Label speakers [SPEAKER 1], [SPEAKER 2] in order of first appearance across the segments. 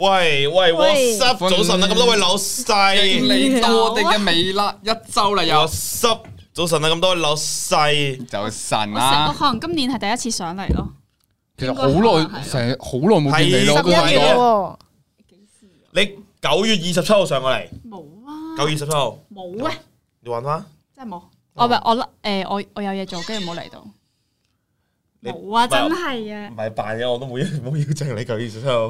[SPEAKER 1] 喂喂
[SPEAKER 2] 喂
[SPEAKER 1] ，WhatsApp 早晨啊，咁多位老細
[SPEAKER 3] 嚟到我哋嘅微辣一周啦，又
[SPEAKER 1] ，WhatsApp 早晨啊，咁多位老細，
[SPEAKER 3] 就神
[SPEAKER 4] 我成
[SPEAKER 3] 啦
[SPEAKER 4] 個。可能今年係第一次上嚟咯，
[SPEAKER 3] 其實好耐，成日好耐冇見你咯，
[SPEAKER 1] 係
[SPEAKER 3] 嗰陣
[SPEAKER 1] 十一月
[SPEAKER 3] 時
[SPEAKER 2] 喎，
[SPEAKER 1] 你九月二十七號上過嚟，
[SPEAKER 4] 冇啊，
[SPEAKER 1] 九月二十七號，
[SPEAKER 4] 冇啊，
[SPEAKER 1] 你玩翻？
[SPEAKER 4] 真係冇。我咪我甩誒，我我有嘢做，跟住冇嚟到。
[SPEAKER 1] 你
[SPEAKER 4] 冇啊，
[SPEAKER 1] 唔係
[SPEAKER 4] 真係啊
[SPEAKER 1] 唔，係扮嘢，我都冇 冇邀請你九月二十七號。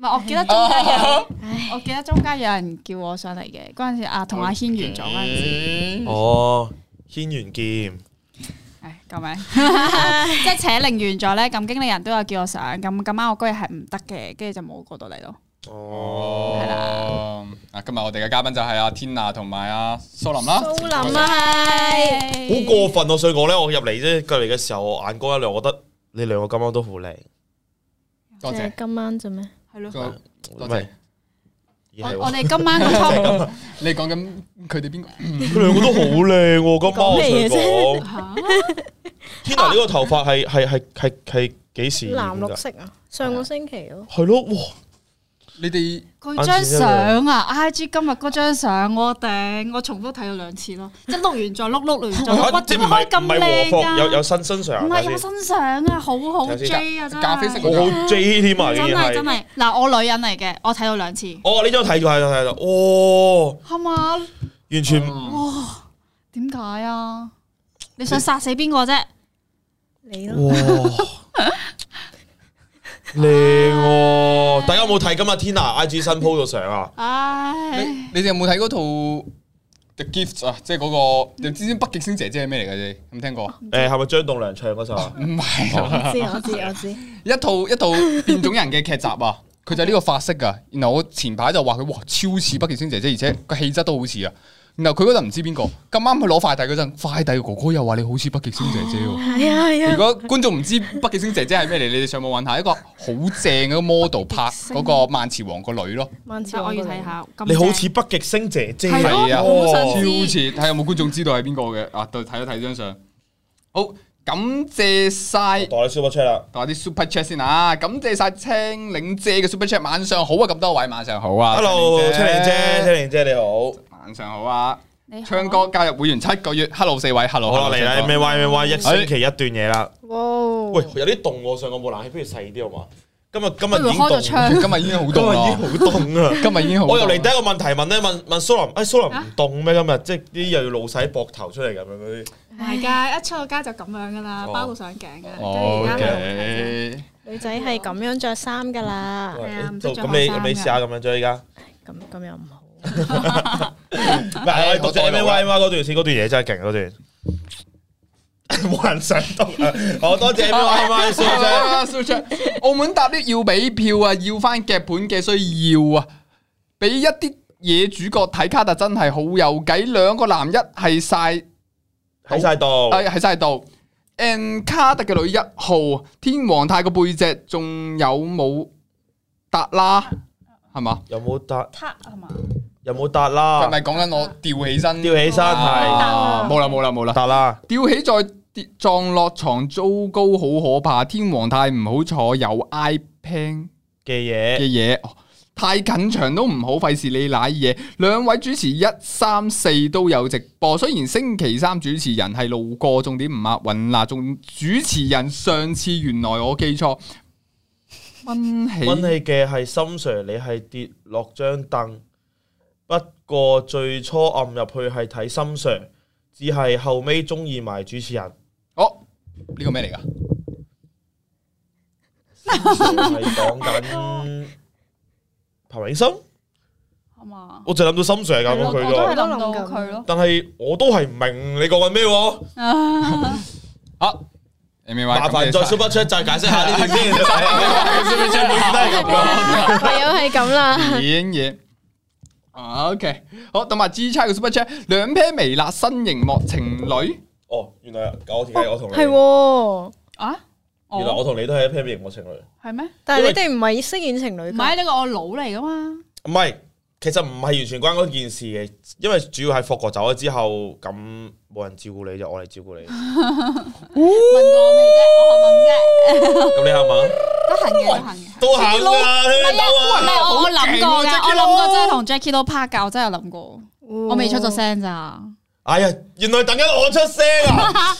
[SPEAKER 4] 唔係我記得中間有，我記得中間有人叫我上嚟嘅嗰陣時，啊同阿軒完咗嗰陣時，
[SPEAKER 1] 哦，軒轅劍，
[SPEAKER 4] 唉救命！即係扯鈴完咗咧，咁經理人都有叫我上，咁咁啱我嗰日係唔得嘅，跟住就冇過到嚟咯。
[SPEAKER 1] 哦，
[SPEAKER 3] 哦，啊，今日我哋嘅嘉賓就係阿天娜同埋阿蘇林啦。
[SPEAKER 2] 蘇林啊，係
[SPEAKER 1] 好過分！我想講咧，我入嚟啫，隔離嘅時候，我眼光一亮，我覺得你兩個今晚都好靚，
[SPEAKER 3] 多謝
[SPEAKER 2] 就係今晚做咩？
[SPEAKER 4] 係咯，
[SPEAKER 3] 多
[SPEAKER 1] 唔
[SPEAKER 3] 多
[SPEAKER 1] 係
[SPEAKER 3] 謝。
[SPEAKER 1] 而係
[SPEAKER 4] 我
[SPEAKER 1] 我
[SPEAKER 4] 我哋今晚個 topic
[SPEAKER 3] 你講緊佢哋邊個？
[SPEAKER 1] 佢兩個都好靚喎，今晚我想
[SPEAKER 2] 講咩嘢
[SPEAKER 1] 講。
[SPEAKER 4] 嚇
[SPEAKER 1] 天啊娜呢個頭
[SPEAKER 4] 啊
[SPEAKER 1] 髮係係係係係幾時？
[SPEAKER 2] 藍綠。色啊，上個星期咯，
[SPEAKER 1] 係咯，哇！
[SPEAKER 3] 你哋
[SPEAKER 4] 佢張相啊，IG 今日嗰張相我頂，我重複睇咗兩次 咯，即係碌完再碌，碌完再碌，哇，
[SPEAKER 1] 啊即
[SPEAKER 4] 點
[SPEAKER 1] 係
[SPEAKER 4] 解
[SPEAKER 1] 唔
[SPEAKER 4] 可
[SPEAKER 1] 係唔係
[SPEAKER 4] 以咁
[SPEAKER 1] 和
[SPEAKER 4] 靚
[SPEAKER 1] 服，
[SPEAKER 4] 啊？
[SPEAKER 1] 有有新新上
[SPEAKER 4] 唔
[SPEAKER 1] 睇
[SPEAKER 4] 係有
[SPEAKER 1] 先，
[SPEAKER 4] 新相啊，好好
[SPEAKER 1] 睇先
[SPEAKER 4] J 啊，真係
[SPEAKER 3] 咖啡色
[SPEAKER 1] 我
[SPEAKER 3] 嗰張
[SPEAKER 1] 好 J 添啊，已
[SPEAKER 4] 真
[SPEAKER 1] 經
[SPEAKER 4] 係真
[SPEAKER 1] 係。
[SPEAKER 4] 係嗱，我女人嚟嘅，我睇到兩次，
[SPEAKER 1] 哦，呢張睇咗睇咗睇咗，哦，
[SPEAKER 4] 係嘛？
[SPEAKER 1] 完全
[SPEAKER 4] 哦點解啊？你想殺死邊個啫？
[SPEAKER 2] 你咯，
[SPEAKER 1] 哇，靚喎！大家有冇睇今日天娜 IG 新 po 咗相啊？
[SPEAKER 4] 唉，
[SPEAKER 3] 你你哋有冇睇嗰套 The Gift 啊？即係嗰個你知唔知北極星姐姐係咩嚟嘅啫？有冇聽過啊？
[SPEAKER 1] 誒，係咪張棟梁唱嗰首啊？
[SPEAKER 3] 唔係啊。
[SPEAKER 2] 我知我知我知，
[SPEAKER 3] 一套一套變種人嘅劇集 啊，佢就係呢個髮式噶。然後我前排就話佢哇超似北極星姐姐，而且個氣質都好似啊。然後佢嗰陣唔知邊個咁啱去攞快遞嗰陣，快遞哥哥又話你好似北極星姐姐 喎。
[SPEAKER 2] 係啊係
[SPEAKER 3] 如
[SPEAKER 2] 啊，
[SPEAKER 3] 果觀眾唔知北極星姐姐係咩嚟，你哋上網揾下一個好正嘅 model 拍嗰個萬磁王個女咯，
[SPEAKER 2] 萬次
[SPEAKER 4] 我要睇，下。咁
[SPEAKER 1] 你好
[SPEAKER 4] 正
[SPEAKER 1] 似北極星姐姐
[SPEAKER 4] 係咯
[SPEAKER 3] 係啊
[SPEAKER 4] 我好
[SPEAKER 3] 超
[SPEAKER 4] 想
[SPEAKER 3] 似。
[SPEAKER 4] 知
[SPEAKER 3] 睇下有冇觀眾知道係邊個嘅啊？對，睇一睇張相。好，感謝晒。
[SPEAKER 1] 代哦你 super chat 啦，
[SPEAKER 3] 我哦啲 super chat 先啊！感謝晒青檸姐嘅 super chat，晚上好啊！咁多位晚上好啊
[SPEAKER 1] Hello，青玲姐，青玲姐你好。
[SPEAKER 3] 晚上好啊！
[SPEAKER 4] 你好
[SPEAKER 3] 唱歌加入會員七個月，hello 四位，hello
[SPEAKER 1] 哦好啦，嚟啦，咩 Y 咩 Y，一
[SPEAKER 3] 哎
[SPEAKER 1] 星期一段嘢啦。
[SPEAKER 4] 哎
[SPEAKER 2] 哇，
[SPEAKER 1] 喂，有啲凍喎，上個冇冷氣，不如細啲好嘛？今日今日
[SPEAKER 4] 不如
[SPEAKER 1] 已經
[SPEAKER 4] 開咗
[SPEAKER 1] 凍，
[SPEAKER 4] 窗，
[SPEAKER 3] 今日已經好凍啦，
[SPEAKER 1] 今日已經好凍啊！
[SPEAKER 3] 今日已經好凍啦。
[SPEAKER 1] 我又嚟第一個問題問咧，問問蘇林，哎蘇林唔凍咩？今日即係啲又要露晒膊頭出嚟咁樣嗰啲，
[SPEAKER 4] 唔係㗎，一出到街就咁樣㗎啦，
[SPEAKER 1] 哦
[SPEAKER 4] 包到上頸㗎。
[SPEAKER 3] O
[SPEAKER 4] 跟住而家咪
[SPEAKER 3] K，
[SPEAKER 2] 女仔係咁樣着衫噶啦，
[SPEAKER 1] 喂
[SPEAKER 4] 啊唔識
[SPEAKER 1] 咁
[SPEAKER 4] 着
[SPEAKER 1] 咁你
[SPEAKER 4] 學生
[SPEAKER 1] 咁你試下咁樣啫， 而家
[SPEAKER 2] 咁咁又唔好，
[SPEAKER 1] 唔係我讀咗
[SPEAKER 3] 我
[SPEAKER 1] M A
[SPEAKER 3] 再錄啦
[SPEAKER 1] Y 嗰段先，嗰段嘢真係勁嗰段。 冇人想讀啊！好多 謝 M A Y 蘇 姐，
[SPEAKER 4] 啊
[SPEAKER 3] 蘇 Sir，澳門搭 lift 要俾票啊，要翻劇本嘅需要啊，俾一啲嘢主角睇卡特真係好有計，兩個男一係晒。
[SPEAKER 1] 喺晒度，
[SPEAKER 3] 哎喺晒度。N 卡特嘅女一號，天皇太個背脊仲有冇達啦？係嘛？
[SPEAKER 1] 有冇搭？
[SPEAKER 4] 塔係嘛？
[SPEAKER 1] 有冇搭
[SPEAKER 3] 係
[SPEAKER 1] 啦？
[SPEAKER 3] 咪講緊我吊起身？
[SPEAKER 1] 啊吊起身係
[SPEAKER 3] 啊冇啦冇啦冇啦！
[SPEAKER 1] 搭啦，
[SPEAKER 3] 吊起再跌撞落床，糟糕好可怕！天皇太唔好坐有 iPad
[SPEAKER 1] 嘅
[SPEAKER 3] 嘅
[SPEAKER 1] 嘢
[SPEAKER 3] 嘢，哦太近場都唔好，費事你賴嘢。兩位主持一三四都有直播，雖然星期三主持人係路過，重點唔押韻啦。仲主持人上次原來我記錯，温起
[SPEAKER 1] 溫氣嘅係心 Sir，你係跌落張凳。不過最初暗入去係睇心 Sir，只係後尾中意埋主持人。
[SPEAKER 3] 哦呢個咩嚟㗎？
[SPEAKER 1] 係講緊彭永生，
[SPEAKER 4] 係嘛？
[SPEAKER 1] 我就諗到心 Sir 係
[SPEAKER 2] 係
[SPEAKER 1] 咁
[SPEAKER 2] 咯
[SPEAKER 1] 佢
[SPEAKER 4] 我都係
[SPEAKER 1] 㗎，
[SPEAKER 4] 諗到佢咯。
[SPEAKER 1] 但係我都係唔明你講緊咩喎？
[SPEAKER 3] 啊 M
[SPEAKER 1] 麻煩再 super chat 就解釋下呢段先。super chat 都係咁啊
[SPEAKER 2] 唯有係咁啦，
[SPEAKER 3] 影嘢。啊 OK，好，同埋 G 差嘅 Super Chat 兩 pair 微辣新熒幕情侶，
[SPEAKER 1] 哦，原來我同你，我同你，
[SPEAKER 2] 係喎，
[SPEAKER 4] 啊？
[SPEAKER 1] 原來我
[SPEAKER 4] 我
[SPEAKER 1] 同你都係一 pair 型我情侶。
[SPEAKER 4] 係咩？
[SPEAKER 2] 但係你哋唔係飾演情侶
[SPEAKER 4] 唔
[SPEAKER 2] 㗎，
[SPEAKER 4] 係呢個我佬嚟噶嘛？
[SPEAKER 1] 唔係，其實唔係完全關嗰件事嘅，因為主要係霍哥走咗之後，咁冇人照顧你就我嚟 照顧你。
[SPEAKER 4] 問過我未啫？我問啫。
[SPEAKER 1] 咁你係咪？
[SPEAKER 4] 都係行嘅，都行
[SPEAKER 1] 都肯噶，
[SPEAKER 4] 嘅。唔
[SPEAKER 1] 兜啊！
[SPEAKER 4] 係我我諗過
[SPEAKER 3] 好勁喎
[SPEAKER 4] 㗎，
[SPEAKER 3] ，Jackie
[SPEAKER 4] 我
[SPEAKER 3] Lou 哦
[SPEAKER 4] 諗過真係同 Jackie 都拍㗎，我真係有諗過，我
[SPEAKER 2] 我
[SPEAKER 4] 未出咗。聲咋。
[SPEAKER 1] 哎呀，原來等緊我出聲啊！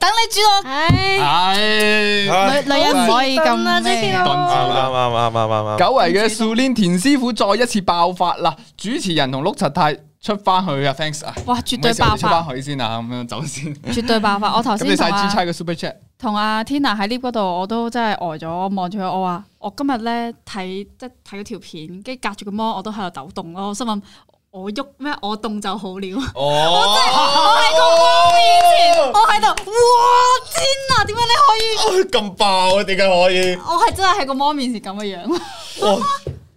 [SPEAKER 4] 等你知道
[SPEAKER 2] 唉，
[SPEAKER 3] 唉，
[SPEAKER 1] 唉
[SPEAKER 4] 女女人唔可以咁
[SPEAKER 2] 啦
[SPEAKER 4] 咩
[SPEAKER 2] ，Jackie
[SPEAKER 1] 啱啱啱啱啱啱啱。
[SPEAKER 3] 久違嘅少年田師傅再一次爆發啦！主持人同碌柒太出翻去啊，thanks 啊！
[SPEAKER 4] 哇，絕對爆
[SPEAKER 3] 唔好意思我哋出
[SPEAKER 4] 發，
[SPEAKER 3] 翻去先啊，咁樣走先。咁
[SPEAKER 4] 絕對爆發。我頭
[SPEAKER 3] 你
[SPEAKER 4] 先
[SPEAKER 3] 晒
[SPEAKER 4] 同
[SPEAKER 3] 支差
[SPEAKER 4] 阿
[SPEAKER 3] 嘅 super chat，
[SPEAKER 4] 同阿 Tina 喺 lift 嗰度，我都真係呆咗，我望住佢，我話我今日咧睇即係睇嗰條片，跟住隔住個芒，我都喺度抖動咯。我心諗我喐咩？我動就好了。
[SPEAKER 1] 哦，
[SPEAKER 4] 我喺個光面前，我喺度，哇！天啊，點解你可以？
[SPEAKER 1] 咁爆啊！點解可以？
[SPEAKER 4] 我係真係喺個芒面前咁嘅樣。
[SPEAKER 1] 哇！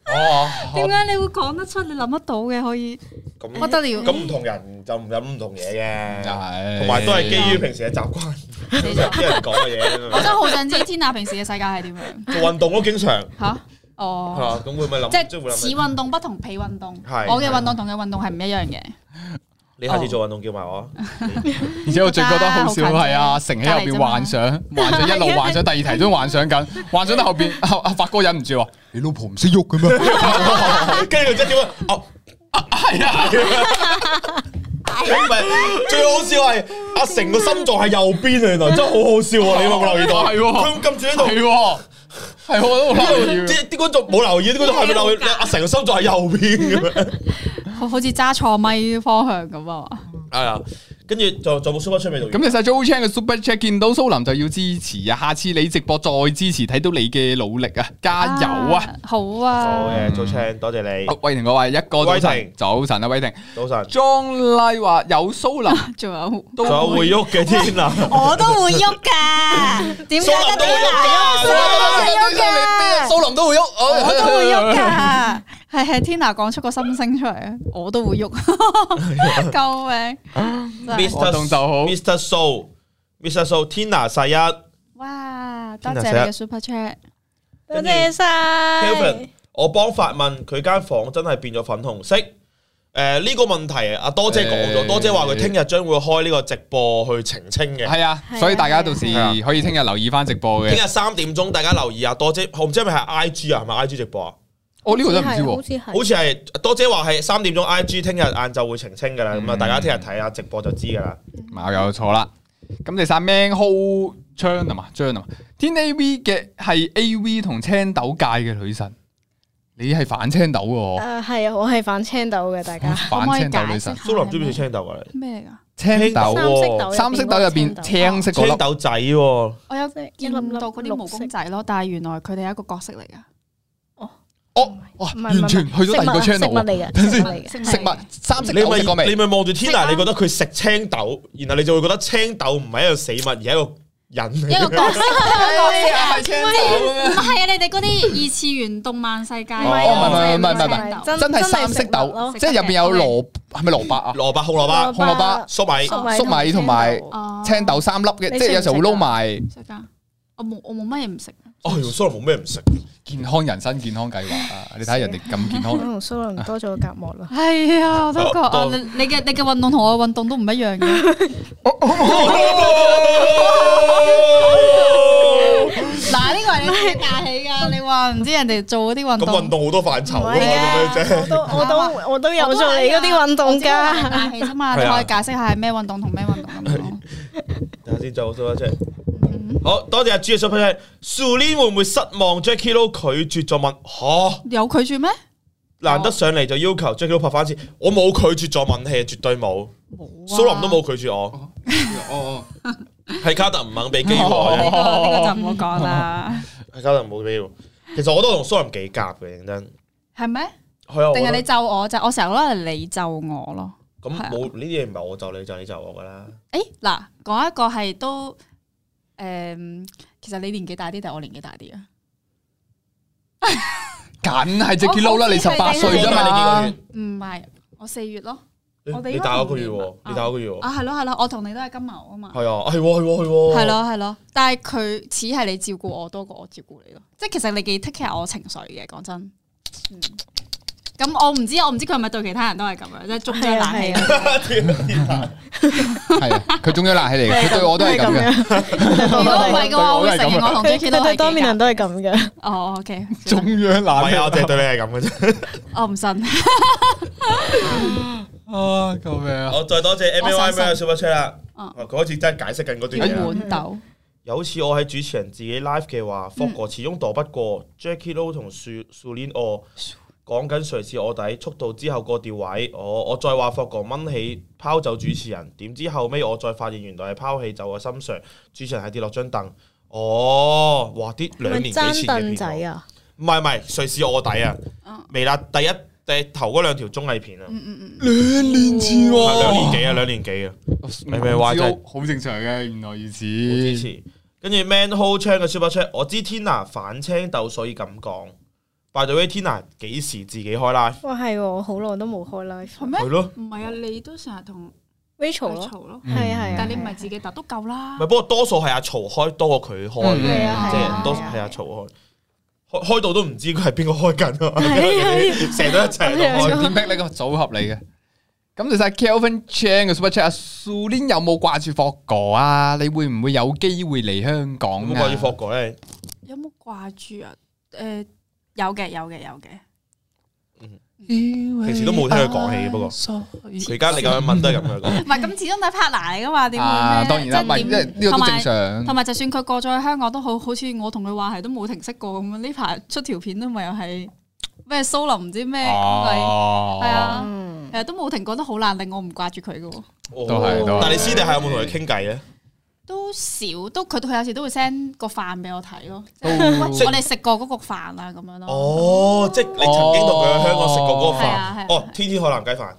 [SPEAKER 1] 哦，
[SPEAKER 4] 點 解你會講得出？你諗得到嘅可以，
[SPEAKER 1] 咁
[SPEAKER 4] 不得了
[SPEAKER 1] 咁唔同人就唔飲唔同嘢嘅，
[SPEAKER 3] 係
[SPEAKER 1] 同埋都係基於平時嘅習 慣，
[SPEAKER 4] 死
[SPEAKER 1] 通常
[SPEAKER 4] 咗！
[SPEAKER 1] 啲人講嘅嘢
[SPEAKER 4] 我
[SPEAKER 1] 咁樣。
[SPEAKER 4] 真係好想知天娜平時嘅世界係點 樣
[SPEAKER 1] 做運動都經常
[SPEAKER 4] 吓？
[SPEAKER 1] 嚇，
[SPEAKER 4] 哦，
[SPEAKER 1] 咁會唔會諗？
[SPEAKER 4] 即
[SPEAKER 1] 即係
[SPEAKER 4] 係
[SPEAKER 1] 會
[SPEAKER 4] 似
[SPEAKER 1] 諗。
[SPEAKER 4] 運動不同被運動。
[SPEAKER 1] 係
[SPEAKER 4] 我嘅運動同佢運動係唔一樣嘅。
[SPEAKER 1] 你下次做運動叫埋我。
[SPEAKER 3] 而且我最覺得好笑係啊，成喺後
[SPEAKER 4] 隔
[SPEAKER 3] 邊
[SPEAKER 4] 離啫嘛啊
[SPEAKER 3] 幻想，幻 想一路幻想，第二題都幻想緊，幻想到後邊，阿阿發哥忍唔住話：你老婆唔識喐嘅咩？
[SPEAKER 1] 跟住佢即係點啊？哦
[SPEAKER 3] 係啊，
[SPEAKER 1] 唔係，最好笑係阿成個心臟喺右邊啊！原來真係好好笑啊！你有冇留意到？
[SPEAKER 3] 哦係喎
[SPEAKER 1] 佢咁住喺度，
[SPEAKER 3] 係喎，係喎我都好留意喎。
[SPEAKER 1] 啲啲觀眾冇留意，啲觀眾係咪留意？阿成個心臟喺右邊咁樣。
[SPEAKER 4] 好好似揸錯咪方向咁啊嘛！
[SPEAKER 1] 係啊，跟住就就冇 super 出味道。
[SPEAKER 3] 咁其實 Joe Chan 嘅 Super Chat 見到蘇林就要支持啊！下次你直播再支持，睇到你嘅努力啊，加油啊！！
[SPEAKER 4] 好
[SPEAKER 1] 好
[SPEAKER 4] 啊！
[SPEAKER 1] 嘅，早晨，多謝你
[SPEAKER 3] 好，威霆我話一個早
[SPEAKER 1] 威
[SPEAKER 3] 晨
[SPEAKER 1] 霆，
[SPEAKER 3] 早晨啊，威霆。
[SPEAKER 1] 早晨。
[SPEAKER 3] 莊麗話有蘇 林
[SPEAKER 4] 仲有
[SPEAKER 3] 都
[SPEAKER 1] 仲有會喐嘅天啊！
[SPEAKER 4] 我都會喐㗎，點
[SPEAKER 1] 蘇林都會喐㗎，
[SPEAKER 3] 啊
[SPEAKER 4] 喐㗎
[SPEAKER 3] 蘇林都會喐，哦
[SPEAKER 4] 我
[SPEAKER 3] 我
[SPEAKER 4] 都會喐。噶，係係 Tina 講出個心聲出嚟，我都會喐， 救命！真
[SPEAKER 1] Mr.
[SPEAKER 4] 係
[SPEAKER 3] 活動就好
[SPEAKER 1] Mr. So，Mr. So，Tina 世一
[SPEAKER 4] 哇，
[SPEAKER 1] 啊
[SPEAKER 4] 多謝你嘅 Super Chat，
[SPEAKER 2] 多謝晒
[SPEAKER 1] ，Kelvin，。我幫發問，佢間房真係變咗粉紅色。誒呢個問題，阿多姐講
[SPEAKER 3] 誒
[SPEAKER 1] 咗，多姐話佢聽日將會開呢個直播去澄清嘅。
[SPEAKER 3] 係啊，所以大家到時可以聽日留意翻直播
[SPEAKER 1] 聽
[SPEAKER 3] 嘅。
[SPEAKER 1] 日三點鐘，大家留意啊！多姐，我唔知係咪係 I G 啊，係咪 I G 直播啊？
[SPEAKER 3] 我呢個真係
[SPEAKER 2] 好
[SPEAKER 3] 唔知喎。
[SPEAKER 2] 似係，好
[SPEAKER 1] 好
[SPEAKER 2] 似
[SPEAKER 1] 似係多姐話係三點鐘 I G，聽日晏晝會澄清噶啦。
[SPEAKER 3] 嗯
[SPEAKER 1] 咁啊，大家聽日睇下直播就知噶啦。
[SPEAKER 3] 冇啊有錯啦。咁第三名 Ho 張啊嘛，張啊嘛，天 A V 嘅係 A V 同青豆界嘅女神，你係反青豆
[SPEAKER 2] 係。
[SPEAKER 3] 嘅
[SPEAKER 2] 誒係啊，我係反青豆嘅，大
[SPEAKER 3] 喎，
[SPEAKER 2] 家
[SPEAKER 4] 可唔
[SPEAKER 3] 反
[SPEAKER 4] 可以
[SPEAKER 3] 青
[SPEAKER 4] 解
[SPEAKER 3] 豆
[SPEAKER 4] 釋
[SPEAKER 3] 女
[SPEAKER 4] 下
[SPEAKER 3] 神，
[SPEAKER 1] 蘇林中唔中意青豆啊？你
[SPEAKER 4] 咩噶？
[SPEAKER 3] 青
[SPEAKER 1] 豆
[SPEAKER 3] 豆
[SPEAKER 1] 喎
[SPEAKER 2] 喎
[SPEAKER 3] 三色豆入邊青色嗰
[SPEAKER 1] 青
[SPEAKER 3] 粒，
[SPEAKER 1] 豆仔喎，
[SPEAKER 4] 我有見
[SPEAKER 2] 一粒粒
[SPEAKER 4] 到嗰啲毛公仔咯，但係原來佢哋係一個角色嚟噶，
[SPEAKER 3] 哦，哇，完全去咗第二個
[SPEAKER 2] 食物
[SPEAKER 3] channel
[SPEAKER 2] 嚟嘅，
[SPEAKER 3] 等陣
[SPEAKER 2] 食
[SPEAKER 3] 先
[SPEAKER 2] 物嚟嘅。
[SPEAKER 3] 食物三色
[SPEAKER 1] 你
[SPEAKER 3] 豆食過
[SPEAKER 1] 咪你
[SPEAKER 3] 未？
[SPEAKER 1] 咪望住 Tina，
[SPEAKER 4] 啊
[SPEAKER 1] 你覺得佢食青豆，然後你就會覺得青豆唔係一個死物，而係一個人嚟
[SPEAKER 4] 一個
[SPEAKER 1] 嘅。
[SPEAKER 4] 角色，
[SPEAKER 3] 哎呀係青豆咁樣
[SPEAKER 4] 唔係啊！你哋嗰啲二次元動漫世界，
[SPEAKER 1] 唔係啊唔係唔係唔係唔
[SPEAKER 3] 係
[SPEAKER 4] 青豆
[SPEAKER 2] 真
[SPEAKER 3] 真係三
[SPEAKER 2] 真
[SPEAKER 3] 色
[SPEAKER 2] 係食物
[SPEAKER 3] 豆
[SPEAKER 2] 咯，
[SPEAKER 3] 即係入邊有蘿係咪蘿蔔啊？
[SPEAKER 1] 蘿蔔、紅蘿
[SPEAKER 2] 蘿
[SPEAKER 1] 蔔、
[SPEAKER 3] 紅蘿蔔、
[SPEAKER 1] 粟米，
[SPEAKER 2] 粟
[SPEAKER 3] 粟米同埋
[SPEAKER 2] 青豆
[SPEAKER 4] 哦
[SPEAKER 3] 青豆三粒嘅，
[SPEAKER 2] 你
[SPEAKER 3] 即係有時候會撈埋
[SPEAKER 4] 食噶，我冇我冇乜嘢唔食，
[SPEAKER 1] 哦，原來蘇林冇咩唔食。
[SPEAKER 3] 健康人生健康計劃啊！你睇下人哋咁健
[SPEAKER 2] 我
[SPEAKER 3] 康，
[SPEAKER 2] 同蘇林多咗個隔膜啦。
[SPEAKER 4] 係啊，我都覺啊，
[SPEAKER 1] 哦
[SPEAKER 4] 你你嘅你嘅運動同我嘅運動都唔一 樣嘅。
[SPEAKER 1] 哦
[SPEAKER 4] 嗱，呢個係你自己架起噶， 你話唔知人哋做嗰啲運
[SPEAKER 1] 咁運
[SPEAKER 4] 動，
[SPEAKER 1] 動好多範疇
[SPEAKER 2] 唔
[SPEAKER 1] 啊，
[SPEAKER 2] 係
[SPEAKER 1] 咁樣
[SPEAKER 2] 嘅，
[SPEAKER 1] 啫。
[SPEAKER 2] 我都我都我都有做你嗰啲運動㗎。
[SPEAKER 4] 架起啫嘛，你
[SPEAKER 1] 係啊
[SPEAKER 4] 可以解釋下係咩運動同咩運動 咁咯。嗯
[SPEAKER 1] 等下先，再好蘇出嚟。好多謝阿朱嘅 super chat。蘇 n 會唔會失望 Jackie Lou 拒絕咗問？嚇，
[SPEAKER 4] 有拒絕咩？
[SPEAKER 1] 難得上嚟就要求 Jackie Lou 拍翻次，我冇拒絕咗問戲，絕對冇。
[SPEAKER 4] 冇啊。
[SPEAKER 1] 蘇林都冇拒絕我，
[SPEAKER 3] 哦，
[SPEAKER 1] 係卡特唔肯俾機會我
[SPEAKER 4] 呢
[SPEAKER 1] 啫，
[SPEAKER 4] 個呢個就唔好講啦。
[SPEAKER 1] 係卡特冇俾機會。其實我都同蘇林幾夾嘅，認真。
[SPEAKER 4] 係咩？
[SPEAKER 1] 係啊，我
[SPEAKER 4] 定係
[SPEAKER 1] 覺得
[SPEAKER 4] 你咒我就我成日覺得係你咒我咯。
[SPEAKER 1] 咁
[SPEAKER 4] 係啊
[SPEAKER 1] 冇呢啲嘢唔係我就你就你就我噶啦。
[SPEAKER 4] 誒嗱，講一個係都誒，其實你年紀大啲定係我年紀大啲啊？
[SPEAKER 3] 梗係 Jacky Lou 啦！你十八歲啫嘛，
[SPEAKER 1] 你幾個月？
[SPEAKER 4] 唔係，我四月咯。我哋
[SPEAKER 1] 你
[SPEAKER 4] 應該
[SPEAKER 1] 大我一個月
[SPEAKER 4] 同年
[SPEAKER 1] 喎
[SPEAKER 4] 吧，
[SPEAKER 1] 你大我一個月喎。
[SPEAKER 4] 啊，係咯係咯，我同你都係金牛啊嘛。
[SPEAKER 1] 係啊，係喎係喎係喎。
[SPEAKER 4] 係。咯係咯，但係佢似係你照顧我多過我照顧你咯，即係其實你幾 take care 我情緒嘅，講真。嗯咁我唔知，我唔知佢係咪對其他人都係咁樣，即係中咗冷氣
[SPEAKER 2] 係啊
[SPEAKER 4] 啊。
[SPEAKER 3] 係啊，佢中咗辣氣 嚟嘅，佢對我都係咁嘅，
[SPEAKER 2] 樣。
[SPEAKER 4] 如果唔係嘅話，我
[SPEAKER 3] 我都係咁
[SPEAKER 4] 會承認我同
[SPEAKER 2] 佢
[SPEAKER 4] Jackie
[SPEAKER 2] 佢
[SPEAKER 4] 都
[SPEAKER 2] 對
[SPEAKER 4] 係
[SPEAKER 2] 當面人
[SPEAKER 4] 人
[SPEAKER 2] 都係咁嘅，
[SPEAKER 4] 哦，OK，
[SPEAKER 3] 中咗
[SPEAKER 1] 唔
[SPEAKER 3] 辣氣
[SPEAKER 1] 係啊，我淨係對你係咁嘅啫。
[SPEAKER 4] 我唔信。
[SPEAKER 3] 啊，救命啊！
[SPEAKER 1] 我再多謝 M L Y
[SPEAKER 4] 我
[SPEAKER 1] M L
[SPEAKER 4] 相
[SPEAKER 1] Super Chat 啦，
[SPEAKER 4] 哦
[SPEAKER 1] 佢好似真係解釋緊嗰
[SPEAKER 4] 叫
[SPEAKER 1] 段嘢啦。啊
[SPEAKER 4] 豌豆，
[SPEAKER 1] 有次我喺主持人自己 live 嘅話
[SPEAKER 4] 嗯
[SPEAKER 1] f o g 始終躲不過 Jackie Lou 同樹樹 l 我講緊誰是我底，速度之後個調位，我我再話 f o g 掹起拋走主持人，點知後尾我再發現原來係拋棄走我心 Sir，主持人係跌落張凳。哦，哇！啲兩年幾前
[SPEAKER 2] 爭
[SPEAKER 1] 嘅
[SPEAKER 2] 凳
[SPEAKER 1] 片
[SPEAKER 2] 仔
[SPEAKER 1] 喎
[SPEAKER 2] 啊！
[SPEAKER 1] 唔係唔係，誰是我底啊
[SPEAKER 4] 嗯？
[SPEAKER 1] 微辣第一第頭嗰兩條綜藝片啊，
[SPEAKER 3] 兩年
[SPEAKER 1] 係
[SPEAKER 3] 前
[SPEAKER 1] 兩
[SPEAKER 3] 喎，
[SPEAKER 1] 年幾啊，兩年幾啊。
[SPEAKER 3] 你
[SPEAKER 1] 咪話就係
[SPEAKER 3] 哦好正常嘅，原來如此。
[SPEAKER 1] 好支持。跟住 Man Ho Chan 嘅 Super Chat，我知 Tina 反青豆，所以咁講。By the way，Tina 幾時自己開 live？
[SPEAKER 2] 哇，係喎，我好耐都冇開
[SPEAKER 4] 係
[SPEAKER 2] live。
[SPEAKER 4] 咩
[SPEAKER 1] 係？咯，
[SPEAKER 4] 唔係啊，你都成日同
[SPEAKER 2] Rachel
[SPEAKER 4] 佢
[SPEAKER 2] 咯，
[SPEAKER 4] 嘈咯，
[SPEAKER 2] 係啊係啊，
[SPEAKER 4] 但係你唔係自己答都夠啦
[SPEAKER 1] 唔係。不過多數係阿曹開多過佢開
[SPEAKER 3] 嗯係
[SPEAKER 1] 嘅，
[SPEAKER 3] 啊
[SPEAKER 1] 即
[SPEAKER 4] 係
[SPEAKER 1] 係
[SPEAKER 4] 啊
[SPEAKER 1] 多數係阿曹開。開開到都唔知佢係邊個開緊啊！ 成日都一齊
[SPEAKER 2] 係啊
[SPEAKER 1] 開。
[SPEAKER 3] 我點逼呢個組合嚟嘅？咁就晒 Kelvin Chan 嘅 Super Chat，阿蘇 À, Lin 有冇掛住霍哥啊？你會唔會有機會嚟香港
[SPEAKER 1] 咁
[SPEAKER 3] 啊？
[SPEAKER 1] 我要霍哥咧，
[SPEAKER 4] 有冇掛住啊？誒，有嘅，有嘅，有嘅。
[SPEAKER 3] 平
[SPEAKER 1] 平時都冇聽佢講戲嘅不過佢而家你咁樣問都係咁樣講。
[SPEAKER 4] 唔係咁，始終都係 partner 嚟噶嘛？點會
[SPEAKER 3] 啊，
[SPEAKER 4] 咩？
[SPEAKER 3] 當然啦，唔係
[SPEAKER 4] 即
[SPEAKER 3] 因
[SPEAKER 4] 係
[SPEAKER 3] 為
[SPEAKER 4] 點
[SPEAKER 3] 呢個
[SPEAKER 4] 同
[SPEAKER 3] 都
[SPEAKER 4] 埋
[SPEAKER 3] 正常。
[SPEAKER 4] 同埋就算佢過咗去香港都好，好似我同佢話係都冇停息過咁樣。呢排出條片都咪又係咩蘇林唔知
[SPEAKER 3] Ờ.
[SPEAKER 4] 咩係
[SPEAKER 3] 哦
[SPEAKER 4] 啊，
[SPEAKER 2] 嗯，
[SPEAKER 4] 誒都冇停過，都好難令我唔掛住佢嘅喎。
[SPEAKER 1] 都
[SPEAKER 3] 都係都係
[SPEAKER 1] 但係你私底下有冇同佢傾偈啊咧？
[SPEAKER 4] 都少，都佢佢有時都會 send 個飯俾我睇咯，即係
[SPEAKER 3] 都
[SPEAKER 4] 喂我哋食過嗰個飯啊咁樣咯。
[SPEAKER 1] 哦，即係你曾經同佢喺香港食過嗰個
[SPEAKER 4] 係啊係啊
[SPEAKER 1] 飯。哦，天天海南雞飯。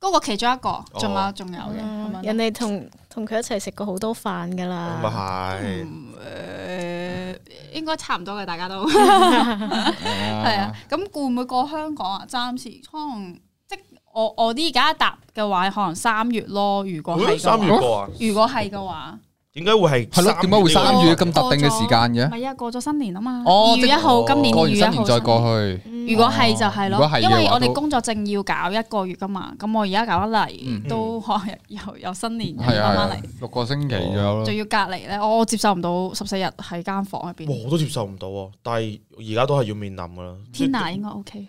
[SPEAKER 4] 嗰個其中一
[SPEAKER 3] 哦
[SPEAKER 4] 個，仲有仲有嘅咁樣。
[SPEAKER 2] 哦人哋同同佢一齊食過好多飯噶
[SPEAKER 1] 咁
[SPEAKER 2] 啦，
[SPEAKER 1] 啊係。
[SPEAKER 4] 嗯誒應該差唔多嘅，大家都
[SPEAKER 3] 啊
[SPEAKER 4] 係
[SPEAKER 3] 係
[SPEAKER 4] 啊。咁會唔會過香港啊？暫時可能即我我啲而家答嘅話，可能三月咯。如
[SPEAKER 3] 哦
[SPEAKER 4] 果
[SPEAKER 1] 咦
[SPEAKER 4] 係嘅話
[SPEAKER 1] 三月過啊？
[SPEAKER 4] 如果係嘅話，
[SPEAKER 1] 點解會係
[SPEAKER 3] 係咯，點解會
[SPEAKER 1] 三
[SPEAKER 3] 三
[SPEAKER 1] 呢個
[SPEAKER 3] 月咁特定嘅時間
[SPEAKER 4] 唔
[SPEAKER 3] 嘅？
[SPEAKER 4] 係啊，過咗新年啊嘛，
[SPEAKER 3] 哦
[SPEAKER 4] 二月一號，今年
[SPEAKER 3] 過
[SPEAKER 4] 二
[SPEAKER 3] 完
[SPEAKER 4] 月一
[SPEAKER 3] 新
[SPEAKER 4] 號
[SPEAKER 3] 年再過去，
[SPEAKER 4] 如果係就係
[SPEAKER 3] 哦如果
[SPEAKER 4] 咯，
[SPEAKER 3] 係嘅
[SPEAKER 4] 因為
[SPEAKER 3] 話
[SPEAKER 4] 我哋
[SPEAKER 3] 都
[SPEAKER 4] 工作證要搞一個月噶嘛，咁我而家搞得
[SPEAKER 3] 嗯
[SPEAKER 4] 嚟，都可能有有新年又
[SPEAKER 3] 係
[SPEAKER 4] 要
[SPEAKER 3] 啊
[SPEAKER 4] 慢
[SPEAKER 3] 係
[SPEAKER 4] 慢
[SPEAKER 3] 啊
[SPEAKER 4] 嚟，，
[SPEAKER 3] 六個星期左右咯
[SPEAKER 4] 仲。要隔離咧，我我接受唔到十四日喺間房入邊。
[SPEAKER 1] 哇我都接受唔到喎，但係而家都係要面臨噶啦。
[SPEAKER 4] 天娜
[SPEAKER 1] 即
[SPEAKER 4] 應該 OK，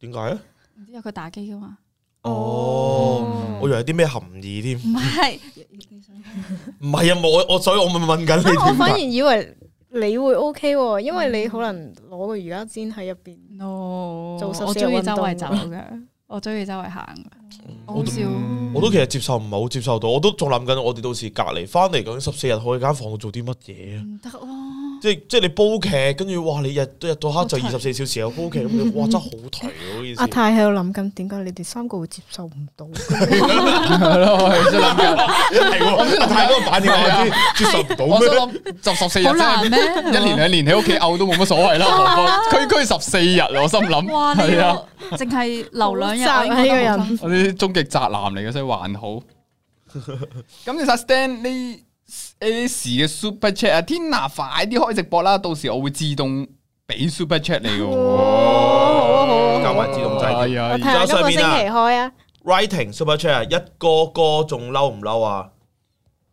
[SPEAKER 1] 點解啊咧？
[SPEAKER 4] 唔知有佢打機噶 嘛？
[SPEAKER 1] 哦，我以為有啲咩含義添，
[SPEAKER 4] 唔係，
[SPEAKER 1] 唔係啊，冇我我所以我咪問緊 你
[SPEAKER 2] 啊我
[SPEAKER 1] 點
[SPEAKER 2] 反而
[SPEAKER 1] 解？
[SPEAKER 2] 以為你會 OK 喎，因為你可能攞個瑜伽氈喺入邊。
[SPEAKER 1] 嗯
[SPEAKER 4] no，
[SPEAKER 2] 做十四
[SPEAKER 4] 我中意
[SPEAKER 2] 日運
[SPEAKER 4] 周
[SPEAKER 2] 動
[SPEAKER 4] 圍走 嘅，我中意周圍行嘅，我好少。
[SPEAKER 1] 我都其實接受唔係好接受到，我都仲諗緊我哋到時隔離翻嚟究竟十四日可以間房度做啲乜嘢啊？
[SPEAKER 4] 唔得咯，
[SPEAKER 1] 即係即係你煲劇，跟住哇你日日到黑就
[SPEAKER 4] 好頹
[SPEAKER 1] 二十四小時有煲劇咁你，哇真係好頹啊！嗰件
[SPEAKER 2] 阿
[SPEAKER 1] 事
[SPEAKER 2] 泰喺度諗緊，點解你哋三個會接受唔到？
[SPEAKER 3] 係咯，我係想諗緊
[SPEAKER 1] 係喎，阿泰嗰個反應我知接受唔到
[SPEAKER 3] 我
[SPEAKER 1] 咩
[SPEAKER 3] 想？諗就十四日
[SPEAKER 4] 好
[SPEAKER 3] 真係
[SPEAKER 4] 難咩？
[SPEAKER 3] 一年兩年喺屋企嘔都冇乜所 謂啦，何況區區十四日啊！我心諗，
[SPEAKER 4] 哇！呢
[SPEAKER 3] 係啊，
[SPEAKER 4] 個淨係留兩日，
[SPEAKER 2] 好
[SPEAKER 4] 我
[SPEAKER 2] 雜
[SPEAKER 4] 應
[SPEAKER 2] 啊呢個
[SPEAKER 4] 該都好
[SPEAKER 2] 人
[SPEAKER 4] 辛苦
[SPEAKER 3] 我啲終極宅男嚟嘅，所以還 好。咁你晒 Stan 呢 A 時嘅 Super Chat 啊，Tina 快啲開直播啦，到時我會自動俾 Super Chat 你嘅
[SPEAKER 4] 哦啊
[SPEAKER 3] 喎，
[SPEAKER 1] 加埋自動掣
[SPEAKER 3] 係
[SPEAKER 2] 阿
[SPEAKER 3] 啊，
[SPEAKER 2] 泰今個星期開啊，
[SPEAKER 1] Writing Super Chat 啊一哥哥仲嬲唔嬲啊？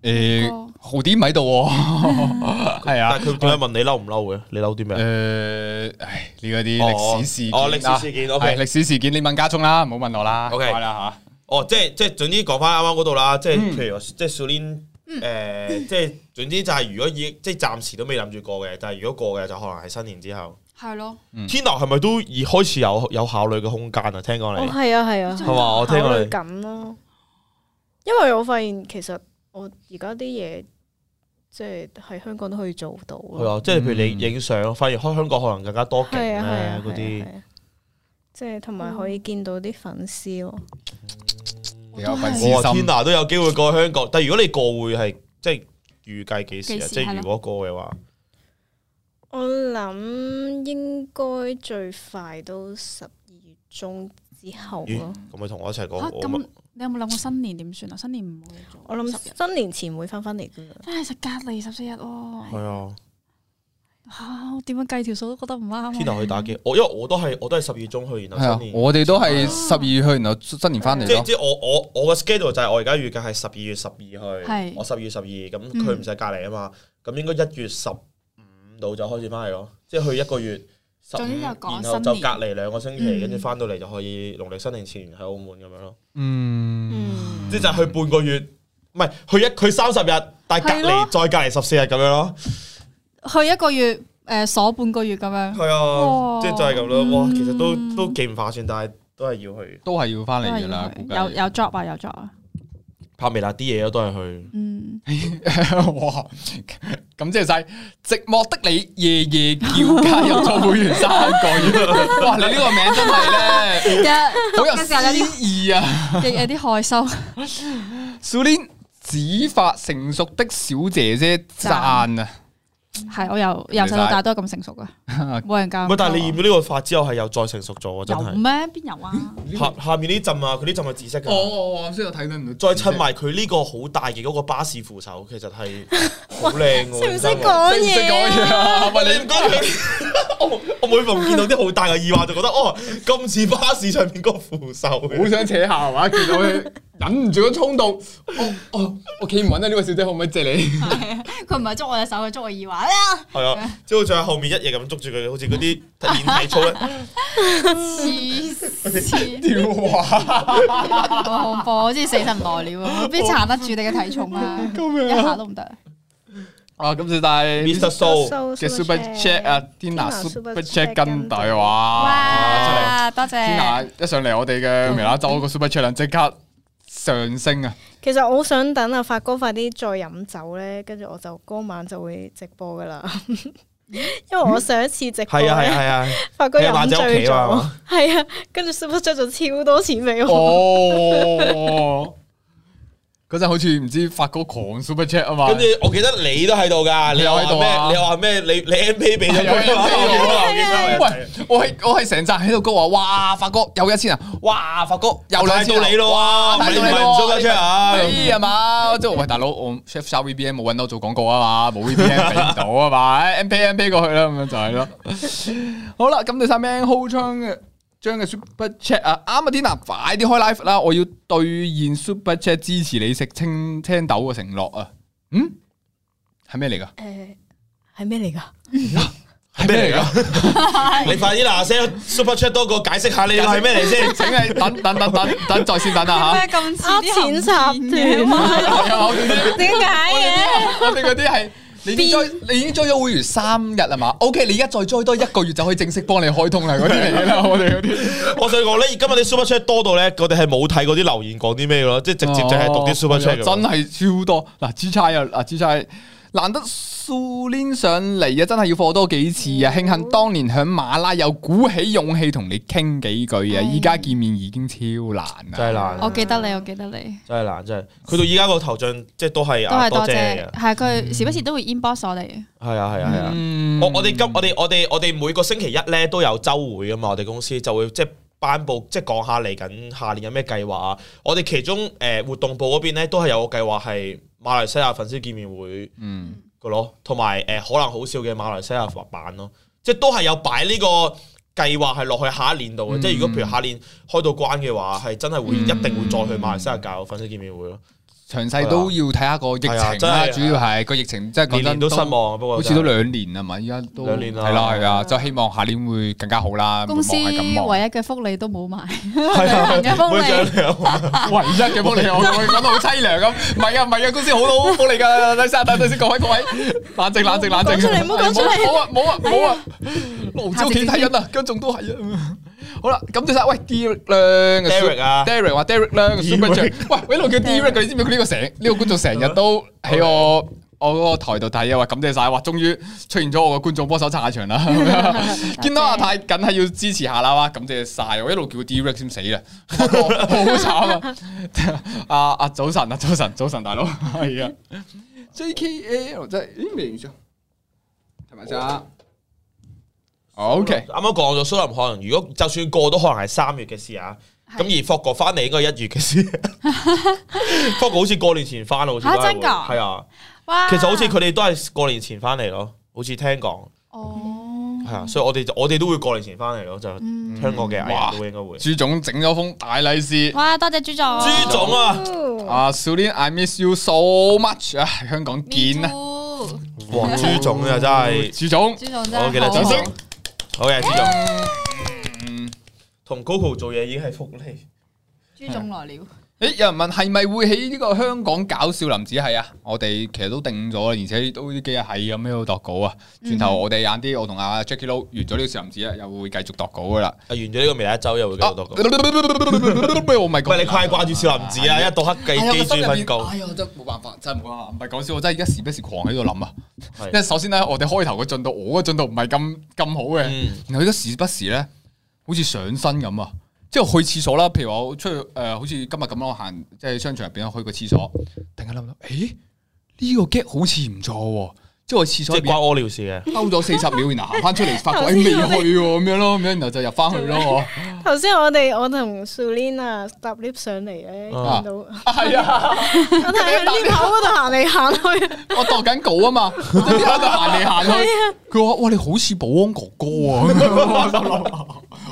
[SPEAKER 3] 誒，豪啲唔喺度喎， 係啊
[SPEAKER 1] 但。係佢點解問你嬲唔嬲嘅？你嬲啲咩？
[SPEAKER 3] 誒，唉，呢嗰啲歷史事件
[SPEAKER 1] 哦哦歷史事件，OK
[SPEAKER 3] 係歷史事件，你問家聰啦，唔好問我啦
[SPEAKER 1] OK
[SPEAKER 3] 係啦
[SPEAKER 1] 哦，即係即係，總之講翻啱啱嗰度啦，即係
[SPEAKER 3] 嗯
[SPEAKER 1] 譬如話即係少年
[SPEAKER 2] 嗯
[SPEAKER 1] 誒，即係總之就係如果已即係暫時都未諗住過嘅，但係如果過嘅就可能係新年之後。
[SPEAKER 4] 係咯，
[SPEAKER 3] 嗯
[SPEAKER 1] Tina 係咪都已開始有有考慮嘅空間啊？聽講
[SPEAKER 2] 哦
[SPEAKER 1] 你
[SPEAKER 2] 係啊係啊，
[SPEAKER 1] 係嘛？我聽
[SPEAKER 2] 考
[SPEAKER 1] 過
[SPEAKER 2] 慮
[SPEAKER 1] 你
[SPEAKER 2] 緊咯。因為我發現其實我而家啲嘢，即係喺香港都可以做到咯。
[SPEAKER 1] 係啊，即係譬如
[SPEAKER 3] 嗯
[SPEAKER 1] 你影相，反而開香港可能更加多景
[SPEAKER 2] 係啊係
[SPEAKER 1] 咧
[SPEAKER 2] 啊
[SPEAKER 1] 嗰啲
[SPEAKER 2] 係啊。係啊即係同埋可以見到啲粉絲咯，
[SPEAKER 3] 嚇，有份私
[SPEAKER 1] 我話
[SPEAKER 3] 心。
[SPEAKER 1] Tina 都有機會過香港，但係如果你過會係即係預計幾時
[SPEAKER 4] 幾
[SPEAKER 1] 啊？
[SPEAKER 4] 時
[SPEAKER 1] 即係
[SPEAKER 4] 係咯
[SPEAKER 1] 如果過嘅話，
[SPEAKER 2] 我諗應該最快都十二月中之後
[SPEAKER 1] 咦
[SPEAKER 2] 咯。
[SPEAKER 1] 咁咪同我一齊過
[SPEAKER 4] 嚇
[SPEAKER 1] 我
[SPEAKER 4] 咁你有冇諗過新年點算啊？新年唔會做，
[SPEAKER 2] 我
[SPEAKER 4] 十
[SPEAKER 2] 諗
[SPEAKER 4] 日
[SPEAKER 2] 新年前會翻返嚟噶啦。
[SPEAKER 4] 真係食隔離十四日喎。
[SPEAKER 1] 係啊。
[SPEAKER 4] 啊我點樣計條數都覺得唔啱啊。
[SPEAKER 1] 天后去打機，我因為我都係我都係十二月中去，然
[SPEAKER 3] 係
[SPEAKER 1] 後
[SPEAKER 3] 啊
[SPEAKER 1] 新，年。
[SPEAKER 3] 我哋都係十二月去，然後新年翻嚟
[SPEAKER 1] 即係
[SPEAKER 3] 咯。
[SPEAKER 1] 即係我我我個 schedule 就係我而家預計係十二月十二
[SPEAKER 4] 係嗯
[SPEAKER 1] 去，我十二月十二咁佢唔使隔離啊嘛，咁應該一月十五度就開始翻嚟咯，即係去一個月十五，
[SPEAKER 4] 總之就
[SPEAKER 1] 然後
[SPEAKER 4] 講
[SPEAKER 1] 就
[SPEAKER 4] 新年
[SPEAKER 1] 隔離兩個星
[SPEAKER 4] 嗯
[SPEAKER 1] 期，跟住翻到嚟就可以農曆新年前喺澳門咁樣咯，
[SPEAKER 3] 嗯，
[SPEAKER 2] 嗯，
[SPEAKER 1] 即係就係去半個月，唔係去一去三十日，但係隔
[SPEAKER 4] 係咯
[SPEAKER 1] 離再隔離十四日咁樣咯，
[SPEAKER 4] 去一個月誒鎖半個月咁樣，
[SPEAKER 1] 係
[SPEAKER 4] 哇
[SPEAKER 1] 啊，即係就係咁咯，哇，其實都
[SPEAKER 4] 嗯
[SPEAKER 1] 都幾唔划算，但係都係要去
[SPEAKER 3] 都係要翻
[SPEAKER 4] 都
[SPEAKER 3] 嚟
[SPEAKER 4] 啊係
[SPEAKER 3] 噶啦
[SPEAKER 4] 要，去
[SPEAKER 3] 估
[SPEAKER 4] 有
[SPEAKER 3] 計。
[SPEAKER 4] 有 job 啊，有 job 啊，
[SPEAKER 1] 拍微辣啲嘢咯，都係去。
[SPEAKER 4] 嗯，
[SPEAKER 3] 哇！咁即係晒寂寞的你夜夜叫家入咗會員三個月，哇！你呢個名真係咧，
[SPEAKER 4] 有
[SPEAKER 3] 好有
[SPEAKER 4] 嘅時候有啲
[SPEAKER 3] 詩意啊！
[SPEAKER 4] 亦有啲害羞，
[SPEAKER 3] 少年指法成熟的小姐姐讚啊！
[SPEAKER 4] 係我由由細到大都係咁成熟噶，冇人教。啊
[SPEAKER 1] 唔係，但係你染咗呢個髮之後係有再成熟咗喎，真
[SPEAKER 4] 有
[SPEAKER 1] 係。
[SPEAKER 4] 咩？邊有啊？
[SPEAKER 1] 下下面呢浸啊，佢呢浸係紫色
[SPEAKER 3] 哦
[SPEAKER 1] 㗎。
[SPEAKER 3] 哦哦，所以我睇到唔
[SPEAKER 1] 再
[SPEAKER 3] 到。
[SPEAKER 1] 襯埋佢呢個好大嘅嗰個巴士扶手，其實係好靚喎。
[SPEAKER 2] 識唔識
[SPEAKER 1] 認真喎
[SPEAKER 2] 講
[SPEAKER 3] 識唔識講
[SPEAKER 2] 嘢？
[SPEAKER 3] 嘢啊？
[SPEAKER 1] 喂，
[SPEAKER 3] 喂
[SPEAKER 1] 你唔 講佢，我我每逢見到啲好大嘅耳環，就覺得哦，今次巴士上面嗰個扶手
[SPEAKER 3] 你好
[SPEAKER 1] 嘅，
[SPEAKER 3] 想扯下係嘛？見到佢忍唔住個衝動，我我我企唔穩啊！呢位小姐可唔可以借你？
[SPEAKER 4] 係啊佢唔係捉我隻手，佢捉我耳環啊！
[SPEAKER 1] 係啊，即係好似喺後面一嘢咁捉住佢，好似嗰 啲練體操咧，
[SPEAKER 4] 黐線，
[SPEAKER 3] 屌話
[SPEAKER 4] 好恐怖！我真係死神來了啊，我邊撐得住你嘅體重啊？
[SPEAKER 3] 救
[SPEAKER 4] 一
[SPEAKER 3] 命啊！
[SPEAKER 4] 下都唔得。
[SPEAKER 3] 啊，
[SPEAKER 1] 哦
[SPEAKER 3] 咁就但係
[SPEAKER 1] Mr. So
[SPEAKER 3] 嘅 Super Chat 啊，Tina Super Chat 跟隊哇！
[SPEAKER 4] 哇！多
[SPEAKER 3] 真係
[SPEAKER 4] 謝。
[SPEAKER 3] Tina 一上嚟我哋嘅微辣周個 Super Chat 量即刻上升 啊！
[SPEAKER 2] 其實我好想等阿發哥快啲再飲酒咧，跟住我就嗰晚就會直播噶啦。 因為我上一次直播
[SPEAKER 1] 嗯係啊係啊
[SPEAKER 2] 咧，
[SPEAKER 1] 係啊，
[SPEAKER 2] 發哥
[SPEAKER 1] 係啊
[SPEAKER 2] 飲
[SPEAKER 1] 爛仔屋
[SPEAKER 2] 醉
[SPEAKER 1] 企啊
[SPEAKER 2] 咗
[SPEAKER 1] 嘛，
[SPEAKER 2] 係啊，跟住 Super Chat 咗超多錢俾我，
[SPEAKER 3] 哦，嗰陣好似唔知發哥狂 super chat 啊嘛，
[SPEAKER 1] 跟住我記得你都喺度㗎，你又話
[SPEAKER 3] 你有喺度啊
[SPEAKER 1] 咩？你又話咩？你你 M P 俾咗
[SPEAKER 3] 係啊
[SPEAKER 1] 佢啊我記得我記得 我記得
[SPEAKER 3] 喂，我係我係成扎人喺度高話，哇發哥有一千啊，哇發哥有兩
[SPEAKER 1] 睇
[SPEAKER 3] 千
[SPEAKER 1] 到
[SPEAKER 3] 啊
[SPEAKER 1] 你，咯
[SPEAKER 3] 哇
[SPEAKER 1] 喎，
[SPEAKER 3] 睇
[SPEAKER 1] 你
[SPEAKER 3] 到
[SPEAKER 1] 唔
[SPEAKER 3] 你
[SPEAKER 1] 係唔
[SPEAKER 3] 咯
[SPEAKER 1] 蘇得出啊？
[SPEAKER 3] 你係嘛？哎即係喂大佬，我 chef 炒 VPN 冇揾我做廣告啊嘛，冇 VPN 俾唔到啊 嘛，M P M P 過去啦，咁樣就係咯。好啦，咁第三名 Ho 昌嘅。將嘅 super chat 啊，啱啊！Tina，快啲開 live 啦！我要兌現 super chat 支持你食青青豆嘅承諾啊！嗯，係咩嚟噶？
[SPEAKER 2] 誒係咩嚟㗎？
[SPEAKER 1] 係咩嚟噶？你快啲嗱聲 super chat 多個解釋下你個係咩嚟先？
[SPEAKER 3] 請你等等等等等再先等下吓，
[SPEAKER 4] 咩咁似
[SPEAKER 2] 呃
[SPEAKER 4] 啲
[SPEAKER 2] 錢集
[SPEAKER 4] 行騙嘅？
[SPEAKER 2] 團，
[SPEAKER 3] 係 啊我哋 啲
[SPEAKER 2] 點解啊
[SPEAKER 3] 我哋嗰啲係你已經 join 你已經 join 咗會員三日係嘛？OK，你而家再 join 多一個月就可以正式幫你開通啦，嗰啲嚟 㗎啦，我哋嗰啲
[SPEAKER 1] 我想講咧，今日啲 super chat 多到咧，我哋係冇睇嗰啲留言講啲咩咯，即係直接就係讀啲 super chat
[SPEAKER 3] 哦
[SPEAKER 1] 嘅。
[SPEAKER 3] 真係超多嗱，G 差啊嗱，G 差。難得蘇連上嚟啊，真係要貨多幾次啊！慶幸當年響馬拉有鼓起勇氣同你傾幾句啊，
[SPEAKER 4] 係
[SPEAKER 3] 依家見面已經超難
[SPEAKER 1] 真係
[SPEAKER 3] 啊！
[SPEAKER 1] 難，
[SPEAKER 4] 我記得你，我記得你，
[SPEAKER 1] 真係難，真係。佢到依家個頭像即係都係
[SPEAKER 4] 都
[SPEAKER 1] 啊，嗯
[SPEAKER 4] 係多
[SPEAKER 1] 多謝
[SPEAKER 4] 謝
[SPEAKER 1] 嘅。。
[SPEAKER 4] 係佢時不時都會 inbox 我哋。
[SPEAKER 1] 係啊，係啊，係啊。
[SPEAKER 3] 嗯
[SPEAKER 1] 我我哋今我哋我哋我哋每個星期一咧都有周會啊嘛，我哋公司就會即係頒布，即係講下嚟緊下年有咩計劃啊。我哋其中誒、呃活動部嗰邊咧都係有個計劃係馬來西亞粉絲見面會
[SPEAKER 3] 嗯
[SPEAKER 1] 個咯，同埋誒可能好笑嘅馬來西亞版咯，即係都係有擺呢個計劃係落去下一年度嘅。
[SPEAKER 3] 嗯
[SPEAKER 1] 即係如果譬如下年開到關嘅話，係真係會
[SPEAKER 3] 嗯
[SPEAKER 1] 一定會再去馬來西亞搞粉絲見面會咯。
[SPEAKER 3] 詳細都要睇下個疫
[SPEAKER 1] 啊係啊
[SPEAKER 3] 情
[SPEAKER 1] 真
[SPEAKER 3] 啦，
[SPEAKER 1] 係
[SPEAKER 3] 主要係個疫情真係講
[SPEAKER 1] 年
[SPEAKER 3] 真
[SPEAKER 1] 年都失望啊，不過
[SPEAKER 3] 好似都
[SPEAKER 1] 真係
[SPEAKER 3] 兩年啦嘛，依家都
[SPEAKER 1] 兩年啦
[SPEAKER 3] 係啦係啊，就希望下年會更加好啦。
[SPEAKER 4] 公司
[SPEAKER 3] 望係
[SPEAKER 4] 唯一
[SPEAKER 3] 咁望唯
[SPEAKER 4] 嘅福利都 冇埋，
[SPEAKER 1] 係
[SPEAKER 4] 兩年嘅
[SPEAKER 1] 啊，
[SPEAKER 4] 福利
[SPEAKER 1] 每張兩萬
[SPEAKER 3] 一嘅福利，我我講到好凄涼咁。唔係啊唔係啊，公司好好福利㗎。等先等等先，各位各位，冷靜冷靜冷靜。
[SPEAKER 2] 講出嚟唔好講出嚟
[SPEAKER 3] 冇啊冇啊冇啊！羅志屋企睇緊啊，姜仲都係啊。好啦，咁就晒喂 Derek 咧
[SPEAKER 1] Derek 啊
[SPEAKER 3] ，Derek 話 Derek 咧 super
[SPEAKER 1] Derek
[SPEAKER 3] 喂，我一路叫 Derek，佢你知唔知佢呢個成呢個觀眾成日都喺我。我嗰個台度睇啊，話感謝晒，話終於出現咗我個觀眾幫手撐下場啦。見到阿泰，梗係要支持下啦，哇！感謝晒，我一路叫 Derek 先死啦，好慘啊！阿阿早晨 啊，早晨，早晨，大佬 係啊，JKL 真係咦未完咗，係咪先啊？OK，
[SPEAKER 1] 啱啱講咗蘇林可能，如果就算過都可能係三月嘅事啊。咁而霍哥翻嚟應該係一月嘅事。 霍哥好似過年前啊翻，好似都係
[SPEAKER 4] 嚇
[SPEAKER 1] 會
[SPEAKER 4] 真㗎
[SPEAKER 1] 係啊。
[SPEAKER 4] 哇
[SPEAKER 1] 其實好似佢哋都係過年前翻嚟咯，好似聽講。
[SPEAKER 4] 哦，
[SPEAKER 1] 係啊，所以我哋就我哋都會過年前翻嚟咯，就
[SPEAKER 4] 嗯
[SPEAKER 1] 香港嘅藝
[SPEAKER 3] 哇
[SPEAKER 1] 人都應該會。
[SPEAKER 3] 朱總整咗封大利是。
[SPEAKER 4] 哇，多謝朱總，
[SPEAKER 1] 朱總啊，
[SPEAKER 2] 哦
[SPEAKER 3] 啊 s u l i n I miss you so much 啊！香港
[SPEAKER 4] Me
[SPEAKER 3] 見啊，
[SPEAKER 4] too，
[SPEAKER 1] 哇，朱總啊真係
[SPEAKER 3] 朱總，
[SPEAKER 4] 朱總
[SPEAKER 1] 好
[SPEAKER 4] 真
[SPEAKER 1] 記得
[SPEAKER 4] 係
[SPEAKER 1] 朱
[SPEAKER 4] 好
[SPEAKER 1] 總
[SPEAKER 4] 好，
[SPEAKER 1] 好嘅，朱總
[SPEAKER 3] 嗯，
[SPEAKER 1] 同 Coco 做嘢已經係福利。
[SPEAKER 4] 朱總來 了，
[SPEAKER 3] 誒有人問係咪會喺呢個香港搞少林寺係啊？我哋其實都定咗啦，而且都呢幾日係咁樣度稿啊。轉頭我哋晏啲，我同阿 Jackie Lou 完咗呢個少林寺啊，又會繼續度稿噶啦。
[SPEAKER 1] 啊，完咗呢個未來一周又會繼
[SPEAKER 3] 啊
[SPEAKER 1] 續讀稿。
[SPEAKER 3] 我咪
[SPEAKER 1] 唔係你太掛住少林寺啦，一到黑記記住瞓啊覺。
[SPEAKER 3] 哎呀，我真係冇辦法，真係冇辦法，唔係講笑，我真係一時不時狂喺度諗啊。
[SPEAKER 1] 係
[SPEAKER 3] 因為首先咧，我哋開頭嘅進度，我嘅進度唔係咁咁好嘅，
[SPEAKER 1] 嗯
[SPEAKER 3] 然後而家時不時咧，好似上身咁啊！即係去廁所啦，譬如話我出去誒、呃好似今日咁咯，我行即係商場入邊去個廁所，突然間諗諗，誒呢、個 get 好似唔錯喎，即係我去廁
[SPEAKER 1] 即
[SPEAKER 3] 所
[SPEAKER 1] 係
[SPEAKER 3] 入邊
[SPEAKER 1] 關屙尿事嘅。
[SPEAKER 3] 兜咗四十秒，然後行翻 出嚟，發覺誒哎
[SPEAKER 2] 頭
[SPEAKER 3] 未
[SPEAKER 2] 先我哋
[SPEAKER 3] 去喎，咁樣咯，咁樣然後就入翻去咯，我
[SPEAKER 2] 頭先我哋我同 Sulin 啊搭 lift 上嚟咧，見
[SPEAKER 1] 啊
[SPEAKER 2] 到我
[SPEAKER 3] 啊係啊。
[SPEAKER 2] 睇喺 lift 口嗰度行嚟行去，
[SPEAKER 3] 我度緊稿啊嘛，我喺度行嚟行去。
[SPEAKER 2] 啊
[SPEAKER 3] 佢話：哇，你好似保安哥哥啊！咁樣我心諗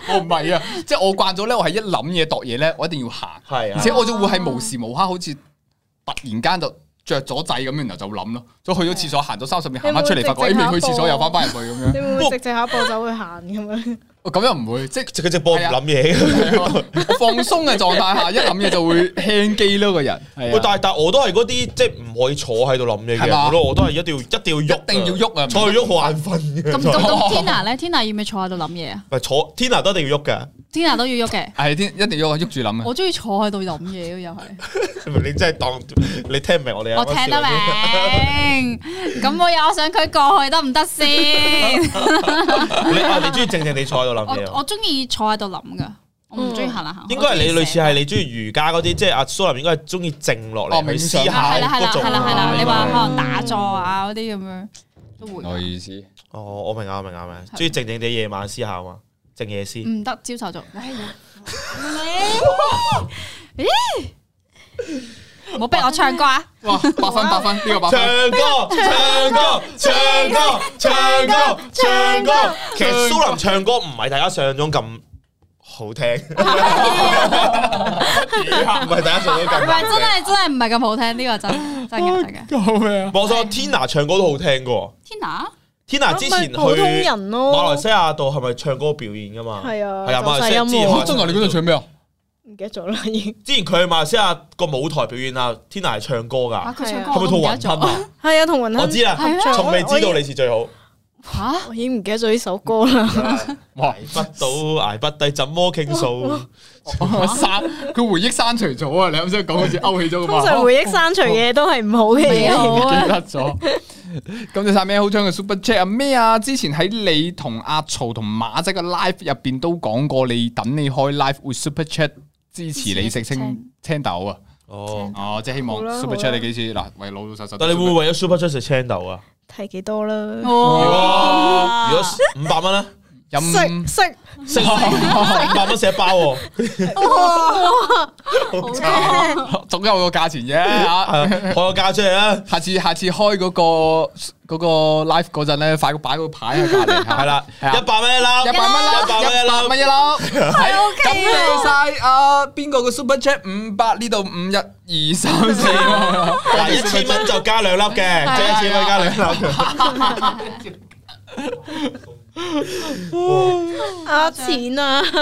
[SPEAKER 3] 我唔係啊， 即係我慣咗咧，我係一諗嘢度嘢咧，我一定要行，
[SPEAKER 1] 係
[SPEAKER 3] 而
[SPEAKER 1] 啊
[SPEAKER 3] 且我就會係無時無刻好似突然間就着咗掣咁樣，然後就諗咯，就去咗廁所行咗三十秒，行翻出嚟，發覺
[SPEAKER 2] 你會唔會
[SPEAKER 3] 誒未去廁
[SPEAKER 2] 直
[SPEAKER 3] 所
[SPEAKER 2] 直下一步
[SPEAKER 3] 又翻翻入去咁樣
[SPEAKER 2] 你會唔會直直下一步走去行咁樣？
[SPEAKER 3] 哦，咁又唔會，即係
[SPEAKER 1] 即係佢隻
[SPEAKER 4] 啊
[SPEAKER 1] 波唔諗嘢。
[SPEAKER 3] 啊我放鬆嘅狀態下，一諗嘢就會輕機咯，個人
[SPEAKER 1] 喂，
[SPEAKER 3] 係啊
[SPEAKER 1] 但係但係我都係嗰啲即係唔可以坐喺度諗嘢嘅
[SPEAKER 3] 係嘛
[SPEAKER 1] 人咯，我都係一定要一定要喐，
[SPEAKER 3] 一定要喐啊
[SPEAKER 1] 坐去喐好眼瞓嘅。
[SPEAKER 4] 咁咁咁 Tina 咧，Tina 要唔要坐喺度諗嘢啊
[SPEAKER 1] 唔係坐 Tina 都一定要喐㗎，
[SPEAKER 4] ？Tina 都要喐嘅，
[SPEAKER 3] 係啲一定要喐住諗啊嘅。
[SPEAKER 4] 我中意坐喺度諗嘢嘅又係。
[SPEAKER 1] 你真係當你聽唔明我哋啊
[SPEAKER 4] 我聽 得明，咁我又想佢過去得唔得先？
[SPEAKER 1] 明。你啊，你中意靜靜地坐喺度諗嘢
[SPEAKER 4] 我
[SPEAKER 1] 啊。
[SPEAKER 4] 我中意坐喺度諗噶，我唔中意行嚟行去。
[SPEAKER 1] 應該係你類似
[SPEAKER 4] 係
[SPEAKER 1] 係你中意瑜伽嗰啲，即係阿蘇林應該係中意靜落
[SPEAKER 3] 哦
[SPEAKER 1] 嚟去
[SPEAKER 3] 冥
[SPEAKER 1] 思
[SPEAKER 3] 想
[SPEAKER 1] 考
[SPEAKER 4] 啊係啦係啦
[SPEAKER 1] 嗰種
[SPEAKER 4] 係啦係
[SPEAKER 1] 啊
[SPEAKER 4] 啦，你話
[SPEAKER 1] 嘛
[SPEAKER 4] 可能打坐啊嗰啲咁樣都
[SPEAKER 3] 我
[SPEAKER 4] 會，
[SPEAKER 3] 意思。
[SPEAKER 1] 哦，我明啊，我明啊，我明啊，中意靜靜地夜晚思考嘛，靜夜思。
[SPEAKER 4] 唔得朝頭早。唉 唔好逼我唱歌啊！
[SPEAKER 3] 哇，八分八分，呢個八
[SPEAKER 1] 唱
[SPEAKER 3] 分。
[SPEAKER 1] 歌，唱歌，唱歌，唱歌，唱歌。其實蘇林唱歌唔係大家想象中咁好聽，唔係大家想象中咁
[SPEAKER 4] 唔
[SPEAKER 1] 好
[SPEAKER 4] 係
[SPEAKER 1] 聽。
[SPEAKER 4] 真係真係唔係咁好聽，呢個真真嘅真嘅。
[SPEAKER 3] 救命啊！
[SPEAKER 1] 我想 Tina 唱歌都好聽嘅喎
[SPEAKER 4] Tina，
[SPEAKER 1] ，Tina 啊之前
[SPEAKER 2] 咁咪普通
[SPEAKER 1] 去
[SPEAKER 2] 人
[SPEAKER 1] 馬來
[SPEAKER 2] 咯
[SPEAKER 1] 西，亞度係咪唱歌表演噶嘛？
[SPEAKER 2] 係啊
[SPEAKER 1] 係啊，馬來西
[SPEAKER 2] 就
[SPEAKER 1] 亞
[SPEAKER 2] 細
[SPEAKER 1] 之
[SPEAKER 2] 音樂
[SPEAKER 1] 前
[SPEAKER 2] 哇
[SPEAKER 3] 哇，真係你嗰度唱咩啊？
[SPEAKER 2] 唔記得咗啦已經。
[SPEAKER 1] 之前佢去馬來西亞個舞台表演啊，Tina 係唱歌
[SPEAKER 4] 啊
[SPEAKER 1] 㗎，
[SPEAKER 4] 佢唱歌
[SPEAKER 1] 係咪套
[SPEAKER 4] 我都唔記得
[SPEAKER 1] 雲吞
[SPEAKER 4] 咗。
[SPEAKER 1] 啊？
[SPEAKER 2] 係啊，同雲
[SPEAKER 1] 我
[SPEAKER 2] 亨
[SPEAKER 1] 知，啦
[SPEAKER 4] 係，啊
[SPEAKER 1] 從未知道你是最好。
[SPEAKER 4] 吓？
[SPEAKER 2] 我已經唔記得咗呢首歌啦。
[SPEAKER 3] 哇！
[SPEAKER 1] 不到捱不低，怎麼傾訴？
[SPEAKER 3] 我刪佢回憶刪除咗啊！你啱先講好似勾起咗咁
[SPEAKER 2] 通
[SPEAKER 3] 啊！
[SPEAKER 2] 常回憶刪除嘅嘢都係唔好嘅
[SPEAKER 4] 未
[SPEAKER 1] 嗯
[SPEAKER 2] 嘢。
[SPEAKER 4] 好啊
[SPEAKER 3] 記！得咗。咁就晒咩好唱嘅 Super Chat 啊？咩啊？之前喺你同阿曹同馬仔嘅 live 入邊都講過，你等你開 live 會 Super Chat 支持你食青青豆啊！
[SPEAKER 1] 哦，
[SPEAKER 3] 哦，即係希
[SPEAKER 2] 好
[SPEAKER 3] 望
[SPEAKER 2] 啦
[SPEAKER 3] Super
[SPEAKER 2] 好
[SPEAKER 3] Chat
[SPEAKER 2] 啦
[SPEAKER 3] 你幾次嗱，喂老老實實。
[SPEAKER 1] 但你會唔會為咗 Super Chat 食青豆啊？
[SPEAKER 2] 睇幾多啦？
[SPEAKER 1] 嗯
[SPEAKER 4] 哇
[SPEAKER 1] 如果五百蚊咧，
[SPEAKER 3] 飲
[SPEAKER 2] 食食
[SPEAKER 1] 食五百蚊食一包喎， 哦
[SPEAKER 3] 總有個價錢嘅 嚇。
[SPEAKER 1] 係啊我個價出嚟啦，
[SPEAKER 3] 下次下次開嗰、個嗰、個 live 嗰陣咧，快個擺個牌喺隔離嚇，
[SPEAKER 1] 係啦，
[SPEAKER 3] 係啊
[SPEAKER 1] 一百蚊一粒，
[SPEAKER 3] 一百蚊啦，
[SPEAKER 1] 一百蚊一
[SPEAKER 3] 一百
[SPEAKER 1] 粒，
[SPEAKER 3] 蚊一粒，係
[SPEAKER 4] OK
[SPEAKER 3] 咁你晒啊邊個嘅 super chat 五百呢度五一二三 四，
[SPEAKER 1] 嗱一千蚊就加兩粒嘅，即係一千蚊加兩粒嘅。
[SPEAKER 2] 呃錢 啊！
[SPEAKER 3] 呢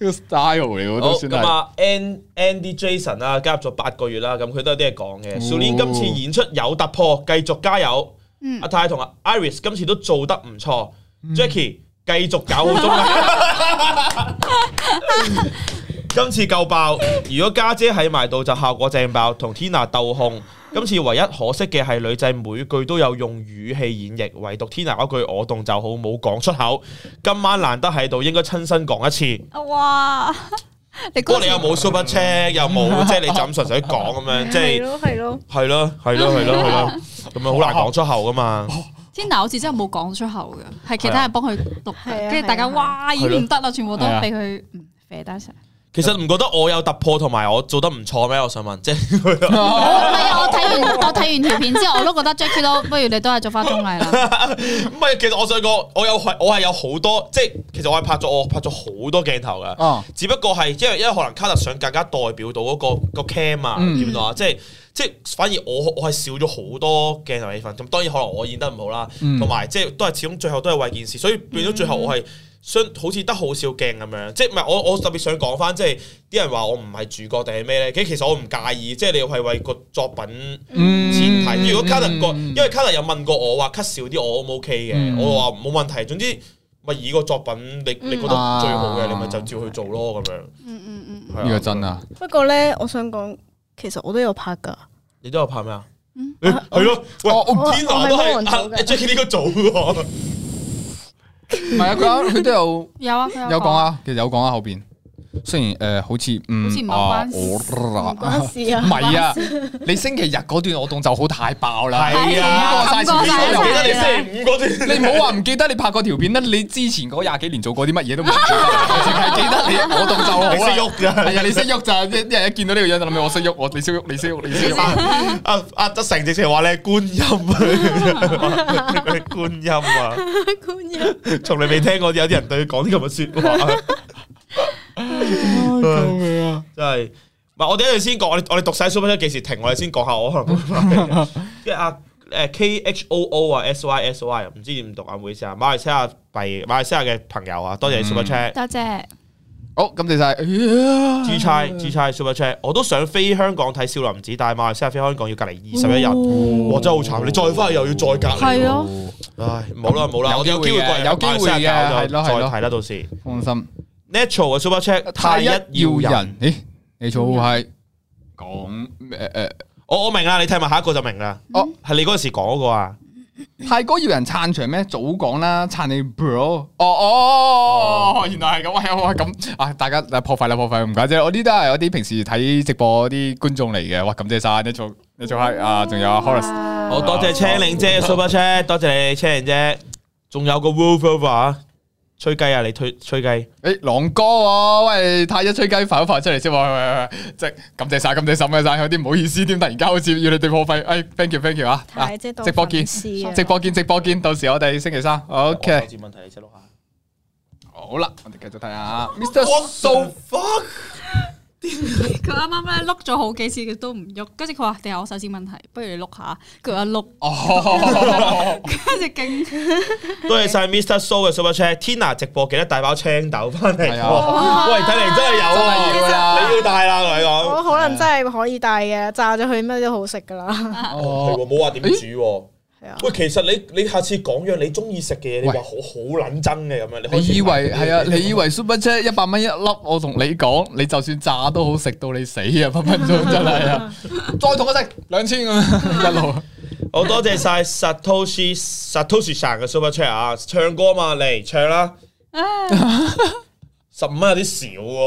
[SPEAKER 3] 個 style 嚟喎
[SPEAKER 1] 好
[SPEAKER 3] 都算
[SPEAKER 1] 咁
[SPEAKER 3] 係。
[SPEAKER 1] 啊，N Andy Jason 啦，加入咗八個月啦，咁佢都有啲嘢講嘅。
[SPEAKER 3] 哦
[SPEAKER 1] s u l i n 今次演出有突破，繼續加油。
[SPEAKER 4] 嗯
[SPEAKER 1] 阿泰同阿 Iris 今次都做得唔錯。Jackie 繼續搞好中啊！ 今次夠爆，如果家姐喺埋度就效果正爆，同 Tina 鬥控。今次唯一可惜嘅係女仔每句都有用語氣演繹，唯獨 Tina 嗰句我動就好冇講出口。今晚難得喺度，應該親身講一次。
[SPEAKER 4] 哇！嗯你
[SPEAKER 1] 不
[SPEAKER 4] 嗰
[SPEAKER 1] 過你又冇 super check，又冇即係你就咁純粹講咁樣，嗯即
[SPEAKER 2] 係
[SPEAKER 1] 係
[SPEAKER 2] 咯係咯，
[SPEAKER 1] 係咯，係咯，係咯，係咯，咁樣好難講出口噶嘛。
[SPEAKER 4] Tina 好似真係冇講出口嘅，係其他人幫佢讀
[SPEAKER 2] 係
[SPEAKER 4] 嘅，
[SPEAKER 2] 啊
[SPEAKER 4] 跟住大家
[SPEAKER 2] 係啊
[SPEAKER 4] 哇已經唔得啦，全部都
[SPEAKER 3] 係啊
[SPEAKER 4] 俾佢嗯肥得晒。
[SPEAKER 1] 其實唔覺得我有突破同埋我做得唔錯咩？我想問，即 係
[SPEAKER 4] 我唔係啊！我睇完我睇完條片之後，我都覺得 Jackie 都不如你都係做翻綜藝啦。
[SPEAKER 1] 唔係？其實我想講，我有係我係有好多，即係其實我係拍咗我拍咗好多鏡頭㗎。
[SPEAKER 3] 哦，
[SPEAKER 1] 只不過係因為因為可能卡特想更加代表到嗰、個、個 cam 啊，
[SPEAKER 3] 嗯
[SPEAKER 1] 見唔見到啊？即係即係反而我我係少咗好多鏡頭戲份，咁當然可能我演得唔好啦，
[SPEAKER 3] 嗯
[SPEAKER 1] 同埋即係都係始終最後都係為件事，所以變咗最後我係。相好似得好少鏡咁樣，即係唔係我我特別想講翻，即係啲人話我唔係主角定係咩咧？其實其實我唔介意，即係你係為個作品
[SPEAKER 3] 嗯
[SPEAKER 1] 前提。如果卡特個，
[SPEAKER 3] 嗯
[SPEAKER 1] 因為卡特有問過我話 cut 少啲，我 O 唔 OK
[SPEAKER 3] 嗯
[SPEAKER 1] 嘅？我話冇問題。總之咪以個作品你你覺得最好嘅，
[SPEAKER 3] 嗯
[SPEAKER 1] 你咪就照去做咯咁樣。
[SPEAKER 2] 嗯嗯嗯。
[SPEAKER 1] 係啊
[SPEAKER 3] 呢個真啊，
[SPEAKER 2] 不過咧，我想講，其實我都有拍㗎。
[SPEAKER 1] 你都有拍咩啊？
[SPEAKER 4] 嗯
[SPEAKER 1] 誒係咯，喂
[SPEAKER 3] 我我
[SPEAKER 1] ，Tina 都
[SPEAKER 2] 我係幫
[SPEAKER 1] 係
[SPEAKER 2] 人做
[SPEAKER 1] 啊
[SPEAKER 2] 嘅
[SPEAKER 1] Jackie 呢個組喎，
[SPEAKER 3] 唔係啊，佢佢都有
[SPEAKER 4] 有啊，
[SPEAKER 3] 有講，啊，其實有講啊後邊。雖然诶，好似唔
[SPEAKER 4] 好似唔係
[SPEAKER 3] 啊
[SPEAKER 4] 關事
[SPEAKER 1] 哦
[SPEAKER 3] 我
[SPEAKER 2] 唔關事啊
[SPEAKER 3] 唔係啊，你星期日嗰段我當就好太爆啦。
[SPEAKER 1] 係啊
[SPEAKER 3] 冚過晒
[SPEAKER 1] 我
[SPEAKER 3] 先
[SPEAKER 1] 仲記得
[SPEAKER 4] 係啊
[SPEAKER 1] 你星期五嗰段，
[SPEAKER 3] 你唔好話唔記得你拍過條片啦，你之前嗰廿幾年做過啲乜嘢都唔記 得，淨係記得你我動就好
[SPEAKER 1] 你識
[SPEAKER 3] 啦。
[SPEAKER 1] 喐㗎。
[SPEAKER 3] 係啊，你識喐咋？一一人一見到呢個樣就諗起我識喐，我你識喐，你識喐，你識喐。
[SPEAKER 1] 阿阿德成直情話你係觀音啊，你係觀音啊，
[SPEAKER 2] 官人
[SPEAKER 1] 從嚟未聽過有啲人對佢講啲咁嘅説話。
[SPEAKER 3] 啊！
[SPEAKER 1] 真係，唔係我哋一陣先講，我哋我哋讀晒 super chat 幾時停，我哋先講下我可能會跟住阿誒 K H O O 啊 S Y S Y 唔知點讀啊，唔好意思啊，馬來西亞幣馬來西亞嘅朋友啊，
[SPEAKER 3] 嗯
[SPEAKER 1] 多謝你 super chat。
[SPEAKER 4] 多謝。
[SPEAKER 3] 好，感謝晒。
[SPEAKER 1] G
[SPEAKER 3] 支
[SPEAKER 1] 差 G 差 super chat，我都想飛香港睇少林寺，但係馬來西亞飛香港要隔離二十一日，
[SPEAKER 3] 哦
[SPEAKER 1] 哇真係好慘！你再翻去又要再隔離喎，
[SPEAKER 4] 係咯
[SPEAKER 1] 唉冇啦冇啦，
[SPEAKER 3] 有
[SPEAKER 1] 我哋有
[SPEAKER 3] 機
[SPEAKER 1] 機
[SPEAKER 3] 會
[SPEAKER 1] 會
[SPEAKER 3] 嘅
[SPEAKER 1] 過嚟
[SPEAKER 3] 有機
[SPEAKER 1] 馬
[SPEAKER 3] 會嘅
[SPEAKER 1] 來西亞搞
[SPEAKER 3] 係咯
[SPEAKER 1] 就再
[SPEAKER 3] 係咯
[SPEAKER 1] 睇啦，到時
[SPEAKER 3] 放心，
[SPEAKER 1] natural 嘅 super chat 太一要人，。
[SPEAKER 3] 咦？你做係講誒誒
[SPEAKER 1] 我我明啦，你睇埋下一個就明啦，
[SPEAKER 3] 哦
[SPEAKER 1] 係你嗰陣時講嗰個啊。
[SPEAKER 3] 泰哥要人撐場咩？早講啦，撐你 bro。哦哦，原來係咁，喂哇咁啊！大家啊破費啦，破費唔怪啫。我呢都係我啲平時睇直播啲觀眾嚟嘅。哇，感謝晒你做你做係啊，仲有 Horace
[SPEAKER 1] 好哦多謝青檸姐 Super Chat，多謝你青檸姐。仲有個 Wolf Over 啊，吹雞啊，你推吹雞。
[SPEAKER 3] 誒狼哥喎，喂太一吹雞浮一浮出嚟先喎，喂喂喂即係感謝晒，感謝晒，感謝晒，有啲唔好意思添，突然間好似要你哋破費。誒，thank you，thank you 啊！啊
[SPEAKER 2] 太即
[SPEAKER 3] 直播見，
[SPEAKER 4] 啊
[SPEAKER 3] 直播見，直播見，到時我哋星期三
[SPEAKER 1] 我
[SPEAKER 3] ，OK，
[SPEAKER 1] 有問題你寫落下。
[SPEAKER 3] 好啦，我哋繼續睇下 Mr. So
[SPEAKER 1] fuck！
[SPEAKER 4] 佢啱啱咧碌咗好幾次，佢都唔喐，跟住佢話：定係我手指問題，不如你碌下。佢一碌，
[SPEAKER 3] 哦。
[SPEAKER 4] 跟住勁
[SPEAKER 1] 多謝晒 Mr. So 嘅 Super Chat，Tina 直播記得帶包青豆翻嚟喎。
[SPEAKER 3] 係啊
[SPEAKER 1] 喂，睇嚟真係有
[SPEAKER 3] 真係要
[SPEAKER 1] 啊，
[SPEAKER 3] 啦
[SPEAKER 1] 你要帶啦，同你講。
[SPEAKER 2] 我可能真係可以帶嘅，炸咗佢咩都好食㗎
[SPEAKER 4] 啊
[SPEAKER 2] 啦。
[SPEAKER 3] 哦
[SPEAKER 1] 係喎冇話點煮喎。
[SPEAKER 2] 係啊，
[SPEAKER 1] 喂，其實你你下次講樣你中意食嘅嘢，你話
[SPEAKER 3] 喂
[SPEAKER 1] 好好撚憎嘅咁樣，你開始
[SPEAKER 3] 你以為
[SPEAKER 1] 買
[SPEAKER 3] 係啊？你以為 Super Chat 一百蚊一粒？我同你講，你就算炸都好食到你死啊！分分鐘 真係啊！再同我食兩千咁樣 一路。
[SPEAKER 1] 好多謝晒 Satoshi Satoshi 神嘅 Super Chat 啊！唱歌嘛，嚟唱啦！十五蚊有啲少喎，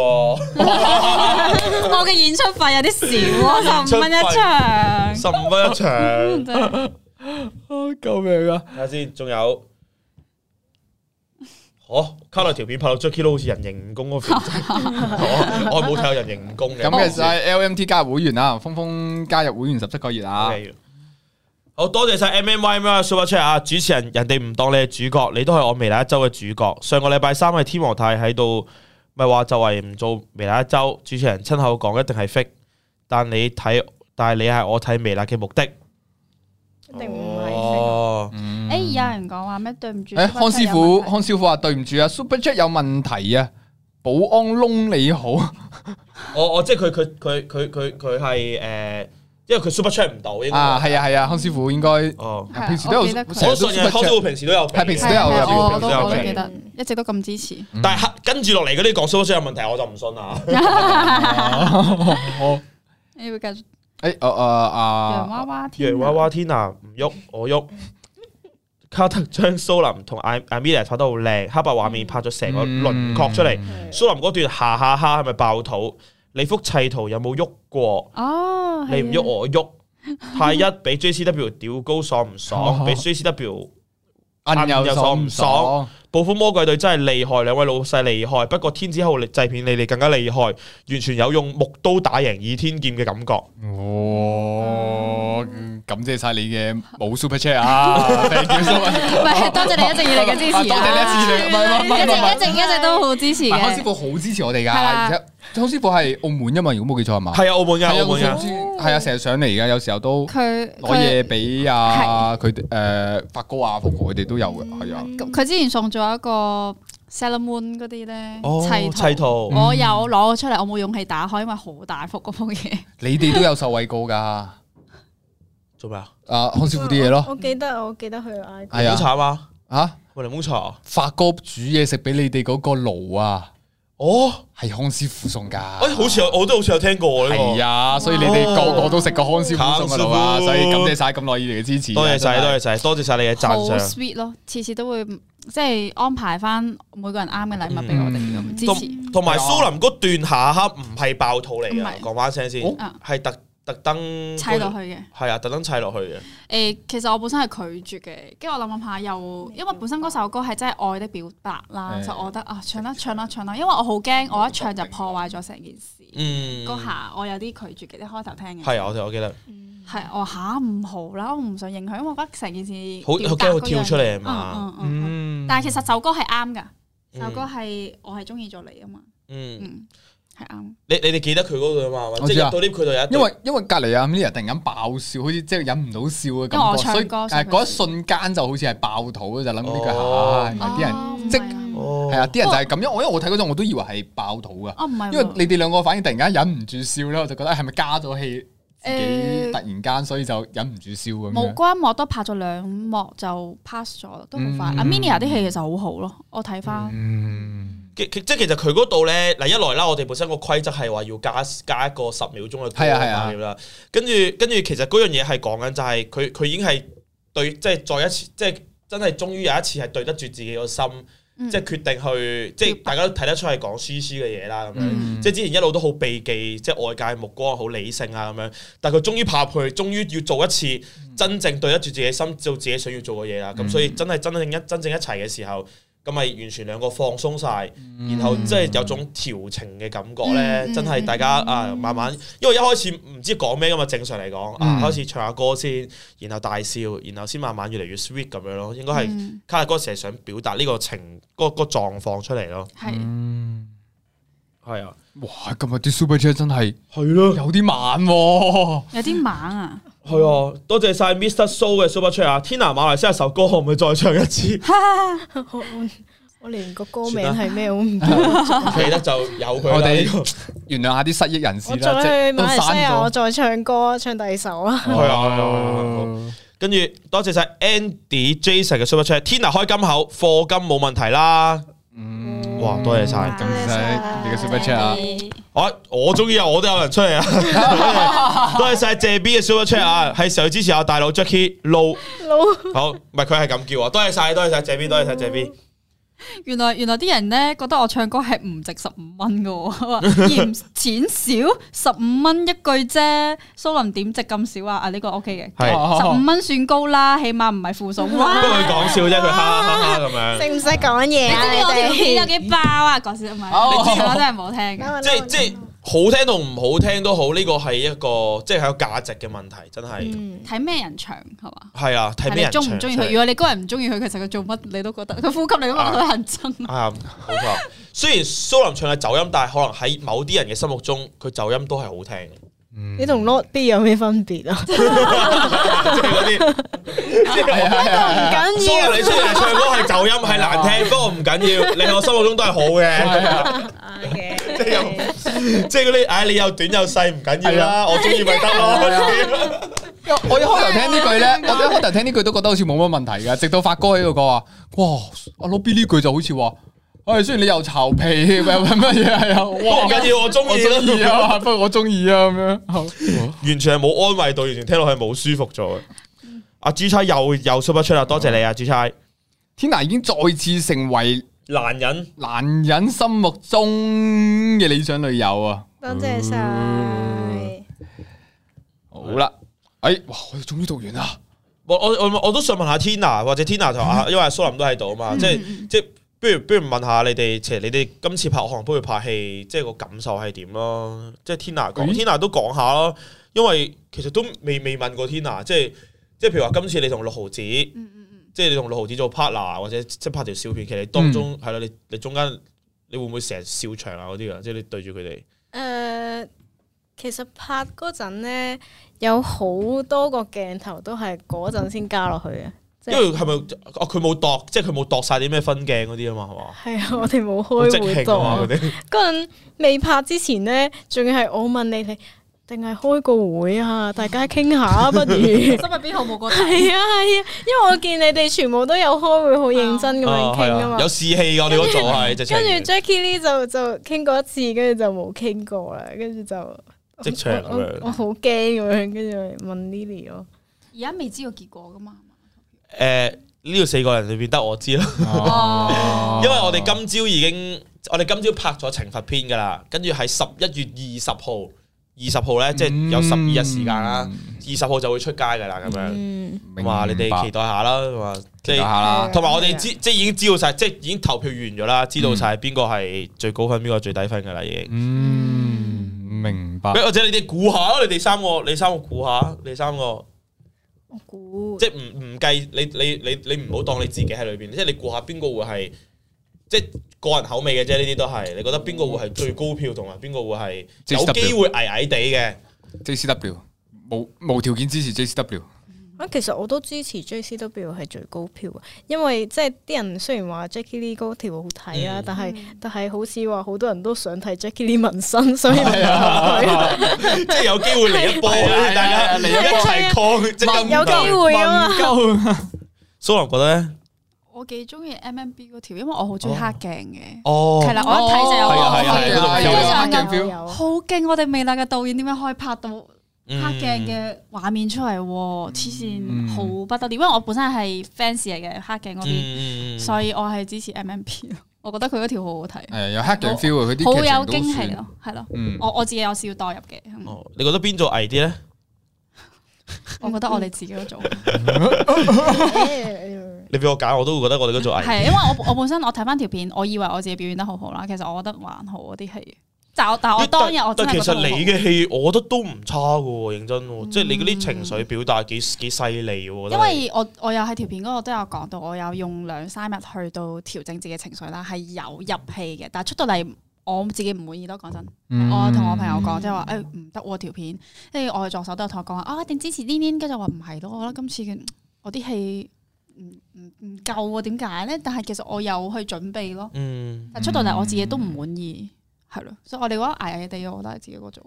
[SPEAKER 4] 我嘅演出費有啲少啊，十五蚊一場。
[SPEAKER 1] 十五蚊一場。睇
[SPEAKER 4] 真係
[SPEAKER 3] 啊救命啊！
[SPEAKER 1] 下先，仲有，哦，卡落條片拍到 Jackie 都好似人形蜈蚣嗰條，哦我我冇睇過人形蜈蚣嘅。
[SPEAKER 3] 咁嘅就係 LMT 加入會員啦，峰峰加入會員十七個月啊！
[SPEAKER 1] OK 好多謝晒 M M Y M Super Chat 啊！主持人人哋唔當你係主角，你都係我微辣一周嘅主角。上個禮拜三係天王太喺度，咪話就係唔做微辣一周。主持人親口講一定係 fake，但你睇，但係你係我睇微辣嘅目的。
[SPEAKER 2] 一定唔係
[SPEAKER 1] 哦，
[SPEAKER 4] 誒有人講話咩？對唔住，
[SPEAKER 3] 誒，康師傅，康師傅話對唔住啊，Super Chat 有問題啊！保安窿你好，
[SPEAKER 1] 我我即係佢佢佢佢佢佢係誒，因為佢 Super Chat 唔到應該。
[SPEAKER 3] 啊，係啊係啊，康師傅應該
[SPEAKER 1] 哦，
[SPEAKER 4] 係啊
[SPEAKER 3] 平時都有，
[SPEAKER 4] 我記得佢
[SPEAKER 3] 成
[SPEAKER 1] 我
[SPEAKER 3] 日都
[SPEAKER 1] 信任
[SPEAKER 3] Super
[SPEAKER 1] 康師
[SPEAKER 3] Chat
[SPEAKER 1] 傅平時都有俾嘅，
[SPEAKER 3] 係平時都
[SPEAKER 4] 係
[SPEAKER 3] 有有
[SPEAKER 4] 係我我都
[SPEAKER 1] 有
[SPEAKER 4] 我都
[SPEAKER 1] 有
[SPEAKER 4] 記得，一直都咁支持。
[SPEAKER 1] 但係跟住落嚟嗰啲講 Super Chat 有問題，我就唔信啦。
[SPEAKER 3] 好
[SPEAKER 4] 你會繼續
[SPEAKER 3] 誒，誒誒啊
[SPEAKER 4] 洋！娃娃添啊
[SPEAKER 1] 洋娃娃天啊，唔喐我喐。卡特將蘇林同艾艾米莉拍得好靚，黑白畫面拍咗成個輪廓出嚟。
[SPEAKER 2] 啊
[SPEAKER 3] 嗯
[SPEAKER 1] 蘇林嗰段下下哈係咪爆肚？你幅砌圖有冇喐過？
[SPEAKER 4] 哦，係啊
[SPEAKER 1] 你唔喐我喐。太一俾
[SPEAKER 3] 哦
[SPEAKER 1] JCW 屌高爽唔爽，俾 JCW
[SPEAKER 3] 暗有所唔爽，
[SPEAKER 1] 暴風魔鬼隊真係厲害，兩位老細厲害。不過天子號製片你哋更加厲害，完全有用木刀打贏倚天劍嘅感覺。
[SPEAKER 3] 哦，感謝晒你嘅冇 super chat 啊，thank you so much
[SPEAKER 4] 唔係多謝你一直以嚟嘅支持啊
[SPEAKER 3] 啊多謝你一直以嚟唔係唔係唔係唔係
[SPEAKER 4] 一直一直一直都好支持
[SPEAKER 3] 唔係康
[SPEAKER 4] 嘅
[SPEAKER 3] 師。傅好支持我哋㗎，
[SPEAKER 4] 係啊啦
[SPEAKER 3] 而且康師傅係澳門㗎嘛，如果冇記錯係嘛？
[SPEAKER 1] 係啊，澳門嘅，澳門
[SPEAKER 3] 係
[SPEAKER 1] 嘅
[SPEAKER 3] 啊，。係啊，成日上嚟㗎，有時候都
[SPEAKER 4] 佢
[SPEAKER 3] 攞
[SPEAKER 4] 佢
[SPEAKER 3] 嘢俾啊佢哋誒發哥啊、福哥佢哋都有嘅，係啊。
[SPEAKER 4] 佢之前送咗一個 Sailor Moon 嗰啲咧
[SPEAKER 1] 哦，
[SPEAKER 4] 砌
[SPEAKER 1] 砌圖
[SPEAKER 4] 我有攞出嚟，我冇勇氣打開，因為好大幅嗰封嘢。
[SPEAKER 3] 你哋都有受惠過㗎，啊
[SPEAKER 1] 做咩啊？
[SPEAKER 3] 康師傅啲嘢咯，
[SPEAKER 2] 我記得我記得佢 I
[SPEAKER 4] 嗯
[SPEAKER 3] 係
[SPEAKER 1] 檸檬
[SPEAKER 3] 啊
[SPEAKER 1] 茶啊，
[SPEAKER 3] 嚇
[SPEAKER 1] 喂，檸檬茶啊。
[SPEAKER 3] 發哥煮嘢食俾你哋嗰個爐啊，
[SPEAKER 1] 哦，
[SPEAKER 3] 係康師傅送㗎。
[SPEAKER 1] 哎，好似有我都好似有聽過喎呢
[SPEAKER 3] 啊係啊，所以你哋
[SPEAKER 4] 哦
[SPEAKER 3] 個個都食過康師傅送嘅路
[SPEAKER 1] 康
[SPEAKER 3] 啊，
[SPEAKER 1] 師傅
[SPEAKER 3] 所以感謝晒咁耐以嚟嘅支持啊。
[SPEAKER 1] 個。多謝晒，多
[SPEAKER 3] 真係
[SPEAKER 1] 謝晒，多謝晒你嘅
[SPEAKER 4] 好
[SPEAKER 1] 讚賞。
[SPEAKER 4] sweet 咯，次次都會即係安排翻每個人啱嘅禮物俾我哋
[SPEAKER 1] 嗯
[SPEAKER 4] 咁支持。
[SPEAKER 1] 同同埋蘇林嗰段下颌唔係爆肚嚟
[SPEAKER 4] 唔
[SPEAKER 1] 嘅，
[SPEAKER 4] 係
[SPEAKER 1] 講翻聲先，
[SPEAKER 3] 哦
[SPEAKER 1] 係特特登
[SPEAKER 4] 砌落去嘅，
[SPEAKER 1] 係啊，特登砌落去嘅。
[SPEAKER 4] 誒、其實我本身係拒絕嘅，跟住我諗諗下又，因為本身嗰首歌係真係愛的表白啦，
[SPEAKER 3] 誒
[SPEAKER 4] 就我覺得啊唱啦唱啦唱啦，因為我好驚我一唱就破壞咗成件事，
[SPEAKER 1] 嗯，
[SPEAKER 4] 嗰下我有啲拒絕嘅，一開頭聽嘅，
[SPEAKER 1] 係啊，我我記得，
[SPEAKER 4] 嗯係啊我嚇唔好啦，我唔想影響，因為我覺得成件事
[SPEAKER 1] 好
[SPEAKER 4] 表
[SPEAKER 1] 好
[SPEAKER 4] 達
[SPEAKER 1] 驚佢
[SPEAKER 4] 嗰
[SPEAKER 1] 跳
[SPEAKER 4] 樣
[SPEAKER 1] 出嚟啊
[SPEAKER 4] 嘢
[SPEAKER 1] 嘛。
[SPEAKER 4] 嗯嗯嗯
[SPEAKER 3] 嗯
[SPEAKER 4] 但係其實首歌係啱㗎，
[SPEAKER 1] 嗯
[SPEAKER 4] 首歌係我係中意咗你啊嘛，
[SPEAKER 1] 嗯，
[SPEAKER 4] 嗯係啱，
[SPEAKER 1] 你你哋記得佢嗰度啊嘛，
[SPEAKER 3] 我
[SPEAKER 1] 即
[SPEAKER 3] 知
[SPEAKER 1] 係
[SPEAKER 3] 啊
[SPEAKER 1] 入到 lift 佢就有一對
[SPEAKER 3] 因為因為隔離啊 Amelia 突然間爆笑，好似即係忍唔到笑嘅
[SPEAKER 4] 因為
[SPEAKER 3] 感
[SPEAKER 4] 我
[SPEAKER 3] 覺，
[SPEAKER 4] 哦唱
[SPEAKER 3] 所以
[SPEAKER 4] 歌
[SPEAKER 3] 誒
[SPEAKER 4] 所以佢
[SPEAKER 3] 嗰一瞬間就好似係爆肚啊就諗呢
[SPEAKER 1] 哦
[SPEAKER 3] 句嚇，啲人
[SPEAKER 4] 哦
[SPEAKER 3] 即
[SPEAKER 4] 唔係啊
[SPEAKER 1] 哦，
[SPEAKER 3] 係啊，啲人就係咁樣。我因為我睇嗰陣我都以為係爆肚噶，
[SPEAKER 4] 哦唔係喎，
[SPEAKER 3] 因為你哋兩個反應突然間忍唔住笑咧，我就覺得係咪加咗戲自己
[SPEAKER 4] 誒
[SPEAKER 3] 突然間，所以就忍唔住笑咁樣。
[SPEAKER 4] 冇關幕都拍咗兩幕就 pass 咗啦，都好快。
[SPEAKER 3] 嗯
[SPEAKER 4] 阿 Minia 啲戲其實好好咯，我睇翻
[SPEAKER 3] 嗯，
[SPEAKER 1] 其其即係其實佢嗰度咧，嗱一來啦，我哋本身個規則係話要加加一個十秒鐘嘅
[SPEAKER 3] 係啊係啊
[SPEAKER 1] 歌啦，跟住跟住其實嗰樣嘢係講緊就係佢佢已經係對，即係再一次，即係真係終於有一次係對得住自己個心，
[SPEAKER 4] 嗯
[SPEAKER 1] 即係決定去，即係大家都睇得出係講詩詩嘅嘢啦咁樣。
[SPEAKER 3] 嗯
[SPEAKER 1] 即係之前一路都好避忌，即係外界目光好理性啊咁樣，但係佢終於爬入去，終於要做一次
[SPEAKER 3] 嗯
[SPEAKER 1] 真正對得住自己心，做自己想要做嘅嘢啦。咁、所以真係真正一真正一齊嘅時候，咁咪完全兩個放鬆晒，
[SPEAKER 3] 嗯
[SPEAKER 1] 然後即係有種調情嘅感覺咧，
[SPEAKER 4] 嗯
[SPEAKER 1] 真係大家啊慢慢，因為一開始唔知講咩噶嘛，正常嚟講、啊
[SPEAKER 3] 嗯
[SPEAKER 1] 開始唱下歌先，然後大笑，然後先慢慢越嚟越 sweet 咁樣咯，應該係。
[SPEAKER 4] 嗯
[SPEAKER 1] 卡拉哥成日想表達呢個情，嗰、個狀況出嚟咯。
[SPEAKER 4] 係
[SPEAKER 1] 嗯係啊，
[SPEAKER 3] 哇！今日啲 super chat 真係
[SPEAKER 1] 係咯，
[SPEAKER 3] 有啲慢喎。
[SPEAKER 4] 有啲猛啊！
[SPEAKER 1] 係啊，多謝晒 Mr. So 嘅 Super Chat 啊！天南馬來西亞首歌可唔可以再唱一次？
[SPEAKER 2] 我我我連個歌名
[SPEAKER 1] 算啦
[SPEAKER 2] 係咩我唔記得。
[SPEAKER 1] 記得就有佢啦
[SPEAKER 3] 我哋
[SPEAKER 1] 呢個
[SPEAKER 3] 原諒下啲失憶人士
[SPEAKER 2] 我
[SPEAKER 3] 啦，即
[SPEAKER 2] 再
[SPEAKER 3] 係
[SPEAKER 2] 去
[SPEAKER 3] 都
[SPEAKER 2] 馬來西
[SPEAKER 3] 刪
[SPEAKER 2] 亞，我
[SPEAKER 3] 咗。
[SPEAKER 2] 再唱歌，唱第二首啊！
[SPEAKER 1] 係啊係啊係啊跟住多謝晒 Andy Jason 嘅 Super Chat，天南開金口，課金冇問題啦。
[SPEAKER 3] 嗯
[SPEAKER 1] 哇，多謝晒！
[SPEAKER 4] 啊
[SPEAKER 3] 咁唔使你嘅 super chat 啊，
[SPEAKER 1] 我我終於有我都有人出嚟啊！多謝晒謝 B 嘅 Super Chat 啊，係時候支持下大佬 Jackie Lou。
[SPEAKER 2] 老
[SPEAKER 1] 好，唔係佢係咁叫啊！多謝晒，多謝晒謝 B，多謝晒謝 B。
[SPEAKER 4] 原來原來啲人咧覺得我唱歌係唔值十五蚊嘅喎， 話嫌錢少，十五蚊一句啫。蘇林點值咁少啊？啊呢個 OK 嘅，
[SPEAKER 1] 係
[SPEAKER 4] 十
[SPEAKER 3] 嗯
[SPEAKER 4] 五蚊算高啦，起碼唔係負 數。
[SPEAKER 1] 不過
[SPEAKER 4] 哇！
[SPEAKER 1] 佢講笑啫，佢哈哈哈哈咁樣。
[SPEAKER 2] 識唔識講嘢
[SPEAKER 4] 你知唔知我
[SPEAKER 2] 啊？
[SPEAKER 4] 條
[SPEAKER 2] 你
[SPEAKER 4] 片有
[SPEAKER 2] 哋
[SPEAKER 4] 幾爆啊？講笑唔係，
[SPEAKER 3] 哦
[SPEAKER 4] 你知我真係冇聽嘅。
[SPEAKER 1] 即係即係好聽同唔好聽都好，呢個係一個即係有價值嘅問題，真係
[SPEAKER 2] 嗯
[SPEAKER 4] 睇咩人唱係嘛？
[SPEAKER 1] 係啊！睇咩
[SPEAKER 4] 你
[SPEAKER 1] 人
[SPEAKER 4] 中唔中意佢？如果你嗰個人唔中意佢，其實佢做乜你都覺得佢呼吸你都覺得佢很 憎。
[SPEAKER 1] 啊，冇錯。雖然蘇林唱嘅走音，但係可能喺某啲人嘅心目中，佢走音都係好聽嘅，
[SPEAKER 2] 你同 Not B 有咩分別啊？
[SPEAKER 1] 即係嗰啲。
[SPEAKER 3] 係啊係啊
[SPEAKER 2] 唔緊
[SPEAKER 1] 蘇
[SPEAKER 2] 要，
[SPEAKER 1] 林，你雖然唱歌係走音係難聽，不過唔緊要，你喺我心目中都係好
[SPEAKER 3] 啊
[SPEAKER 1] 嘅。
[SPEAKER 4] 啊
[SPEAKER 1] 即係有即係嗰啲，唉，你又短又細唔緊要
[SPEAKER 3] 啊
[SPEAKER 1] 啦，我中意咪得咯。
[SPEAKER 3] 因為 我一開頭聽呢句 咧，我一開頭聽呢句都覺得好似冇乜問題㗎，直到發哥喺度講話，哇！阿老 B 呢句就好似話，唉，雖然你又巢皮， 喂喂乜嘢係啊，
[SPEAKER 1] 不過唔
[SPEAKER 3] 哇！
[SPEAKER 1] 緊要，我中
[SPEAKER 3] 我
[SPEAKER 1] 意
[SPEAKER 3] 中意
[SPEAKER 1] 咯。
[SPEAKER 3] 啊，不過我中意啊咁樣。
[SPEAKER 1] 完全係冇安慰到，完全聽落去冇舒服咗嘅。阿朱差又又 super 出啦，多謝你啊，朱差
[SPEAKER 3] 天娜已經再次成為
[SPEAKER 1] 男人。
[SPEAKER 3] 男人心目中嘅理想女友啊！
[SPEAKER 2] 多謝晒。
[SPEAKER 3] 好啦，哎，哇！我哋終於讀完啦。
[SPEAKER 1] 我我我我都想問下 Tina 或者 Tina 同阿，因為阿蘇林都喺度啊嘛，即係即係不如不如問下你哋，其實你哋今次拍韓杯拍戲，即係個感受係點咯？即係天娜講，
[SPEAKER 3] 咦
[SPEAKER 1] 天娜都講下咯，因為其實都未未問過天娜，即係即係譬如話今次你同六毫子，即
[SPEAKER 4] 嗯嗯嗯，
[SPEAKER 1] 係你同六毫子做 partner 或者即係拍條笑片，其實你當中係啦，你你中間你會唔會成日笑場啊嗰啲啊？即係你對住佢哋，
[SPEAKER 2] 诶、呃其實拍嗰陣咧，有好多個鏡頭都係嗰陣先加落去嘅。即係
[SPEAKER 1] 因為係咪哦佢冇度，即係佢冇度晒啲咩分鏡嗰啲啊嘛，係嘛？
[SPEAKER 2] 係啊，我哋冇
[SPEAKER 1] 好即
[SPEAKER 2] 開會
[SPEAKER 1] 興啊嘛
[SPEAKER 2] 檔
[SPEAKER 1] 嗰。啲，
[SPEAKER 2] 嗰陣未拍之前咧，仲要係我問你哋，定係開個會啊？大家傾下 啊，不如。係啊
[SPEAKER 4] 心入邊好冇個
[SPEAKER 2] 係啊，因為我見你哋全部都有開會，好認真咁樣
[SPEAKER 1] 啊係
[SPEAKER 2] 傾
[SPEAKER 1] 啊
[SPEAKER 2] 啊嘛。
[SPEAKER 1] 有士氣㗎我哋嗰度係直情
[SPEAKER 2] 跟住 Jackie 呢就就傾過一次，跟住就冇傾過啦，跟住就
[SPEAKER 1] 即場咁樣
[SPEAKER 2] 我我我好驚咁樣，跟住問 Lily 咯。
[SPEAKER 4] 而家未知道結果噶嘛？
[SPEAKER 1] 誒呢度四個人裏邊得我知啦。
[SPEAKER 3] 啊
[SPEAKER 4] 哦
[SPEAKER 1] 因為我哋今朝已經，我哋今朝拍咗懲罰篇㗎啦，跟住係十一月二十號，二十號咧即係有十
[SPEAKER 3] 嗯
[SPEAKER 1] 二日時間啦，二十號就會出街㗎啦，咁樣。
[SPEAKER 2] 嗯，
[SPEAKER 3] 明白
[SPEAKER 1] 話你哋期待下啦，咁啊，即係
[SPEAKER 3] 期待下啦
[SPEAKER 2] 係。啊
[SPEAKER 1] 同埋我哋知即係已經知道晒，即係已經投票完咗啦，知道晒邊個係最高分，邊個係最低分㗎啦，已經。
[SPEAKER 3] 嗯，明白。
[SPEAKER 1] 或者你哋估下啦，你哋三個，你三個估下，你三個
[SPEAKER 2] 我估
[SPEAKER 1] 即係唔唔計你你你你唔好當你自己喺裏邊，即係你估下邊個會係即係個人口味嘅啫，呢啲都係你覺得邊個會係最高票，同埋邊個會係
[SPEAKER 3] 即係
[SPEAKER 1] 有
[SPEAKER 3] W
[SPEAKER 1] 機會矮矮地 嘅？
[SPEAKER 3] JCW 無無條件支持 JCW。
[SPEAKER 2] 啊，其實我都支持 JCW 係最高票啊，因為即係啲人雖然話 Jackie Lee 嗰條好睇啊，
[SPEAKER 1] 嗯
[SPEAKER 2] 但係
[SPEAKER 4] 嗯
[SPEAKER 2] 但係好似話好多人都想睇 Jackie Lee 紋身，所以唔投
[SPEAKER 4] 啊
[SPEAKER 2] 佢。
[SPEAKER 1] 即係有機會嚟一波，
[SPEAKER 3] 係啊係啊
[SPEAKER 1] 大家嚟
[SPEAKER 3] 嚟一
[SPEAKER 1] 一
[SPEAKER 3] 波
[SPEAKER 1] 齊抗，即係
[SPEAKER 2] 有機會 啊嘛
[SPEAKER 3] 嘛。
[SPEAKER 1] 蘇林覺得咧，
[SPEAKER 4] 我幾中意 MMB 嗰條，因為我好中意黑鏡嘅，
[SPEAKER 1] 哦
[SPEAKER 4] 係啦，我一睇就有
[SPEAKER 3] 係啊係啊係
[SPEAKER 4] 嗰
[SPEAKER 3] 啊有
[SPEAKER 4] 個基
[SPEAKER 3] 有
[SPEAKER 4] 本
[SPEAKER 3] 有
[SPEAKER 4] 上
[SPEAKER 3] 黑鏡
[SPEAKER 4] 就
[SPEAKER 3] feel
[SPEAKER 4] 好勁！我哋未來嘅導演點樣可以拍到黑
[SPEAKER 1] 嗯
[SPEAKER 4] 鏡嘅畫面出嚟喎？黐
[SPEAKER 3] 嗯
[SPEAKER 4] 線，好不得了！因為我本身係 fans 嚟嘅黑鏡嗰邊，
[SPEAKER 1] 嗯嗯
[SPEAKER 4] 所以我係支持 MMB 咯。我覺得佢嗰條好好睇，
[SPEAKER 3] 誒有黑鏡 feel 啊！佢啲
[SPEAKER 4] 好
[SPEAKER 3] 劇情
[SPEAKER 4] 有
[SPEAKER 3] 都
[SPEAKER 4] 驚
[SPEAKER 3] 算
[SPEAKER 4] 喜。咯，係咯。
[SPEAKER 3] 嗯，
[SPEAKER 4] 我我自己有少代入嘅，嗯
[SPEAKER 1] 哦，你覺得邊做矮啲咧？
[SPEAKER 4] 我覺得我哋自己都做。
[SPEAKER 1] 你俾我揀，我都會覺得我哋嗰做矮。
[SPEAKER 4] 係，因為我我本身我睇翻條片，我以為我自己表現得好好啦，其實我覺得還好嗰啲戲。但我但我哦當日我真
[SPEAKER 1] 但其
[SPEAKER 4] 係覺
[SPEAKER 1] 實
[SPEAKER 4] 得好好嗯
[SPEAKER 1] 你嘅戲，我覺得都唔差嘅喎，認真喎，即係你嗰啲情緒表達幾幾犀利喎。我覺
[SPEAKER 4] 因
[SPEAKER 1] 得你
[SPEAKER 4] 為我我有喺條片嗰度都有講到，我有用兩三日去到調整自己嘅情緒啦，係有入戲嘅，但係出到嚟我自己唔滿意咯。講真，
[SPEAKER 3] 嗯
[SPEAKER 4] 我同我朋友講即係話，誒唔得喎條片，跟住我嘅助手都有同我講話，啊一定支持呢呢，跟住我話唔係咯，我覺得今次嘅我啲戲唔唔唔夠喎，點解咧？但係其實我有去準備咯。
[SPEAKER 1] 嗯，
[SPEAKER 4] 但出到嚟我自己都唔滿意，係咯，所以我哋話捱捱地，我覺得係自己嗰組，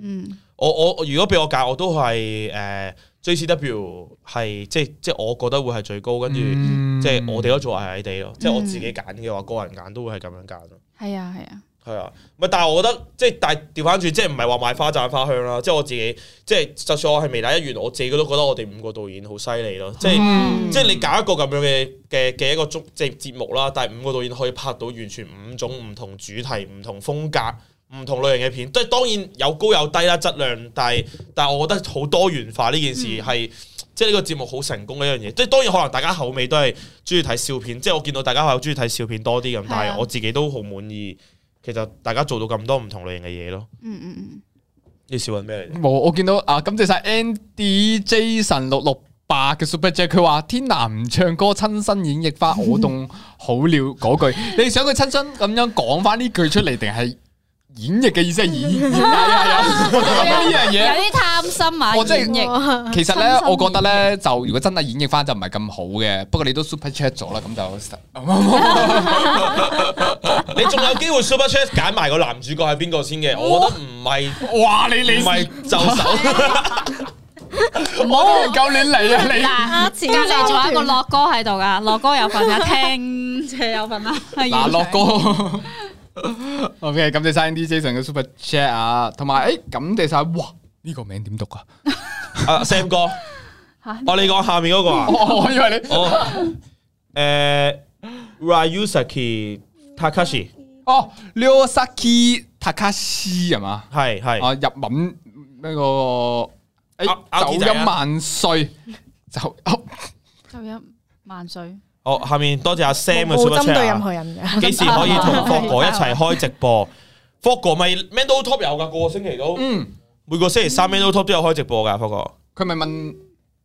[SPEAKER 4] 嗯，
[SPEAKER 1] 我我我如果俾我揀，我都係呃誒 JCW 係即係即係我覺得會係最高，跟住
[SPEAKER 3] 嗯
[SPEAKER 1] 即係我哋都做矮矮地
[SPEAKER 4] 嗯
[SPEAKER 1] 咯。即係我自己揀嘅話，個人揀都會係咁樣揀咯。
[SPEAKER 4] 係啊係啊，
[SPEAKER 1] 係啊，唔係，但係我覺得即係但係調翻轉，即係唔係話賣花讚花香啦。即係我自己，即係就算我係微辣一員，我自己都覺得我哋五個導演好犀利咯。即係。
[SPEAKER 3] 嗯
[SPEAKER 1] 即係你搞一個咁樣嘅嘅嘅一個足即係節目啦，但係五個導演可以拍到完全五種唔同主題、唔同風格、唔同類型嘅片，即係當然有高有低啦質量，但係但係我覺得好多元化呢件事係、即係呢個節目好成功嘅一樣嘢。即係當然可能大家口味都係中意睇笑片，即係我見到大家係中意睇笑片多啲咁
[SPEAKER 4] 係，啊
[SPEAKER 1] 但係我自己都好滿意。其實大家做到咁多唔同類型嘅嘢咯，
[SPEAKER 4] 嗯嗯嗯，
[SPEAKER 1] 你笑緊咩嚟？
[SPEAKER 3] 冇，我見到啊，感謝晒 Andy Jason 六六八嘅 Super Jack，佢話天南唔唱歌，親身演繹 翻我動好了嗰句。你想佢親身咁樣講翻呢句出嚟，定係演繹嘅意思係演 演係啊係啊？呢樣
[SPEAKER 4] 有
[SPEAKER 3] 嘢。
[SPEAKER 4] 啲貪心啊，
[SPEAKER 3] 我真哦係
[SPEAKER 4] 演繹
[SPEAKER 3] 其實咧
[SPEAKER 4] 親，身
[SPEAKER 3] 我覺得咧，就如果真係演繹翻就唔係咁好嘅。不過你都 super chat 咗啦，咁就
[SPEAKER 1] 你仲有機會 Super Chat 揀埋個男主角係邊個先嘅？我覺得唔係
[SPEAKER 3] 哇！你你
[SPEAKER 1] 唔係就手。
[SPEAKER 3] 唔好夠亂嚟 啊！你
[SPEAKER 4] 嗱，
[SPEAKER 2] 前
[SPEAKER 4] 隔離仲有一個樂哥喺度 噶，樂哥有份啊，聽者有份啊，係
[SPEAKER 3] 嗱，
[SPEAKER 4] 現
[SPEAKER 3] 落
[SPEAKER 4] 場
[SPEAKER 3] 歌。OK，感謝晒 D Jason 嘅 Super Chat 啊，同埋誒，感謝晒，哇！呢個名點讀啊？
[SPEAKER 1] 啊 Sam 哥，
[SPEAKER 4] 嚇
[SPEAKER 1] 哦你講下面嗰個啊，
[SPEAKER 3] 我我以為你
[SPEAKER 1] 哦，誒 Ryusaki Takashi
[SPEAKER 3] 哦 l e o s a k i Takashi 係嘛？
[SPEAKER 1] 係係
[SPEAKER 3] 啊，日文呢個哎
[SPEAKER 1] 啊啊
[SPEAKER 3] 誒，走
[SPEAKER 1] 仔啊
[SPEAKER 3] 音萬歲，走哦
[SPEAKER 4] 就一萬歲，
[SPEAKER 1] 哦，下面多謝阿 Sam 嘅
[SPEAKER 2] 冇
[SPEAKER 1] super
[SPEAKER 2] 針
[SPEAKER 1] chat
[SPEAKER 2] 對任
[SPEAKER 1] 啊
[SPEAKER 2] 何人嘅。
[SPEAKER 1] 幾時可以同霍
[SPEAKER 2] 啊
[SPEAKER 1] 哥一齊開直播？霍哥咪 Mando Top 有噶，個個星期都
[SPEAKER 3] 嗯，
[SPEAKER 1] 每個星期三 Mando Top 都有開直播噶，霍哥。
[SPEAKER 3] 佢咪問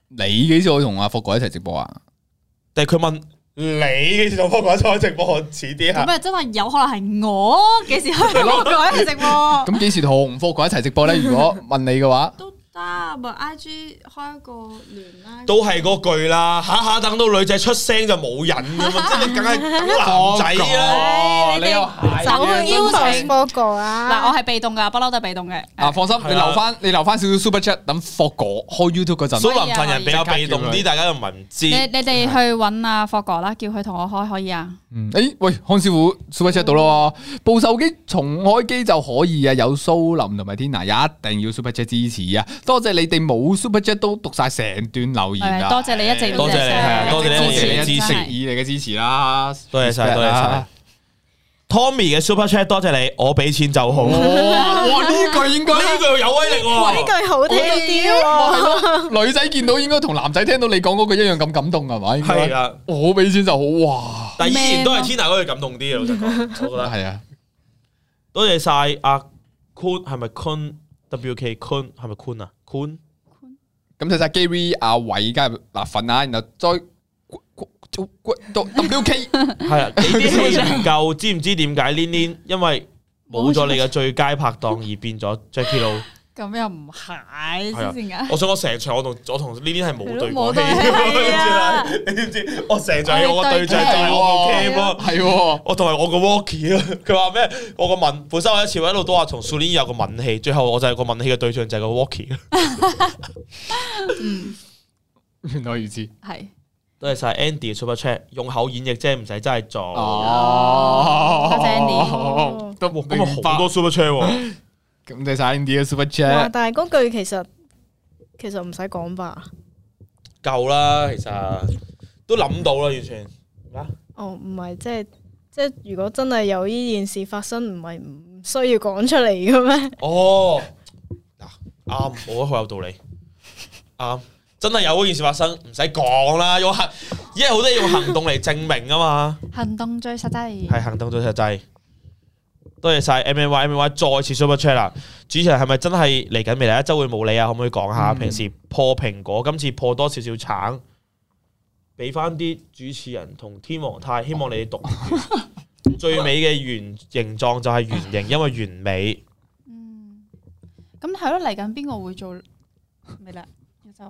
[SPEAKER 3] 你幾時可以同阿福哥一齊直播啊？
[SPEAKER 1] 但係佢問你幾時同霍哥一齊開直播，似啲
[SPEAKER 4] 咁
[SPEAKER 1] 啊？
[SPEAKER 4] 啊，真係有可能係我幾時去我改去直播
[SPEAKER 3] 咁幾時同福哥一齊直播咧？如果問你嘅話，
[SPEAKER 4] 都得，咪 I G 開個聯啦。
[SPEAKER 1] 都係嗰句啦，下下等到女仔出聲就冇人 咁啊！即係你梗係等男仔啊啦。
[SPEAKER 3] 哦
[SPEAKER 4] 你哋
[SPEAKER 3] 又係
[SPEAKER 4] 走
[SPEAKER 3] 啊
[SPEAKER 4] 去邀請
[SPEAKER 2] 嗰個啊！
[SPEAKER 4] 嗱，我係被動噶，不嬲都係被動嘅。
[SPEAKER 3] 啊，放心，
[SPEAKER 1] 係啊
[SPEAKER 3] 你留翻你留翻少少 super chat 等霍哥開 YouTube 嗰陣
[SPEAKER 1] 蘇。林份人比較啊被動啲，大家又唔係唔知
[SPEAKER 4] 你。你哋去揾阿霍哥啦，叫佢同我開可以啊。
[SPEAKER 3] 嗯，誒喂，康師傅 super chat 到咯喎，部手機重開機就可以啊！有蘇林同埋 Tina 一定要 super chat 支持啊！多謝你哋冇 super chat 都讀晒成段留言
[SPEAKER 4] 係
[SPEAKER 3] 啊！
[SPEAKER 4] 多謝你一直
[SPEAKER 1] 多謝你係啊多謝你一直嘅支持
[SPEAKER 4] 真係
[SPEAKER 3] 以你嘅支持啦，
[SPEAKER 1] 多謝晒
[SPEAKER 3] Respect
[SPEAKER 1] 多謝晒
[SPEAKER 3] 啊
[SPEAKER 1] Tommy 嘅 Super Chat 多謝你，我俾錢就好。
[SPEAKER 3] 哇！
[SPEAKER 1] 呢
[SPEAKER 3] 哇呢句應該
[SPEAKER 1] 句有威力
[SPEAKER 2] 哇呢
[SPEAKER 1] 喎，
[SPEAKER 2] 句好聽啲
[SPEAKER 3] 哇
[SPEAKER 2] 喎，
[SPEAKER 3] 係咯，啊女仔見到應該同男仔聽到你講嗰句一樣咁感動係咪？應該
[SPEAKER 1] 係啊，
[SPEAKER 3] 我俾錢就好哇！
[SPEAKER 1] 但依然都係
[SPEAKER 4] Man
[SPEAKER 1] Tina 嗰句感動啲嘅，老實講，我覺 得。
[SPEAKER 3] 係啊，
[SPEAKER 1] 多謝晒阿 Kun 係咪 Kun？WK Kun 係咪 Kun 啊？Kun
[SPEAKER 3] 咁睇晒 Gary 阿偉加入辣粉啊，然後再。到 WK
[SPEAKER 1] 係 啊，你啲戲唔夠，知唔知點解 Lin Lin？因為冇咗你嘅最佳拍檔而變咗 Jackie Lou。
[SPEAKER 4] 咁又唔係
[SPEAKER 1] 係啊
[SPEAKER 4] 先㗎。
[SPEAKER 1] 我想我成場我同我同 Lin Lin 係冇對過戲
[SPEAKER 4] 係咯冇對係啊
[SPEAKER 1] 嘅，你知唔知？你知唔知？我成場戲我個對象就
[SPEAKER 4] 係
[SPEAKER 1] 係我個 cam
[SPEAKER 3] 係
[SPEAKER 1] 咯
[SPEAKER 3] 喎。係喎，
[SPEAKER 1] 我同埋我個 walkie 啊，佢話咩？我個吻本身我一次我一路都話同 s u l i n 有個吻戲，最後我就係個吻戲嘅對象就係個 walkie 啊。
[SPEAKER 3] 原來如此。
[SPEAKER 4] 係
[SPEAKER 1] 多謝晒 Andy super chat，用口演繹啫，唔使真係做。
[SPEAKER 3] 哦，
[SPEAKER 4] 多謝 Andy
[SPEAKER 3] 都
[SPEAKER 1] 哇
[SPEAKER 3] 明
[SPEAKER 1] 咁啊
[SPEAKER 3] 白
[SPEAKER 1] 好多 super chat 喎，
[SPEAKER 3] 咁睇晒 Andy 嘅 Super
[SPEAKER 2] 哇
[SPEAKER 3] Chat，
[SPEAKER 2] 但係嗰句其實其實唔使講吧？
[SPEAKER 1] 夠啦，其實都諗到啦，完全。啊
[SPEAKER 2] 哦，唔係即係即係，如果真係有呢件事發生，唔係唔需要講出嚟嘅咩？
[SPEAKER 1] 哦，嗱啱，我覺得好有道理。啱，真係有嗰件事發生，唔使講啦，用行，因為好多嘢用行動嚟證明啊嘛。
[SPEAKER 4] 行動最實際。
[SPEAKER 1] 係行動最實際。多謝晒 M N Y M N Y 再次 super chat 啦！主持人係咪真係嚟緊未來一周會冇你啊？可唔可以講下？
[SPEAKER 3] 嗯
[SPEAKER 1] 平時破蘋果，今次破多少少橙，俾翻啲主持人同天王太，希望你哋讀 完最美嘅圓形狀就係圓形，因為完美。
[SPEAKER 4] 嗯，咁係咯，嚟緊邊個會做未啦？一周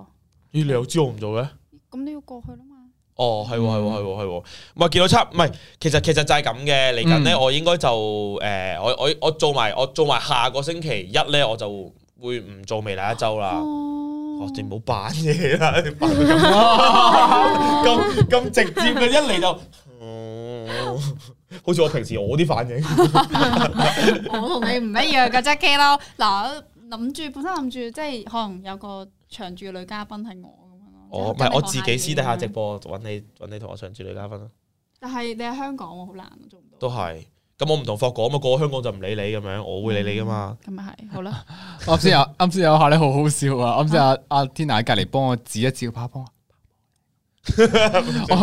[SPEAKER 1] 咦，你又知我唔做嘅？
[SPEAKER 4] 咁都要過去啦嘛。
[SPEAKER 1] 哦，係喎，係喎，係喎，係喎，唔係見到差，唔係，其實其實就係咁嘅。嚟緊咧，
[SPEAKER 3] 嗯
[SPEAKER 1] 我應該就誒、呃我我我做埋我做埋下個星期一咧，我就會唔做未來一周啦。
[SPEAKER 4] 哦
[SPEAKER 1] 我哋唔好扮嘢 啦，你扮到 咁咁咁直接嘅，一嚟就。嗯好似我平時我啲反應，
[SPEAKER 4] 我同你唔一樣嘅啫，K 咯。嗱，諗住本身諗住即係可能有個長住嘅女嘉賓係我咁樣咯。
[SPEAKER 1] 我哦唔
[SPEAKER 4] 即係
[SPEAKER 1] 係我
[SPEAKER 4] 同
[SPEAKER 1] 自
[SPEAKER 4] 下
[SPEAKER 1] 己私底下
[SPEAKER 4] 嘢咁樣
[SPEAKER 1] 直。播揾你揾你同我上住女嘉賓啦，
[SPEAKER 4] 但係你喺香港喎，好難做唔到。
[SPEAKER 1] 都係。咁我唔同霍哥啊嘛，過咗香港就唔理你咁樣，我會理你噶嘛。
[SPEAKER 4] 咁咪係，好啦。
[SPEAKER 3] 啱先有啱先有下咧，好好笑啊！啱先阿阿 Tina 喺隔離幫我指一指個 p o 幫我，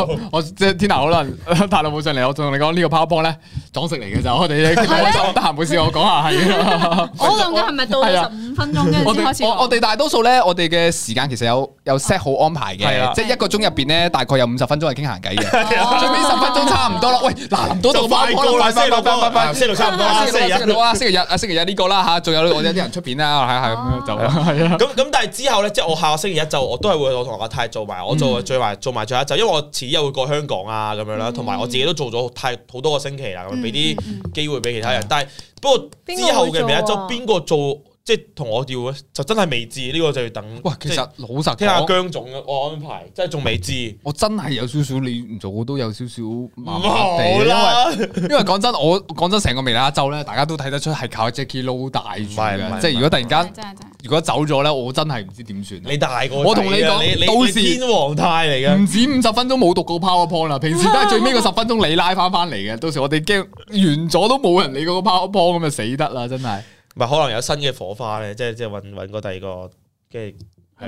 [SPEAKER 3] 我我即係 Tina 可能太耐冇上嚟，我仲同你講呢個 p o w 咧裝飾嚟嘅就我哋得閒冇事我講下係啊
[SPEAKER 4] 我諗緊係咪到
[SPEAKER 3] 係啊
[SPEAKER 4] 十五分鐘跟住
[SPEAKER 3] 我
[SPEAKER 4] 先開始啊
[SPEAKER 3] 哋我我哋大多數咧，我哋嘅時間其實有有 set 好安排
[SPEAKER 1] 係啊
[SPEAKER 3] 嘅，即係一個鐘入邊咧，大概有五十分鐘係傾閒 偈嘅，
[SPEAKER 4] 哋
[SPEAKER 3] 最尾十分鐘差唔多啦。喂，嗱，臨到
[SPEAKER 1] 就
[SPEAKER 3] 就
[SPEAKER 1] 快
[SPEAKER 3] 快
[SPEAKER 1] 過啦，星
[SPEAKER 3] 快
[SPEAKER 1] 期六
[SPEAKER 3] 快快快
[SPEAKER 1] 啦，星期六差唔多啦，
[SPEAKER 3] 啊，
[SPEAKER 1] 星
[SPEAKER 3] 星
[SPEAKER 1] 期
[SPEAKER 3] 期
[SPEAKER 1] 日
[SPEAKER 3] 日。啊，星期日啊，星期日呢個啦吓，仲有我有啲人出片啦，
[SPEAKER 4] 哦
[SPEAKER 3] 係係咁樣就係啊。
[SPEAKER 1] 咁咁，但係之後咧，即係我下個星期一就我都係會我同阿泰做埋，我做最埋做埋最後一集，因為我遲啲又會過香港啊咁樣啦，同埋我自己都做咗太好多個星期啦，咁樣俾啲機會俾其他人。但係不過之後嘅未一周邊
[SPEAKER 2] 邊
[SPEAKER 1] 個做即係同我調咧，就真係未知，呢個就要等。
[SPEAKER 3] 哇，其實
[SPEAKER 1] 即係
[SPEAKER 3] 老實
[SPEAKER 1] 聽下
[SPEAKER 3] 講，
[SPEAKER 1] 姜總嘅我安排，真係仲未知。
[SPEAKER 3] 我真係有少少你唔做我都有少少麻麻
[SPEAKER 1] 好
[SPEAKER 3] 地，因為
[SPEAKER 1] 啦，
[SPEAKER 3] 因為講真，我講真成個微辣一周咧，大家都睇得出係靠 Jackie Lou 帶
[SPEAKER 1] 唔
[SPEAKER 3] 住
[SPEAKER 1] 係唔係
[SPEAKER 3] 嘅，即係如果突然間
[SPEAKER 4] 真係真係
[SPEAKER 3] 如果走咗咧，我真係唔知點算啊。
[SPEAKER 1] 你大個仔啊，
[SPEAKER 3] 我同你講
[SPEAKER 1] 你
[SPEAKER 3] 到
[SPEAKER 1] 你
[SPEAKER 3] 時
[SPEAKER 1] 天皇太嚟嘅。
[SPEAKER 3] 唔止五十分鐘冇讀過 PowerPoint 啦，平時都係最尾個十分鐘你拉翻翻嚟嘅，到時我哋驚完咗都冇人理嗰個 PowerPoint 咁就死得啦，真係。
[SPEAKER 1] 唔係可能有新嘅火花咧，即係即係揾揾個第二個，跟住
[SPEAKER 4] 有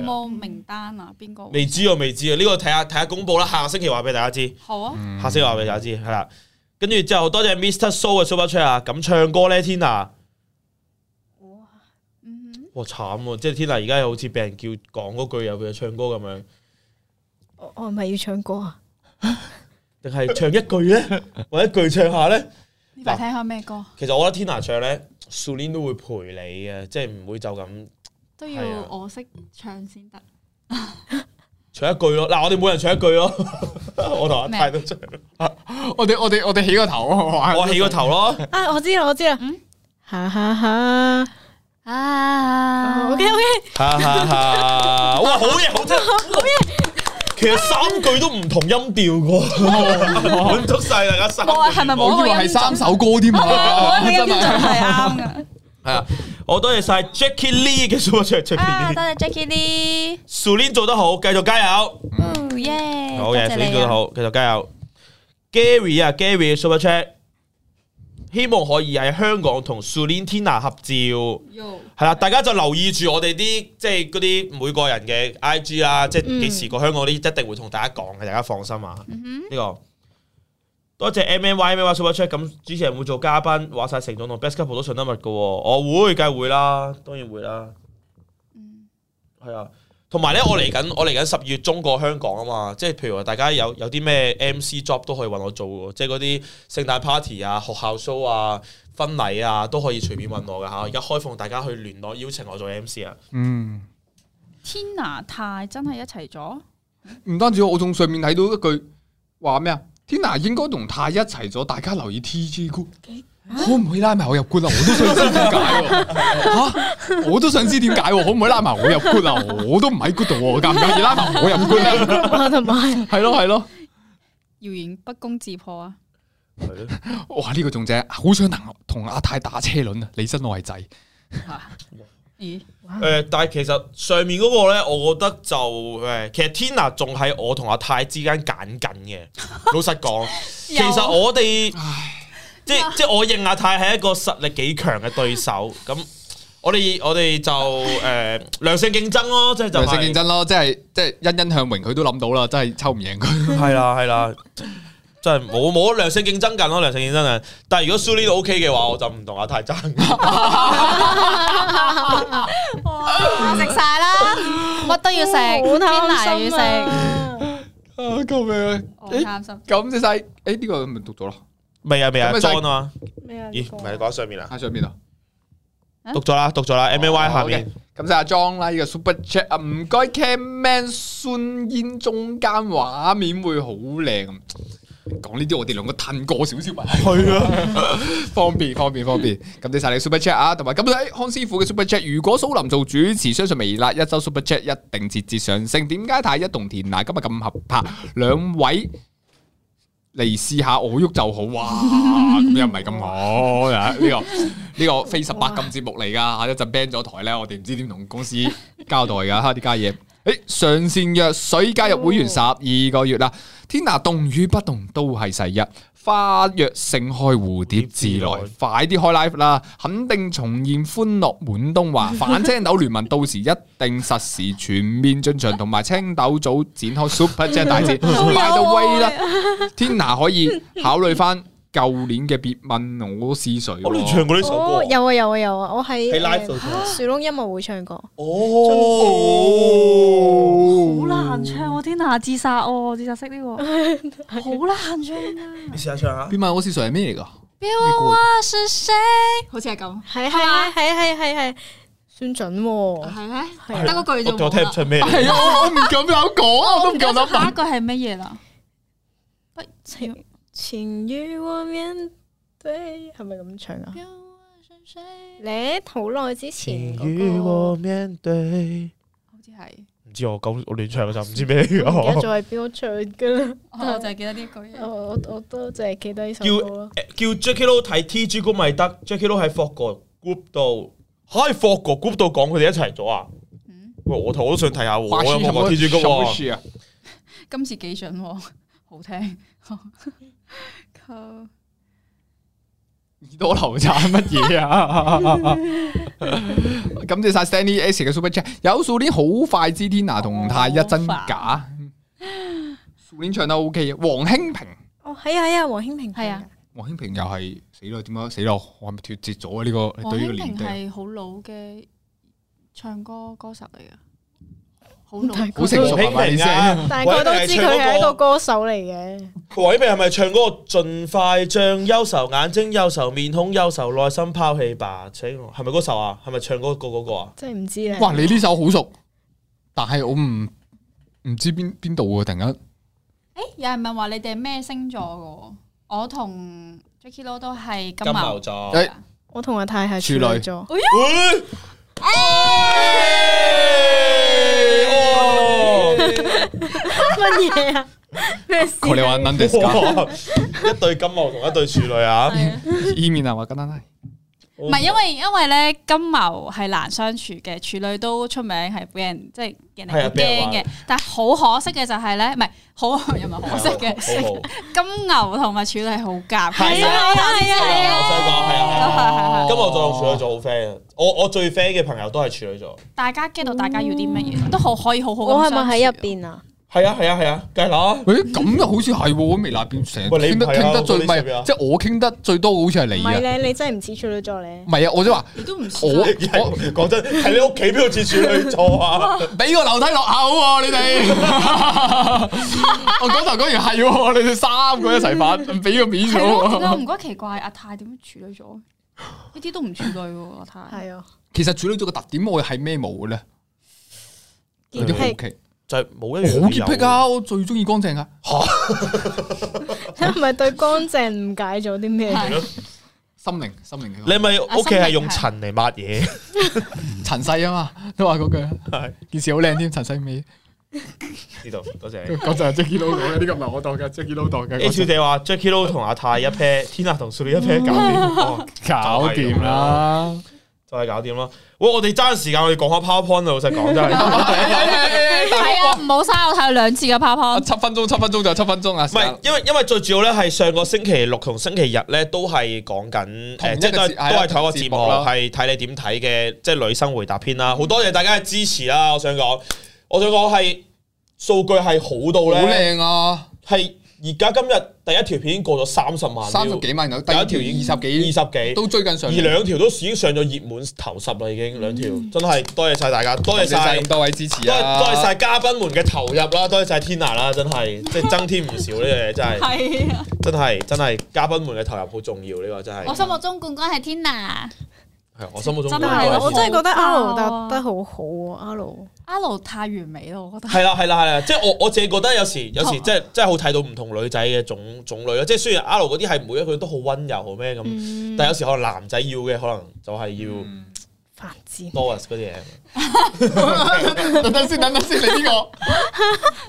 [SPEAKER 1] 係啦
[SPEAKER 4] 冇名單啊？邊個？
[SPEAKER 1] 未知啊，未知啊，呢個睇下睇下公佈啦，下個星期話俾大家知。
[SPEAKER 4] 好啊，
[SPEAKER 1] 下星期話俾大家知，係啦。跟住之後，多謝 Mr. So 嘅 Super Chat 啊！咁唱歌咧，Tina，
[SPEAKER 4] 嗯哼，
[SPEAKER 1] 哇慘喎！即係 Tina 而家又好似俾人叫講嗰句又佢唱歌咁樣，
[SPEAKER 2] 我哦我唔係要唱歌啊，
[SPEAKER 1] 定係唱一句咧，或者一句唱下咧？
[SPEAKER 4] 呢排聽下咩歌
[SPEAKER 1] 其實我覺得 Tina 唱咧 s u l i n 都會陪你嘅，即係唔會就咁
[SPEAKER 5] 都
[SPEAKER 1] 係啊
[SPEAKER 5] 要我識唱先得。
[SPEAKER 1] 唱一句咯。嗱，我哋每人唱一句咯， 我同阿泰都唱，
[SPEAKER 3] 我哋我哋我哋起個頭啊！
[SPEAKER 1] 我起個頭咯。
[SPEAKER 2] 啊，我知啦，我知啦，
[SPEAKER 5] 嗯
[SPEAKER 2] 哈哈哦哈，
[SPEAKER 5] 啊
[SPEAKER 2] OK OK，
[SPEAKER 1] 哈哈 哈！哇，好嘢，好聽，好嘢。其實三句都唔同音調
[SPEAKER 5] 啊
[SPEAKER 1] 噶，滿足晒大家三句。
[SPEAKER 4] 我係咪
[SPEAKER 3] 我
[SPEAKER 4] 冇
[SPEAKER 3] 以為係三首歌添
[SPEAKER 4] 我
[SPEAKER 3] 啊！
[SPEAKER 4] 嘅
[SPEAKER 3] 真
[SPEAKER 4] 音準
[SPEAKER 3] 係
[SPEAKER 4] 係啱嘅。
[SPEAKER 1] 系啊，我多謝晒 Jackie Lee 嘅 super chat j a c
[SPEAKER 5] 啊！
[SPEAKER 1] k
[SPEAKER 5] 多謝 Jackie Lee，
[SPEAKER 1] i e Sulin 做得好，繼續加油。
[SPEAKER 5] 哦耶！
[SPEAKER 1] 好
[SPEAKER 5] 多
[SPEAKER 1] 嘅
[SPEAKER 5] 謝
[SPEAKER 1] ，Sulin
[SPEAKER 5] 你
[SPEAKER 1] 做得
[SPEAKER 5] 啊！
[SPEAKER 1] 好，繼續加油。Gary 啊，Gary super chat，希望可以喺香港同 Sulin Tina 合照。係啦，大家就留意住我哋啲即係嗰啲每個人嘅 IG 啦，即係幾時過香港嗰啲一定會同大家講嘅，大家放心啊。
[SPEAKER 4] 嗯
[SPEAKER 1] 呢個多謝 M M Y M M Y Super Chat，咁主持人會做嘉賓，話晒成總同 Best Couple 都順得密嘅喎，我會梗係會啦，當然會啦。係啊，同埋咧，我嚟緊我嚟緊十二月中過香港啊嘛，即係譬如話大家有有啲咩 MC job 都可以揾我做喎，即係嗰啲聖誕 party 啊、學校 show 啊、婚禮啊都可以隨便揾我㗎嚇。而家開放大家去聯絡邀請我做 MC 啊，
[SPEAKER 3] 嗯，
[SPEAKER 4] Tina 泰真係一齊咗，
[SPEAKER 3] 唔單止我，我仲上面睇到一句話咩啊？Tina 應該同泰一齊咗，大家留意 T G 姑，可唔可以拉埋我入 group 啊？我都想知點解喎嚇，我都想知點解喎，可唔可以拉埋我入 group 啊？我都唔喺 group 度喎，介唔介意拉埋我入 group 啊？
[SPEAKER 2] 我同 埋
[SPEAKER 3] 係咯係咯，
[SPEAKER 4] 謠言不攻自破啊！
[SPEAKER 1] 係咯，
[SPEAKER 3] 哇！呢個仲正，好想能同阿泰打車輪啊！你真我係仔，
[SPEAKER 4] 咦，
[SPEAKER 1] 誒呃但係其實上面嗰個咧，我覺得就誒，其實 Tina 仲喺我同阿泰之間揀緊嘅。老實講，其實我哋即即我認阿泰係一個實力幾強嘅對手，咁我哋我哋就誒、呃良性競爭咯，即係就
[SPEAKER 3] 良性
[SPEAKER 1] 係
[SPEAKER 3] 競爭咯，即係即係欣欣向榮，佢都諗到啦，真係抽唔贏佢。
[SPEAKER 1] 係啦係啦，真係冇冇良性競爭緊咯，良性競爭緊。但係如果 Suli 都 OK 嘅話，我就唔同阿泰 爭。
[SPEAKER 5] 食晒 啦，乜都哦要食，
[SPEAKER 2] 好
[SPEAKER 5] 天奶
[SPEAKER 2] 貪
[SPEAKER 5] 又要
[SPEAKER 2] 心
[SPEAKER 5] 食。
[SPEAKER 2] 啊！
[SPEAKER 3] 啊，救命啊！
[SPEAKER 4] 我
[SPEAKER 3] 誒
[SPEAKER 4] 擔心。
[SPEAKER 3] 咁即係，誒呢個咪讀咗咯，
[SPEAKER 1] 未啊未啊
[SPEAKER 3] 咁咪就係
[SPEAKER 1] ，John 啊嘛，
[SPEAKER 2] 咩啊？
[SPEAKER 1] 咦唔係你講上面啊，
[SPEAKER 3] 喺上面啊。
[SPEAKER 1] 讀咗啦讀咗啦，M A Y
[SPEAKER 3] 啊哦
[SPEAKER 1] 下面。
[SPEAKER 3] OK，咁就阿莊啦，呢個 Super Chat 啊，唔該 Camman 孫煙中間畫面會好靚。啊講呢啲我哋兩個褪過少少咪係啊， 方便方便方便。感謝晒你 Super Chat 啊，同埋咁誒康師傅嘅 Super Chat。如果蘇林做主持，相信微辣一周 Super Chat 一定節節上升。點解太一同田娜今日咁合拍？兩位嚟試下我喐就好，哇！咁又唔係咁好啊呢個。呢個非十八禁節目嚟噶，一陣 ban 咗台咧，我哋唔知點同公司交代噶哈呢家嘢。誒上線藥水加入會員十二個月啦，天娜動與不動都係世一，花若盛開蝴蝶自來，快啲開 live 啦！肯定重現歡樂滿東 華，反青豆聯盟到時一定實時全面進場，同埋青豆組展開 Super Jet 大戰， 快到威啦！天娜可以考慮翻舊年嘅別問我是誰喎。
[SPEAKER 1] 我哋唱過呢首
[SPEAKER 2] 哦，
[SPEAKER 1] 歌，
[SPEAKER 2] 有啊有啊有啊！我喺
[SPEAKER 1] 喺 live 度
[SPEAKER 2] 誒
[SPEAKER 1] 唱
[SPEAKER 2] 樹窿音樂會唱過，
[SPEAKER 1] 哦。
[SPEAKER 4] 好難唱喎！Tina 自殺哦，自殺式呢 個好難唱啊！
[SPEAKER 1] 你試下唱下。
[SPEAKER 3] 邊問我是誰係咩嚟噶？
[SPEAKER 5] 別問我是誰，好似係咁，
[SPEAKER 2] 係係啊係啊係啊係啊係啊，算準喎！
[SPEAKER 5] 係咩？
[SPEAKER 2] 係啊
[SPEAKER 5] 得嗰句
[SPEAKER 1] 我
[SPEAKER 5] 啫
[SPEAKER 1] 我聽唔
[SPEAKER 5] 喎。
[SPEAKER 1] 出咩嚟？
[SPEAKER 3] 係啊，我我唔敢有講啊，我都唔敢
[SPEAKER 4] 下一
[SPEAKER 3] 諗。
[SPEAKER 4] 句係乜嘢啦？不要
[SPEAKER 2] 情情與我面對係咪咁唱啊？
[SPEAKER 5] 別問我是誰
[SPEAKER 2] 你好耐之前嗰
[SPEAKER 1] 與
[SPEAKER 2] 個
[SPEAKER 1] 我面對。
[SPEAKER 4] 好似係，
[SPEAKER 1] 唔知我咁我亂唱嘅就唔知咩嚟
[SPEAKER 2] 唔記得
[SPEAKER 1] 㗎
[SPEAKER 2] 咗係邊個唱㗎啦。
[SPEAKER 4] 我就係記得呢一句
[SPEAKER 2] 我
[SPEAKER 4] 嘢。
[SPEAKER 2] 我我都淨係記得呢首歌啊咯。
[SPEAKER 1] 叫 Jackie Lou 睇 TG group 咪得，Jackie Lou 喺 Fogg group 度，喺 Fogg group 度講佢哋一齊咗啊！
[SPEAKER 4] 嗯
[SPEAKER 1] 喂，我頭都想睇下喎我有冇講 TG group 喎
[SPEAKER 3] 啊？
[SPEAKER 4] 今次幾 準喎，好聽。靠
[SPEAKER 3] 耳朵流產乜嘢啊？ 感謝晒 Stanley S 嘅 Super Chat，有數年好快知天涯同泰一真假，數年唱得 OK 啊。黃興平，
[SPEAKER 2] 哦，係啊係啊，黃興平
[SPEAKER 4] 係啊，
[SPEAKER 3] 黃興平又係死咯，點解啊死咯？我係咪脱節咗啊？呢個
[SPEAKER 4] 黃
[SPEAKER 3] 對呢個
[SPEAKER 4] 興
[SPEAKER 3] 年
[SPEAKER 4] 平
[SPEAKER 3] 代，
[SPEAKER 4] 係好老嘅唱歌歌手嚟噶，好老，
[SPEAKER 2] 大
[SPEAKER 3] 好成熟啊嘛？你
[SPEAKER 1] 平
[SPEAKER 3] 聲
[SPEAKER 1] 啊，
[SPEAKER 2] 大家都知佢係一個歌手嚟嘅。
[SPEAKER 1] 黃興平係咪唱嗰個盡快將憂愁眼睛、憂愁面孔、憂愁內心拋棄吧？請我係咪嗰首啊？係咪唱嗰個嗰個啊？
[SPEAKER 2] 真係唔知咧。
[SPEAKER 3] 哇！你呢首好熟，但係我唔唔知邊邊度喎，突然間。
[SPEAKER 4] 诶，有人問話你哋係咩星座噶？我同 Jacky Lou 都係金
[SPEAKER 1] 金牛
[SPEAKER 4] 牛。
[SPEAKER 1] 座。
[SPEAKER 3] 誒
[SPEAKER 2] 我同阿泰係
[SPEAKER 3] 處
[SPEAKER 2] 處
[SPEAKER 3] 女
[SPEAKER 2] 女座，
[SPEAKER 1] 喂哦
[SPEAKER 2] 乜嘢 啊？咩事？啊
[SPEAKER 3] これは何です か？
[SPEAKER 1] 哇一對金牛同一對處女啊！哦
[SPEAKER 4] 係啊
[SPEAKER 3] 意面啊，話簡單 啦。
[SPEAKER 1] 唔
[SPEAKER 4] 唔係因為因為咧金牛係難相處嘅，處女都出名係俾人即係人哋
[SPEAKER 1] 係啊
[SPEAKER 4] 好
[SPEAKER 1] 俾人
[SPEAKER 4] 驚
[SPEAKER 1] 話啊
[SPEAKER 4] 嘅。但係好可惜嘅就係咧，唔係好又唔係可惜嘅，
[SPEAKER 1] 好好
[SPEAKER 4] 金牛同埋處女係好夾。
[SPEAKER 1] 係啊
[SPEAKER 4] 係
[SPEAKER 1] 係啊我想講係啊係啊
[SPEAKER 4] 係係
[SPEAKER 1] 金牛座同處女座好 friend 啊！我我最 friend 嘅朋友都係處女座。
[SPEAKER 4] 大家 get 到大家要啲乜嘢，都好可以好好。
[SPEAKER 2] 我係咪喺入？邊啊？
[SPEAKER 1] 係啊係啊係啊，梗係啦。
[SPEAKER 3] 诶，咁又好似係喎，微辣邊成日
[SPEAKER 1] 喂你
[SPEAKER 3] 傾得
[SPEAKER 1] 唔係啊
[SPEAKER 3] 傾得最，
[SPEAKER 1] 我呢
[SPEAKER 3] 唔係
[SPEAKER 1] 上面啊
[SPEAKER 3] 即係我傾得最多，好似係
[SPEAKER 2] 唔
[SPEAKER 3] 你
[SPEAKER 2] 係
[SPEAKER 3] 啊。
[SPEAKER 2] 咧，你真係唔似處女座咧
[SPEAKER 3] 唔。係啊，我都話
[SPEAKER 4] 你都唔
[SPEAKER 3] 我
[SPEAKER 4] 知。
[SPEAKER 3] 我
[SPEAKER 1] 講真，喺你屋企邊度似處女座啊？
[SPEAKER 3] 俾個樓梯落口喎，你哋。我講頭講完係喎，你哋三個一齊反，俾個面
[SPEAKER 4] 係咯，點解我
[SPEAKER 3] 我。
[SPEAKER 4] 唔覺得奇怪？阿泰點樣處女座？一啲都唔處女喎，阿泰。
[SPEAKER 2] 係啊，
[SPEAKER 3] 其實處女座嘅特點，我係咩冇嘅咧？有
[SPEAKER 2] 潔
[SPEAKER 3] 啲好
[SPEAKER 2] 癖
[SPEAKER 3] 奇，
[SPEAKER 1] 就係冇一樣
[SPEAKER 3] 我好潔癖啊！我最中意乾淨啊。
[SPEAKER 2] 係咪對乾淨誤解咗啲 咩？
[SPEAKER 4] 係
[SPEAKER 3] 心靈，心靈
[SPEAKER 1] 理由！
[SPEAKER 3] 嘅
[SPEAKER 1] 你咪屋企係用塵嚟抹嘢？
[SPEAKER 3] 陳世啊嘛，都話嗰句
[SPEAKER 1] 係，
[SPEAKER 3] 件事好靚添，陳世美。
[SPEAKER 1] 知道，多謝 你。
[SPEAKER 3] 嗰就係 Jackie Lou 講嘅，呢個唔係我當嘅，Jackie Lou 當嘅。
[SPEAKER 1] A 小姐話 Jackie Lou 同阿泰一 pair，天下同 s u 一 pair 搞 掂，哦
[SPEAKER 3] 搞掂啦！
[SPEAKER 1] 就係搞掂啦。喂，我哋爭時間，我哋講下 PowerPoint 啊！老實講 真係，
[SPEAKER 4] 係啊，唔好嘥我睇兩次嘅 PowerPoint。
[SPEAKER 3] 啊七分鐘，七分鐘就七分鐘啊！
[SPEAKER 1] 唔係因為因為最主要咧係上個星期六同星期日咧都係講緊
[SPEAKER 3] 同一
[SPEAKER 1] 誒，
[SPEAKER 3] 個
[SPEAKER 1] 即係都係
[SPEAKER 3] 節係啦
[SPEAKER 1] 都係同一個
[SPEAKER 3] 節
[SPEAKER 1] 節
[SPEAKER 3] 目
[SPEAKER 1] 目
[SPEAKER 3] 啦
[SPEAKER 1] 係睇你點睇嘅，即係女生回答篇啦。好多謝大家嘅支持啦！我想講，我想講係數據係好到
[SPEAKER 3] 好
[SPEAKER 1] 咧，
[SPEAKER 3] 靚啊！
[SPEAKER 1] 係而家今日第一條片已經過咗三十萬，
[SPEAKER 3] 三十幾萬有，
[SPEAKER 1] 第
[SPEAKER 3] 第一
[SPEAKER 1] 一
[SPEAKER 3] 條
[SPEAKER 1] 條已經
[SPEAKER 3] 二十幾，
[SPEAKER 1] 二十幾。
[SPEAKER 3] 都追緊上。
[SPEAKER 1] 而兩條都已經上咗熱門頭十啦，已經兩條，真係多謝晒大家，多謝
[SPEAKER 3] 謝
[SPEAKER 1] 晒
[SPEAKER 3] 晒咁，多位支持
[SPEAKER 1] 多
[SPEAKER 3] 啊！
[SPEAKER 1] 多謝晒嘉賓們嘅投入啦，多謝晒 Tina 啦，真係 即係增添唔少呢樣嘢，真係
[SPEAKER 4] 係啊，
[SPEAKER 1] 真係真係嘉賓們嘅投入好重要，呢個真係
[SPEAKER 4] 我心目中冠軍係 Tina。
[SPEAKER 1] 係我心目中
[SPEAKER 4] 真
[SPEAKER 2] 真
[SPEAKER 4] 係
[SPEAKER 2] 係，
[SPEAKER 4] 咯
[SPEAKER 2] 我真係覺得阿
[SPEAKER 4] 好
[SPEAKER 2] L
[SPEAKER 4] 爆
[SPEAKER 2] 答
[SPEAKER 4] 啊
[SPEAKER 2] 得好好喎，阿 L。
[SPEAKER 4] 阿盧太完美咯，我覺得。
[SPEAKER 1] 係啦係啦係啦，即係我我自己覺得有時有時即係真係好睇到唔同女仔嘅種種類咯，即係雖然 R 嗰啲係每一個都好温柔好咩咁，但係有時可能男仔要嘅可能就係
[SPEAKER 2] 犯賤
[SPEAKER 1] 要 Doris 嗰啲嘢。
[SPEAKER 3] 等等先，等等先，你 呢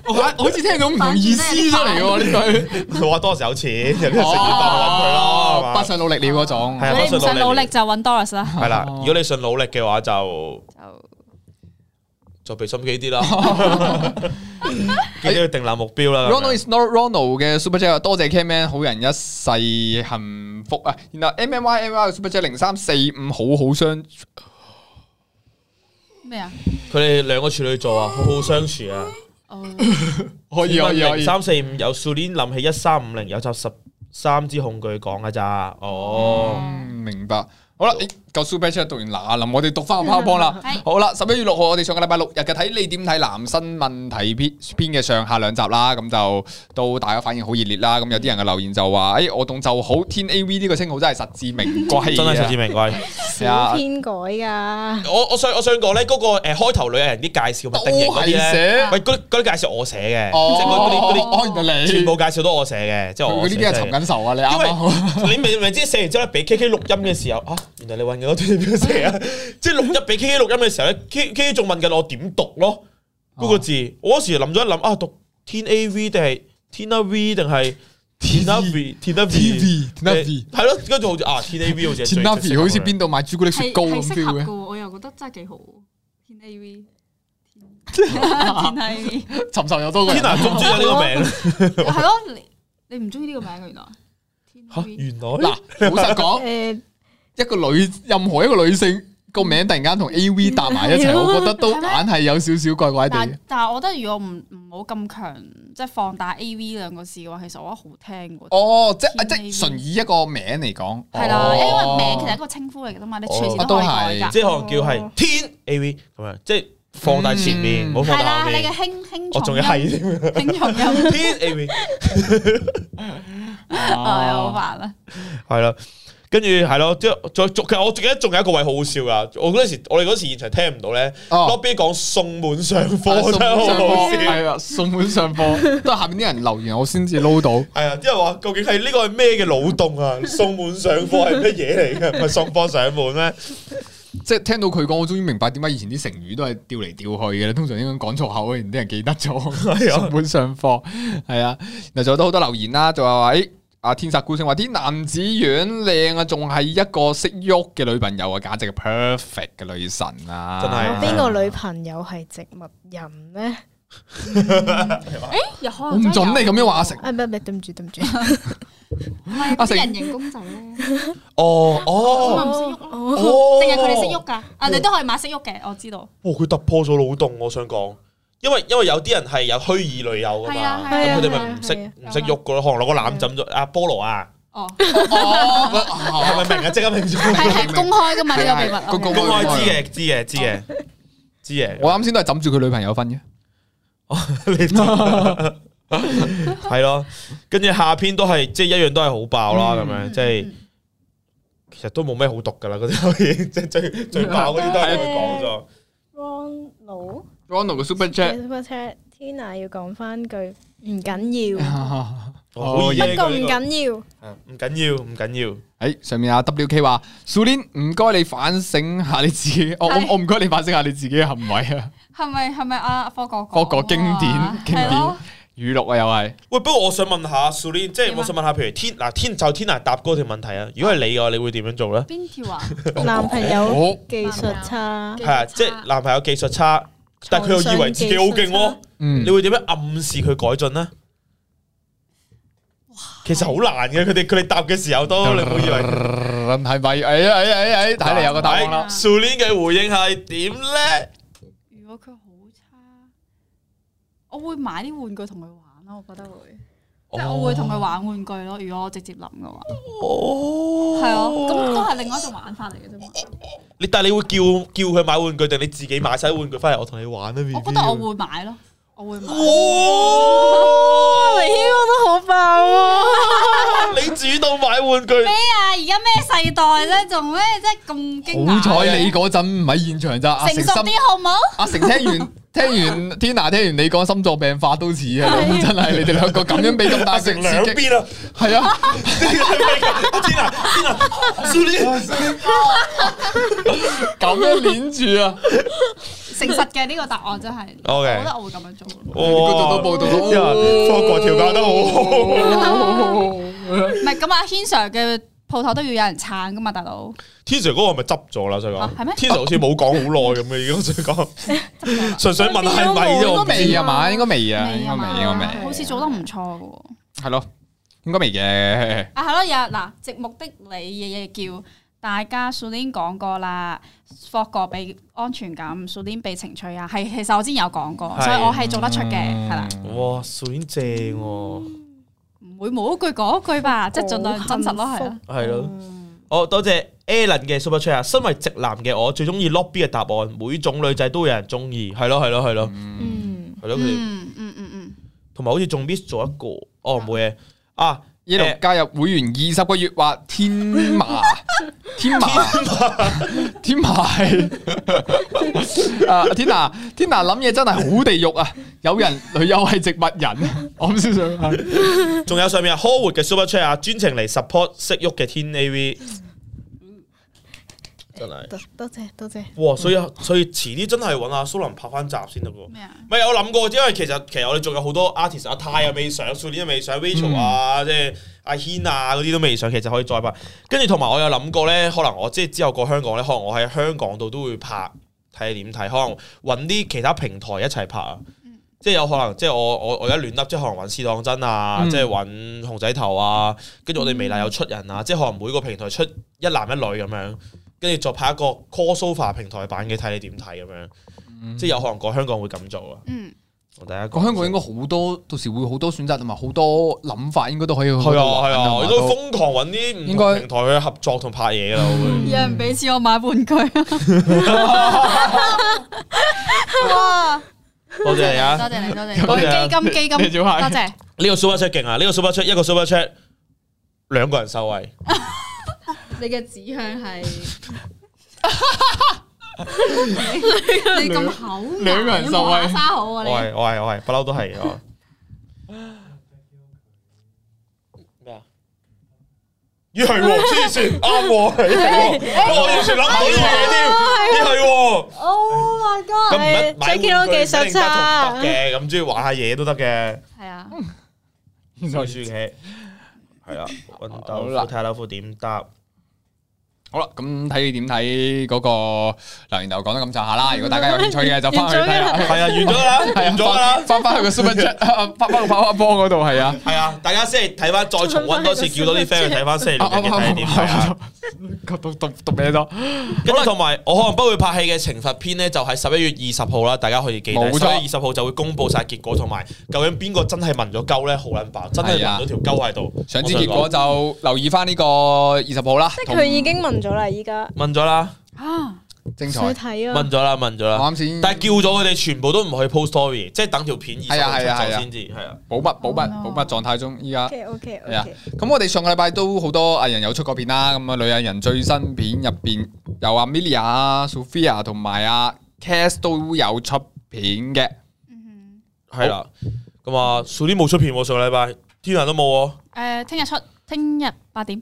[SPEAKER 3] 個我好似聽到唔同意思出嚟喎呢句。
[SPEAKER 1] 佢話 Doris 有錢，有啲
[SPEAKER 3] 哦
[SPEAKER 1] 人食完當揾佢 咯，係嘛
[SPEAKER 3] 不想努力了嗰種。
[SPEAKER 1] 係啊
[SPEAKER 4] 你唔想努力就揾 Doris 啦，
[SPEAKER 1] 系啦，
[SPEAKER 3] 哦
[SPEAKER 1] 如果你想努力嘅話，就
[SPEAKER 4] 就
[SPEAKER 1] 就俾心機啲啦， 記得要定立目標啦。咁
[SPEAKER 3] Ronald
[SPEAKER 1] 樣
[SPEAKER 3] is not Ronald 嘅 Super Chat 話多謝 Camman 好人一世幸福啊！然後 M M Y M Y 嘅 Super Chat 零三四五好好相
[SPEAKER 4] 咩啊？
[SPEAKER 1] 佢哋兩個處女座啊，好好相處啊。
[SPEAKER 4] 哦，
[SPEAKER 3] 可以可以啊可以。
[SPEAKER 1] 三四五有少年諗起一三五零有集十三支恐懼講噶咋？哦，
[SPEAKER 3] 嗯，明白。好啦，你夠 super chat 讀完嗱林，我哋讀翻個 PowerPoint 啦。好啦，十一月六號，我哋上個禮拜六日嘅睇你點睇男生問題篇篇嘅上下兩集啦，咁就到大家反應好熱烈啦。咁有啲人嘅留言就話：，誒、我動就好，天 A V 呢個稱號真係實至名歸啊，
[SPEAKER 1] 真係實至名歸。
[SPEAKER 3] 係啊
[SPEAKER 2] 小編改 㗎，
[SPEAKER 1] 我我想我想講咧，嗰個誒開頭女人啲介紹咪定型嗰啲
[SPEAKER 3] 哦都係
[SPEAKER 1] 咧，
[SPEAKER 3] 寫
[SPEAKER 1] 喂嗰啲嗰啲介紹我寫嘅，
[SPEAKER 3] 哦
[SPEAKER 1] 即係嗰啲嗰
[SPEAKER 3] 哦原來你
[SPEAKER 1] 啲全部介紹都我寫嘅，即係我
[SPEAKER 3] 佢嗰
[SPEAKER 1] 寫
[SPEAKER 3] 啲啲係
[SPEAKER 1] 即係
[SPEAKER 3] 尋緊仇啊！你啱
[SPEAKER 1] 因為
[SPEAKER 3] 啱好
[SPEAKER 1] 你明明知寫完之後咧，俾 K K 錄音嘅時候啊，原來你揾緊嗰段點寫啊？ 即係錄一俾 K K 錄音嘅時候咧，K K K 仲問緊我點讀咯嗰個字。我嗰時諗咗一諗啊，讀天 A V 定係天 A V 定係天 A V 天 A
[SPEAKER 3] TV
[SPEAKER 1] 係咯，跟住好似啊天 A V 好似係最
[SPEAKER 3] t i n a v 好似邊度買朱古力雪
[SPEAKER 4] 係
[SPEAKER 3] 糕
[SPEAKER 4] 係
[SPEAKER 3] 咁
[SPEAKER 4] 適
[SPEAKER 3] feel
[SPEAKER 4] 合嘅
[SPEAKER 3] 嘅
[SPEAKER 4] 喎，，我又覺得真係幾好喎。天 A V，天 A V，
[SPEAKER 3] 尋仇又多過人
[SPEAKER 1] 天啊，中唔中意呢個名？
[SPEAKER 4] 係咯，你你唔中意呢個名嘅原來。天
[SPEAKER 1] 吓，
[SPEAKER 4] 蠍
[SPEAKER 1] 原來
[SPEAKER 3] 嗱，老實講，
[SPEAKER 2] 诶，
[SPEAKER 3] 一個女任何一個女性個名突然間同 A V
[SPEAKER 4] 嗯
[SPEAKER 3] 搭埋一齊，我覺得都硬係有少少怪怪地
[SPEAKER 4] 但。但係我覺得如果唔唔好咁強，即係放大 A V 兩個字嘅話，其實我覺得好聽喎。
[SPEAKER 3] 哦，即係
[SPEAKER 4] 天
[SPEAKER 3] 即
[SPEAKER 4] 氣
[SPEAKER 3] 係純以一個名嚟講，
[SPEAKER 4] 係啦，
[SPEAKER 3] 哦
[SPEAKER 4] 因為名其實係一個稱呼嚟嘅嘛，你隨時都可以改
[SPEAKER 3] 哦
[SPEAKER 4] 㗎。
[SPEAKER 1] 即係可能叫係天 A V 咁樣，即係放大前面，
[SPEAKER 3] 嗯
[SPEAKER 1] 唔好放
[SPEAKER 4] 係
[SPEAKER 1] 大
[SPEAKER 4] 啦，
[SPEAKER 1] 後
[SPEAKER 4] 你嘅
[SPEAKER 1] 面。
[SPEAKER 4] 輕輕
[SPEAKER 1] 我仲要
[SPEAKER 4] 重
[SPEAKER 1] 係
[SPEAKER 4] 音，
[SPEAKER 1] 添，
[SPEAKER 4] 輕重 音，
[SPEAKER 1] 天 A V
[SPEAKER 3] 哦
[SPEAKER 4] 哎好煩啊！
[SPEAKER 1] 係啦。跟住係咯，即係再仲其實我記得仲有一個位好好笑噶，我嗰陣時我哋嗰時現場聽唔到咧
[SPEAKER 3] 哦。
[SPEAKER 1] ，lobby 講送滿上
[SPEAKER 3] 啊
[SPEAKER 1] 課
[SPEAKER 3] 送
[SPEAKER 1] 真係
[SPEAKER 3] 本上
[SPEAKER 1] 好好
[SPEAKER 3] 課
[SPEAKER 1] 笑。
[SPEAKER 3] 係啊，送本上 課都係下面啲人留言，我先至撈到。
[SPEAKER 1] 係啊，即係話究竟係呢個係咩嘅腦洞啊？送滿上課係乜嘢嚟嘅？唔係送課上門咩？
[SPEAKER 3] 即係聽到佢講，我終於明白點解以前啲成語都係調嚟調去嘅通常應該講錯口，然後啲人記得咗，
[SPEAKER 1] 啊
[SPEAKER 3] 成本上課係啊。然後仲有都好多留言啦，就話話誒阿天煞孤星話啲男子樣靚啊，仲係一個識喐嘅女朋友啊，簡直係 perfect 嘅女神啊！
[SPEAKER 1] 真係
[SPEAKER 2] 邊個女朋友係植物人咧？
[SPEAKER 4] 又可
[SPEAKER 3] 我唔準你咁樣話阿成，
[SPEAKER 2] 啊，唔係唔係，對唔住 對唔住，
[SPEAKER 4] 係
[SPEAKER 3] 阿成
[SPEAKER 4] 啲人形公仔咧，
[SPEAKER 1] 哦
[SPEAKER 4] 咁啊
[SPEAKER 1] 哦
[SPEAKER 4] 唔識喐咯，
[SPEAKER 1] 哦，
[SPEAKER 4] 定係佢哋識喐㗎？啊，你都可以買識喐嘅，我知道。
[SPEAKER 1] 哇！佢突破咗腦洞，我想講，因為因為有啲人係有虛擬女友噶
[SPEAKER 4] 係
[SPEAKER 1] 嘛
[SPEAKER 4] 啊，
[SPEAKER 1] 咁
[SPEAKER 2] 係啊
[SPEAKER 1] 佢哋
[SPEAKER 2] 係
[SPEAKER 1] 咪
[SPEAKER 2] 啊
[SPEAKER 1] 唔識
[SPEAKER 2] 係啊
[SPEAKER 1] 唔識喐噶咯，可能攞個攬枕咗阿菠蘿啊，
[SPEAKER 4] 哦，
[SPEAKER 3] 哦，
[SPEAKER 1] 係咪明啊？即刻明咗，
[SPEAKER 4] 係係公開㗎嘛呢個秘密哦
[SPEAKER 3] 公公
[SPEAKER 4] ，OK。
[SPEAKER 1] 咁我知 嘅，知嘅，知嘅，知 嘅，
[SPEAKER 3] 我啱先都係枕住佢女朋友瞓嘅。
[SPEAKER 1] 你知係咯。跟住下篇都係即係一樣都係好爆啦，咁樣即係其實都冇咩好讀噶啦，嗰啲 都已經即係最最爆嗰啲都係佢講咗。
[SPEAKER 2] Ron 佬
[SPEAKER 3] Ronald 嘅 Super Chat，
[SPEAKER 2] Super Chat Tina 要講翻句唔緊要，
[SPEAKER 1] 哇好
[SPEAKER 3] 哦
[SPEAKER 1] 嘢
[SPEAKER 2] 不過
[SPEAKER 1] 佢
[SPEAKER 2] 唔
[SPEAKER 1] 呢個
[SPEAKER 2] 緊要。
[SPEAKER 1] 啊唔緊要，唔緊要。
[SPEAKER 3] 喺上面啊，WK 話 s u l i n 唔該你反省下你自己，我
[SPEAKER 4] 係
[SPEAKER 3] 我我唔該你反省下你自己嘅行為啊，
[SPEAKER 4] 係咪係咪阿科哥講啊？
[SPEAKER 3] 嗰個經典經
[SPEAKER 4] 係咯
[SPEAKER 3] 典語錄啊又係，
[SPEAKER 1] 喂，不過我想問下 s u l i n 即係
[SPEAKER 4] 點啊
[SPEAKER 1] 我想問下，譬如天嗱天就天啊答嗰條問題啊，如果係你嘅
[SPEAKER 4] 哦
[SPEAKER 1] 話，你會點樣做咧？
[SPEAKER 4] 邊條啊？
[SPEAKER 2] 男朋友
[SPEAKER 3] 好，
[SPEAKER 2] 技術差，
[SPEAKER 1] 係啊，即係男朋友技術差，但係佢又以為自己好勁喎，
[SPEAKER 3] 嗯
[SPEAKER 1] 你，會點樣暗示佢改進呢？其實好難嘅，佢哋佢哋答嘅時候都 你唔好以為。
[SPEAKER 3] 係咪？哎呀哎呀哎呀哎呀，睇嚟有個答案啦，
[SPEAKER 1] s u l i n 嘅回應係點咧？
[SPEAKER 4] 如果佢好差，我會買啲玩具同佢玩咯，我覺得會。
[SPEAKER 3] 哦
[SPEAKER 4] 即係我會同佢玩玩具咯，如果我直接諗嘅話，
[SPEAKER 1] 哦
[SPEAKER 4] 係啊，咁都係另外一種玩法嚟嘅啫嘛。
[SPEAKER 1] 你但係你會叫叫佢買玩具，定你自己買晒啲玩具翻嚟，我同你玩啊
[SPEAKER 4] 我覺得我會買咯，我會買。
[SPEAKER 3] 哦
[SPEAKER 1] 哇！
[SPEAKER 2] 我都好爆啊！
[SPEAKER 1] 你主動買玩具，
[SPEAKER 4] 咩啊？而家咩世代咧？仲咩即係咁驚訝？
[SPEAKER 3] 好彩你嗰陣唔喺現場咋，阿成
[SPEAKER 4] 成熟
[SPEAKER 3] 心
[SPEAKER 4] 啲好唔好？
[SPEAKER 3] 阿成聽完聽完 Tina 聽完你講心臟病發都似啊，真係你哋兩個咁樣俾咁大
[SPEAKER 1] 阿
[SPEAKER 3] 嘅刺
[SPEAKER 1] 成兩
[SPEAKER 3] 激，
[SPEAKER 1] 邊啊！
[SPEAKER 3] 係啊，
[SPEAKER 1] 天啊天啊 s u l i n
[SPEAKER 3] 咁樣鏈住啊，
[SPEAKER 4] 誠實嘅呢個答 案真係，
[SPEAKER 1] OK
[SPEAKER 4] 我覺得我會咁樣做咯。
[SPEAKER 1] 哦
[SPEAKER 3] 嗰度都報道到，
[SPEAKER 1] 因
[SPEAKER 3] 哦
[SPEAKER 1] 為科國調 教得好好。
[SPEAKER 4] 唔係咁阿軒 Sir 嘅鋪頭都要有人撐噶嘛，大 佬。
[SPEAKER 1] 天 Sir 嗰個係咪執咗啦？想
[SPEAKER 4] 啊係
[SPEAKER 1] 講
[SPEAKER 4] 咩
[SPEAKER 1] 天 Sir 好似冇講好耐咁嘅，已經想 講，純粹問係咪啫，
[SPEAKER 3] 應
[SPEAKER 1] 我
[SPEAKER 3] 該
[SPEAKER 1] 唔知
[SPEAKER 3] 未啊嘛，應該未啊，應
[SPEAKER 4] 未
[SPEAKER 3] 該
[SPEAKER 4] 啊嘛
[SPEAKER 3] 未，應該未。
[SPEAKER 4] 好似做得唔錯嘅喎。
[SPEAKER 3] 系咯，應該未嘅。
[SPEAKER 4] 啊，係咯，有嗱，直目的你日日叫大家 s u l i n 講過啦，霍過俾安全感 s u l i n 俾情趣啊，係其實我之前有講過，
[SPEAKER 1] 係
[SPEAKER 4] 所以我係做得出嘅，
[SPEAKER 3] 嗯
[SPEAKER 4] 係啦，
[SPEAKER 1] 哇，水正喎，
[SPEAKER 4] 唔會冇一句講一句吧，即係盡量真實咯，係啊。
[SPEAKER 1] 係咯。哦，多謝 Alan 嘅 Super Chat 啊！身為直男嘅我，最中意 Lobby 嘅答案，每種女仔都有人中意，係咯係咯係咯
[SPEAKER 2] 嗯，
[SPEAKER 1] 係咯，佢哋
[SPEAKER 4] 嗯嗯嗯嗯，
[SPEAKER 1] 同埋好似仲 miss 咗一個，哦冇嘢啊！
[SPEAKER 3] 一路
[SPEAKER 1] 誒
[SPEAKER 3] 加入會員二十個月，話天 麻，天麻，天麻 係啊！天娜，天娜諗嘢真係好地獄啊！有人佢又係植物人， 我唔相信啊。
[SPEAKER 1] 仲有上面啊，呵活嘅 Super Chat 啊，專程嚟 support 識喐嘅天 A V，真係
[SPEAKER 2] 多多謝多謝，
[SPEAKER 1] 哇！所以啊所以遲啲真係揾阿蘇林拍翻集先得喎。
[SPEAKER 4] 咩啊？
[SPEAKER 1] 唔係有諗過，因為其實其實我哋仲有好多 artist 阿泰啊未上，少年啊未上，Rachel 啊，即係阿軒啊嗰啲都未上，其實可以再拍。跟住同埋我有諗過咧，可能我即係之後過香港咧，可能我喺香港度都會拍，睇你點睇，可能揾啲其他平台一齊拍啊。即係有可能，即係我我我而家亂笠，即係可能揾試當真啊，
[SPEAKER 3] 嗯
[SPEAKER 1] 即係揾熊仔頭啊，跟住我哋微辣有出人啊，即係可能每個平台出一男一女咁樣，跟住再拍一個 crossover 平台版嘅，睇你點睇咁樣，即係有可能講香港會咁做啊。
[SPEAKER 4] 嗯，
[SPEAKER 1] 同大家
[SPEAKER 3] 嗯個
[SPEAKER 1] 講
[SPEAKER 3] 香港應該好多，到時會好多選擇同埋好多諗法，應該都可以去
[SPEAKER 1] 係啊係
[SPEAKER 3] 玩
[SPEAKER 1] 啊，
[SPEAKER 3] 嘛
[SPEAKER 1] 我都瘋狂揾啲唔同
[SPEAKER 3] 應該
[SPEAKER 1] 平台去合作同拍嘢㗎啦，我會
[SPEAKER 5] 有人俾錢我買玩具，哇！
[SPEAKER 1] 多謝你啊！
[SPEAKER 4] 多謝你，多謝
[SPEAKER 1] 多謝啊
[SPEAKER 4] 你，基金基金，
[SPEAKER 3] 你小
[SPEAKER 4] 多
[SPEAKER 3] 孩
[SPEAKER 4] 謝。
[SPEAKER 1] 呢個 super chat 勁啊！呢個 super chat 一個 super chat 兩個人受惠，
[SPEAKER 5] 你嘅指向係你咁厚，
[SPEAKER 3] 兩個人受惠
[SPEAKER 5] 你冇沙好
[SPEAKER 1] 我
[SPEAKER 5] 啊！你
[SPEAKER 1] 係我係我係不嬲都係我。咩啊？咦係喎，黐線啱喎，係喎我完全諗唔到呢樣嘢添，咦係喎，
[SPEAKER 5] ，Oh my
[SPEAKER 1] 咁
[SPEAKER 5] god！
[SPEAKER 1] 唔
[SPEAKER 2] 係
[SPEAKER 1] 一買
[SPEAKER 2] Jacky Lou
[SPEAKER 1] 玩
[SPEAKER 2] 技術
[SPEAKER 1] 具一定得
[SPEAKER 2] 差
[SPEAKER 1] 同唔得嘅，咁中意玩下嘢都得嘅。
[SPEAKER 5] 係啊，
[SPEAKER 4] 嗯
[SPEAKER 1] 唔舒舒嘅，係啦，運豆
[SPEAKER 3] 好
[SPEAKER 1] 腐
[SPEAKER 3] 啦
[SPEAKER 1] 睇豆腐點答？
[SPEAKER 3] 好啦，咁睇你點睇嗰個留言就講得咁上下啦。如果大家有興趣嘅，就翻去睇啦。
[SPEAKER 1] 係啊，完咗啦，完咗啦。
[SPEAKER 3] 翻翻去個 super chat，翻啊翻個跑花波嗰度係啊。
[SPEAKER 1] 係啊，大家先嚟睇翻，再重温多次，叫多啲 friend 去睇翻星期六日嘅睇點睇啊。
[SPEAKER 3] 讀讀讀讀咩多？
[SPEAKER 1] 跟住同埋我可能不會拍戲嘅懲罰篇呢，就喺十一月二十號啦，大家可以記低。
[SPEAKER 3] 冇
[SPEAKER 1] 十
[SPEAKER 3] 錯
[SPEAKER 1] 一月二十號就會公佈晒結果，同埋究竟邊個真係問咗鳩呢？好撚爆，真係
[SPEAKER 3] 係啊
[SPEAKER 1] 問咗條鳩喺度。
[SPEAKER 3] 想知結果就留意翻呢個二十號啦。
[SPEAKER 2] 即係佢已經問咗啦，依家
[SPEAKER 1] 問咗啦，
[SPEAKER 4] 啊，
[SPEAKER 3] 精
[SPEAKER 2] 想
[SPEAKER 3] 彩。
[SPEAKER 2] 睇啊
[SPEAKER 1] 問！咗啦，問咗
[SPEAKER 3] 我
[SPEAKER 1] 啦。
[SPEAKER 3] 啱先，
[SPEAKER 1] 但係叫咗佢哋全部都唔去 post story，即係等條片二
[SPEAKER 3] 係
[SPEAKER 1] 十
[SPEAKER 3] 啊
[SPEAKER 1] 號出
[SPEAKER 3] 係啊係
[SPEAKER 1] 咗
[SPEAKER 3] 啊
[SPEAKER 1] 先至，係啊。
[SPEAKER 3] 保密保密
[SPEAKER 4] Oh no
[SPEAKER 3] 保密狀態中，依家。
[SPEAKER 2] OK OK
[SPEAKER 3] 係啊
[SPEAKER 2] OK，
[SPEAKER 3] 咁我哋上個禮拜都好多藝人有出過片啦，咁啊女藝人最新片入邊有阿 Milia 啊、Sophia 同埋阿 Cass 都有出片嘅，
[SPEAKER 4] 嗯
[SPEAKER 1] 係啦，咁啊 s u 冇出片喎，上個禮拜天下都冇喎。
[SPEAKER 4] 哼，誒，聽日出，聽日八點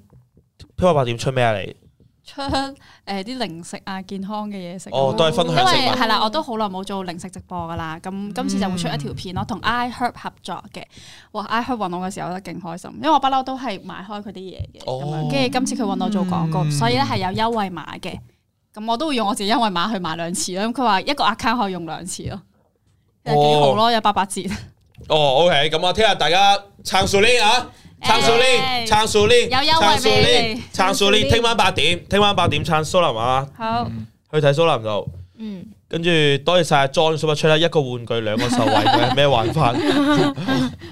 [SPEAKER 1] 聽日八點出咩啊？你
[SPEAKER 4] 出誒啲零食啊，健康嘅嘢食。
[SPEAKER 1] 哦，都係分
[SPEAKER 4] 因
[SPEAKER 1] 享食
[SPEAKER 4] 為
[SPEAKER 1] 物。
[SPEAKER 4] 係啦，我都好耐冇做零食直播噶啦，咁今次就會出一條片咯，同 iHerb 合作嘅。哇，iHerb 揾我嘅時候咧，勁開心，因為我不嬲都係買開佢啲嘢嘅，咁
[SPEAKER 1] 哦
[SPEAKER 4] 樣跟住今次佢揾我做廣告，
[SPEAKER 3] 嗯
[SPEAKER 4] 所以咧係有優惠碼嘅。咁我都會用我自己優惠碼去買兩次啦。咁佢話一個 account 可以用兩次咯，又幾好咯，有八八折。
[SPEAKER 1] 哦，OK，咁我聽日大家撐數呢啊， 撐數呢，
[SPEAKER 4] 誒
[SPEAKER 1] 撐數呢，
[SPEAKER 4] 哎有優惠俾你
[SPEAKER 1] 撐數呢，撐數呢，
[SPEAKER 2] 撐數呢
[SPEAKER 1] 聽晚八點，聽晚八點撐蘇林啊，
[SPEAKER 4] 好，
[SPEAKER 1] 去睇蘇林就，
[SPEAKER 2] 嗯，
[SPEAKER 1] 跟住多謝晒阿 John Super Chat 啦，一個玩具兩個受惠，佢 係咩玩法？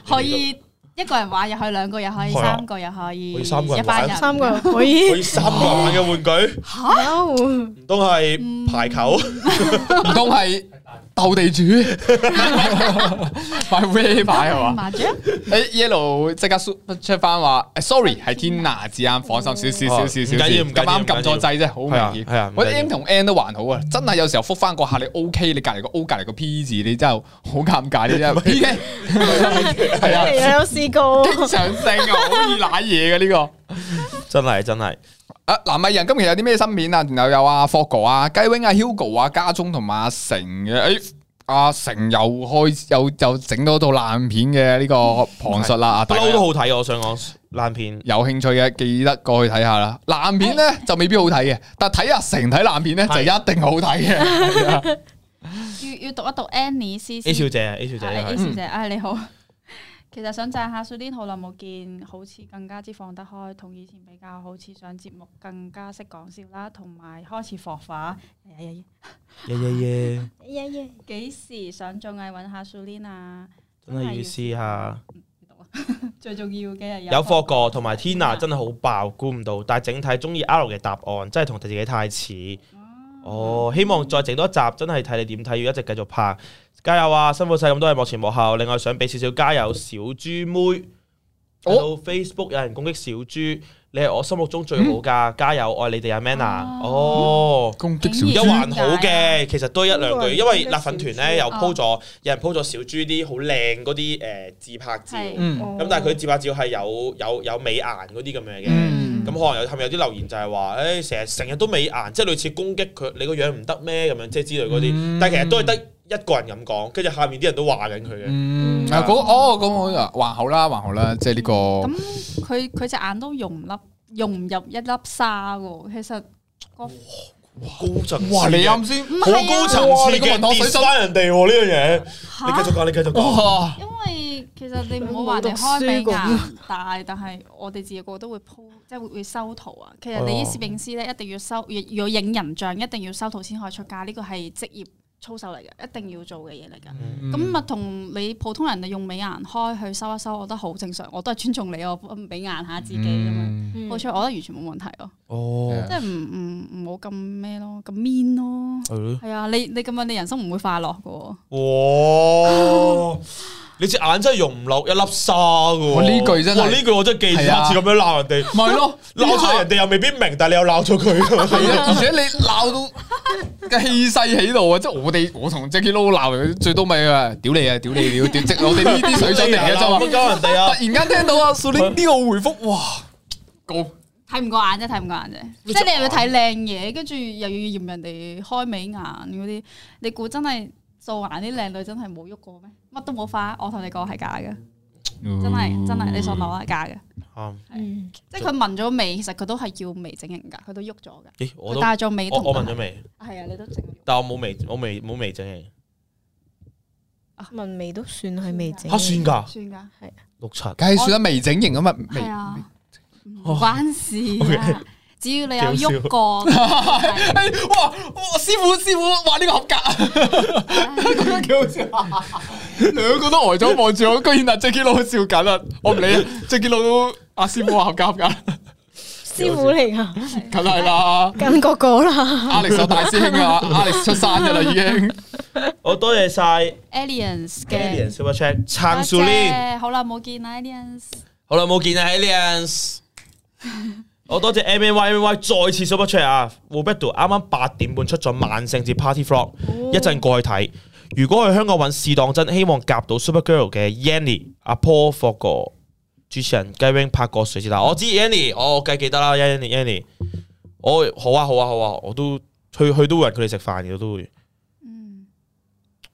[SPEAKER 4] 可以一個人玩又可以兩個，又可以
[SPEAKER 1] 係啊
[SPEAKER 4] 三個，又可以
[SPEAKER 1] 可以三個人
[SPEAKER 4] 一班
[SPEAKER 1] 玩
[SPEAKER 4] 人。
[SPEAKER 2] 三個人可
[SPEAKER 1] 可
[SPEAKER 2] 以
[SPEAKER 1] 以 三個人玩嘅玩具，
[SPEAKER 2] 有
[SPEAKER 1] 唔通
[SPEAKER 4] 嗯
[SPEAKER 1] 係排球？
[SPEAKER 3] 唔通係鬥地主 買 V 牌係嘛？
[SPEAKER 4] 麻雀
[SPEAKER 3] 誒 Yellow 即刻 check 翻話誒，sorry 係天娜字啱，放心少少
[SPEAKER 1] 哦
[SPEAKER 3] 少少少，
[SPEAKER 1] 唔緊要唔
[SPEAKER 3] 咁
[SPEAKER 1] 緊要
[SPEAKER 3] 啱撳咗掣啫，好明顯
[SPEAKER 1] 係啊係啊唔緊要
[SPEAKER 3] 我 M 同 N 都還好啊，真係有時候覆翻嗰下你 O K，你隔離個 O 隔離個 P 字，你真係好尷尬，你真係 P K 係啊。
[SPEAKER 2] 有 試過，
[SPEAKER 3] 經常性啊，好易濑嘢嘅呢個。
[SPEAKER 1] 真係真係，
[SPEAKER 3] 啊，男藝人今期有啲咩新片啊？然後有啊 f o g 啊、雞 wing 啊、Hugo 啊、家中同埋阿成嘅。诶、阿成又開又又整到套爛片嘅呢個旁述啦。啊，
[SPEAKER 1] 不
[SPEAKER 3] 大家
[SPEAKER 1] 嬲都好睇，我想講爛片。
[SPEAKER 3] 有興趣嘅記得過去睇下啦。爛片咧就未必好睇嘅，但睇阿成睇爛片咧就
[SPEAKER 1] 係
[SPEAKER 3] 一定好睇嘅。
[SPEAKER 4] 要要讀一讀 Annie 先
[SPEAKER 1] A
[SPEAKER 4] 先。
[SPEAKER 1] 小姐啊，A 小姐
[SPEAKER 4] 啊
[SPEAKER 1] 係
[SPEAKER 4] A 小姐，唉你好。 其實想讚下 s u l i n 好耐冇見，好似更加之放得開，同以前比較，好似上節目更加識講笑啦，同埋開始火化。哎呀呀
[SPEAKER 1] 耶耶耶，
[SPEAKER 4] 呀幾時想綜藝揾下 s u l i n 啊？
[SPEAKER 1] 真係要試下。
[SPEAKER 4] 最重要嘅係
[SPEAKER 1] 有
[SPEAKER 4] 課
[SPEAKER 1] 貨過，同埋 Tina 真係好爆，估唔到。但係整體中意 R 嘅答案，真係同自己太似。哦，希望再整多一集，真係睇你點睇，要一直繼續拍，加油啊！辛苦晒咁多位幕前幕後。另外想俾少少加油，小豬妹。
[SPEAKER 3] 哦
[SPEAKER 1] 睇到 Facebook 有人攻擊小豬，你係我心目中最好㗎，加油！愛你哋啊，Manna。哦。
[SPEAKER 3] 攻
[SPEAKER 4] 擊
[SPEAKER 3] 擊
[SPEAKER 4] 小
[SPEAKER 1] 一
[SPEAKER 3] 小
[SPEAKER 4] 豬點解啊
[SPEAKER 1] 還好嘅，其實都一兩句，因為辣粉團咧又
[SPEAKER 4] 哦
[SPEAKER 1] po 咗，有人 po 咗小豬啲好靚嗰啲誒自拍照，
[SPEAKER 4] 係
[SPEAKER 3] 嗯
[SPEAKER 1] 咁但係佢自拍照係有有有美顏嗰啲咁樣嘅，咁、
[SPEAKER 3] 嗯
[SPEAKER 1] 可能有係咪有啲留言就係話，誒成日成日都美顏，即係類似攻擊佢你個樣唔得咩咁樣，即係之類嗰啲。
[SPEAKER 3] 嗯
[SPEAKER 1] 但係其實都係得一個人咁講，跟住下面啲人都話緊佢嘅。
[SPEAKER 3] 嗯，啊嗰哦咁我啊還好啦，還好啦，即係呢個。
[SPEAKER 4] 咁佢佢隻眼都融唔粒，融唔入一粒沙喎。其實個
[SPEAKER 1] 高層次嘅
[SPEAKER 3] 哇！你啱先，
[SPEAKER 1] 好高層
[SPEAKER 3] 哇
[SPEAKER 1] 次
[SPEAKER 3] 你個
[SPEAKER 1] 嘅
[SPEAKER 3] 文學水
[SPEAKER 1] d
[SPEAKER 3] 手
[SPEAKER 1] e 人哋喎呢樣嘢。
[SPEAKER 3] 啊
[SPEAKER 1] 你繼續
[SPEAKER 4] 嚇
[SPEAKER 1] 講，你繼續講。
[SPEAKER 3] 哇！
[SPEAKER 4] 因為其實你唔好話人哋開
[SPEAKER 2] 冇讀
[SPEAKER 4] 比
[SPEAKER 2] 書
[SPEAKER 4] 較
[SPEAKER 2] 咁
[SPEAKER 4] 大，但係我哋自己個都會鋪，即係會會收圖啊。其實你啲攝影師咧，一定要收，要要影人像，一定要收圖先可以出街。呢個係職業操守嚟嘅，一定要做嘅嘢嚟㗎。
[SPEAKER 3] 嗯
[SPEAKER 4] 咁咪同你普通人哋用美顏開去收一收，我覺得好正常。我都係尊重你，我美顏下自己咁樣。
[SPEAKER 3] 嗯
[SPEAKER 2] 嗯
[SPEAKER 4] 冇錯，我覺得完全冇問題咯，
[SPEAKER 1] 哦
[SPEAKER 4] 即係唔唔唔好咁咩咯，咁 mean 咯。
[SPEAKER 3] 哦
[SPEAKER 1] 係咯。
[SPEAKER 4] 係啊，你你咁樣你人生唔會快樂噶喎。
[SPEAKER 1] 哇！你隻眼真係容唔落一粒沙噶。
[SPEAKER 3] 我呢句真係
[SPEAKER 1] 哇呢句我真係記住，
[SPEAKER 3] 係啊
[SPEAKER 1] 下次咁樣鬧人哋，
[SPEAKER 3] 咪係啊咯，
[SPEAKER 1] 鬧出嚟人哋又未必明，但係你又鬧咗佢。
[SPEAKER 3] 係啊，而且你鬧到嘅氣勢喺度啊！即係我哋，我同 Jackie Lou 鬧，最多咪啊，屌你啊，屌你，屌屌，即係我哋呢啲水準嚟嘅啫 嘛
[SPEAKER 1] 乜。鳩人哋
[SPEAKER 3] 突
[SPEAKER 1] 啊？
[SPEAKER 3] 然間聽到啊，蘇 玲呢個回覆，哇，高
[SPEAKER 4] 睇唔過眼啫，睇唔過眼啫，即係你又要睇靚嘢，跟住又要嫌人哋開美顏嗰啲，你估真係素顏啲靚女真係冇喐過咩？乜都冇化，我同你講係假嘅，
[SPEAKER 1] 嗯
[SPEAKER 3] 嗯
[SPEAKER 4] 真係真係，你信啊我啦，假嘅，
[SPEAKER 1] 啱
[SPEAKER 2] 嗯
[SPEAKER 4] 即係佢紋咗眉，其實佢都係要眉整形㗎，佢都喐咗㗎，
[SPEAKER 1] 咦，我
[SPEAKER 4] 佢
[SPEAKER 1] 都
[SPEAKER 4] 戴咗眉
[SPEAKER 1] 我
[SPEAKER 4] 同
[SPEAKER 1] 我問咗未？
[SPEAKER 4] 係啊，你都整咗
[SPEAKER 1] 但我冇微，我未冇微整嘅。
[SPEAKER 2] 紋眉都算係未整
[SPEAKER 1] 嚇算㗎，
[SPEAKER 4] 算㗎，
[SPEAKER 1] 六七。
[SPEAKER 3] 梗係算得微整形 啊嘛，微
[SPEAKER 4] 係啊，唔關 事啊，只要你有
[SPEAKER 1] 哦幾好笑
[SPEAKER 4] 喐 過，係
[SPEAKER 3] 哎哇哇，師傅師傅，哇呢個合格啊， 咁樣幾好笑啊，兩個都呆咗望住我，居然阿 Jackie 佬笑緊啊，我唔理啊，Jackie 佬阿師傅話合格合格，
[SPEAKER 2] 師傅嚟 噶，
[SPEAKER 3] 梗係啦
[SPEAKER 2] 跟哥哥啦，
[SPEAKER 3] ，Alex 有大師兄啊，Alex 出山噶啦已經，
[SPEAKER 1] 好多謝晒
[SPEAKER 4] aliens 嘅
[SPEAKER 1] Alien。Super Chat 撐
[SPEAKER 4] 多
[SPEAKER 1] Su Lin。
[SPEAKER 4] 謝好耐冇見啦，aliens。
[SPEAKER 1] 好耐冇見啦，Aliens！我多謝 M N Y M N Y 再次 super chat 啊 w o b e t o 啱啱八點半出咗萬聖節 party vlog，一陣過去睇。如果去香港揾試當真，希望夾到 Super Girl 嘅 Yanny 阿 Paul 霍個主持人雞 wing 拍過水之但我知 Yanny，我梗係記得啦，Yanny Yanny，我好啊好啊好啊，我都去去都會約佢哋食飯嘅都會，
[SPEAKER 4] 嗯，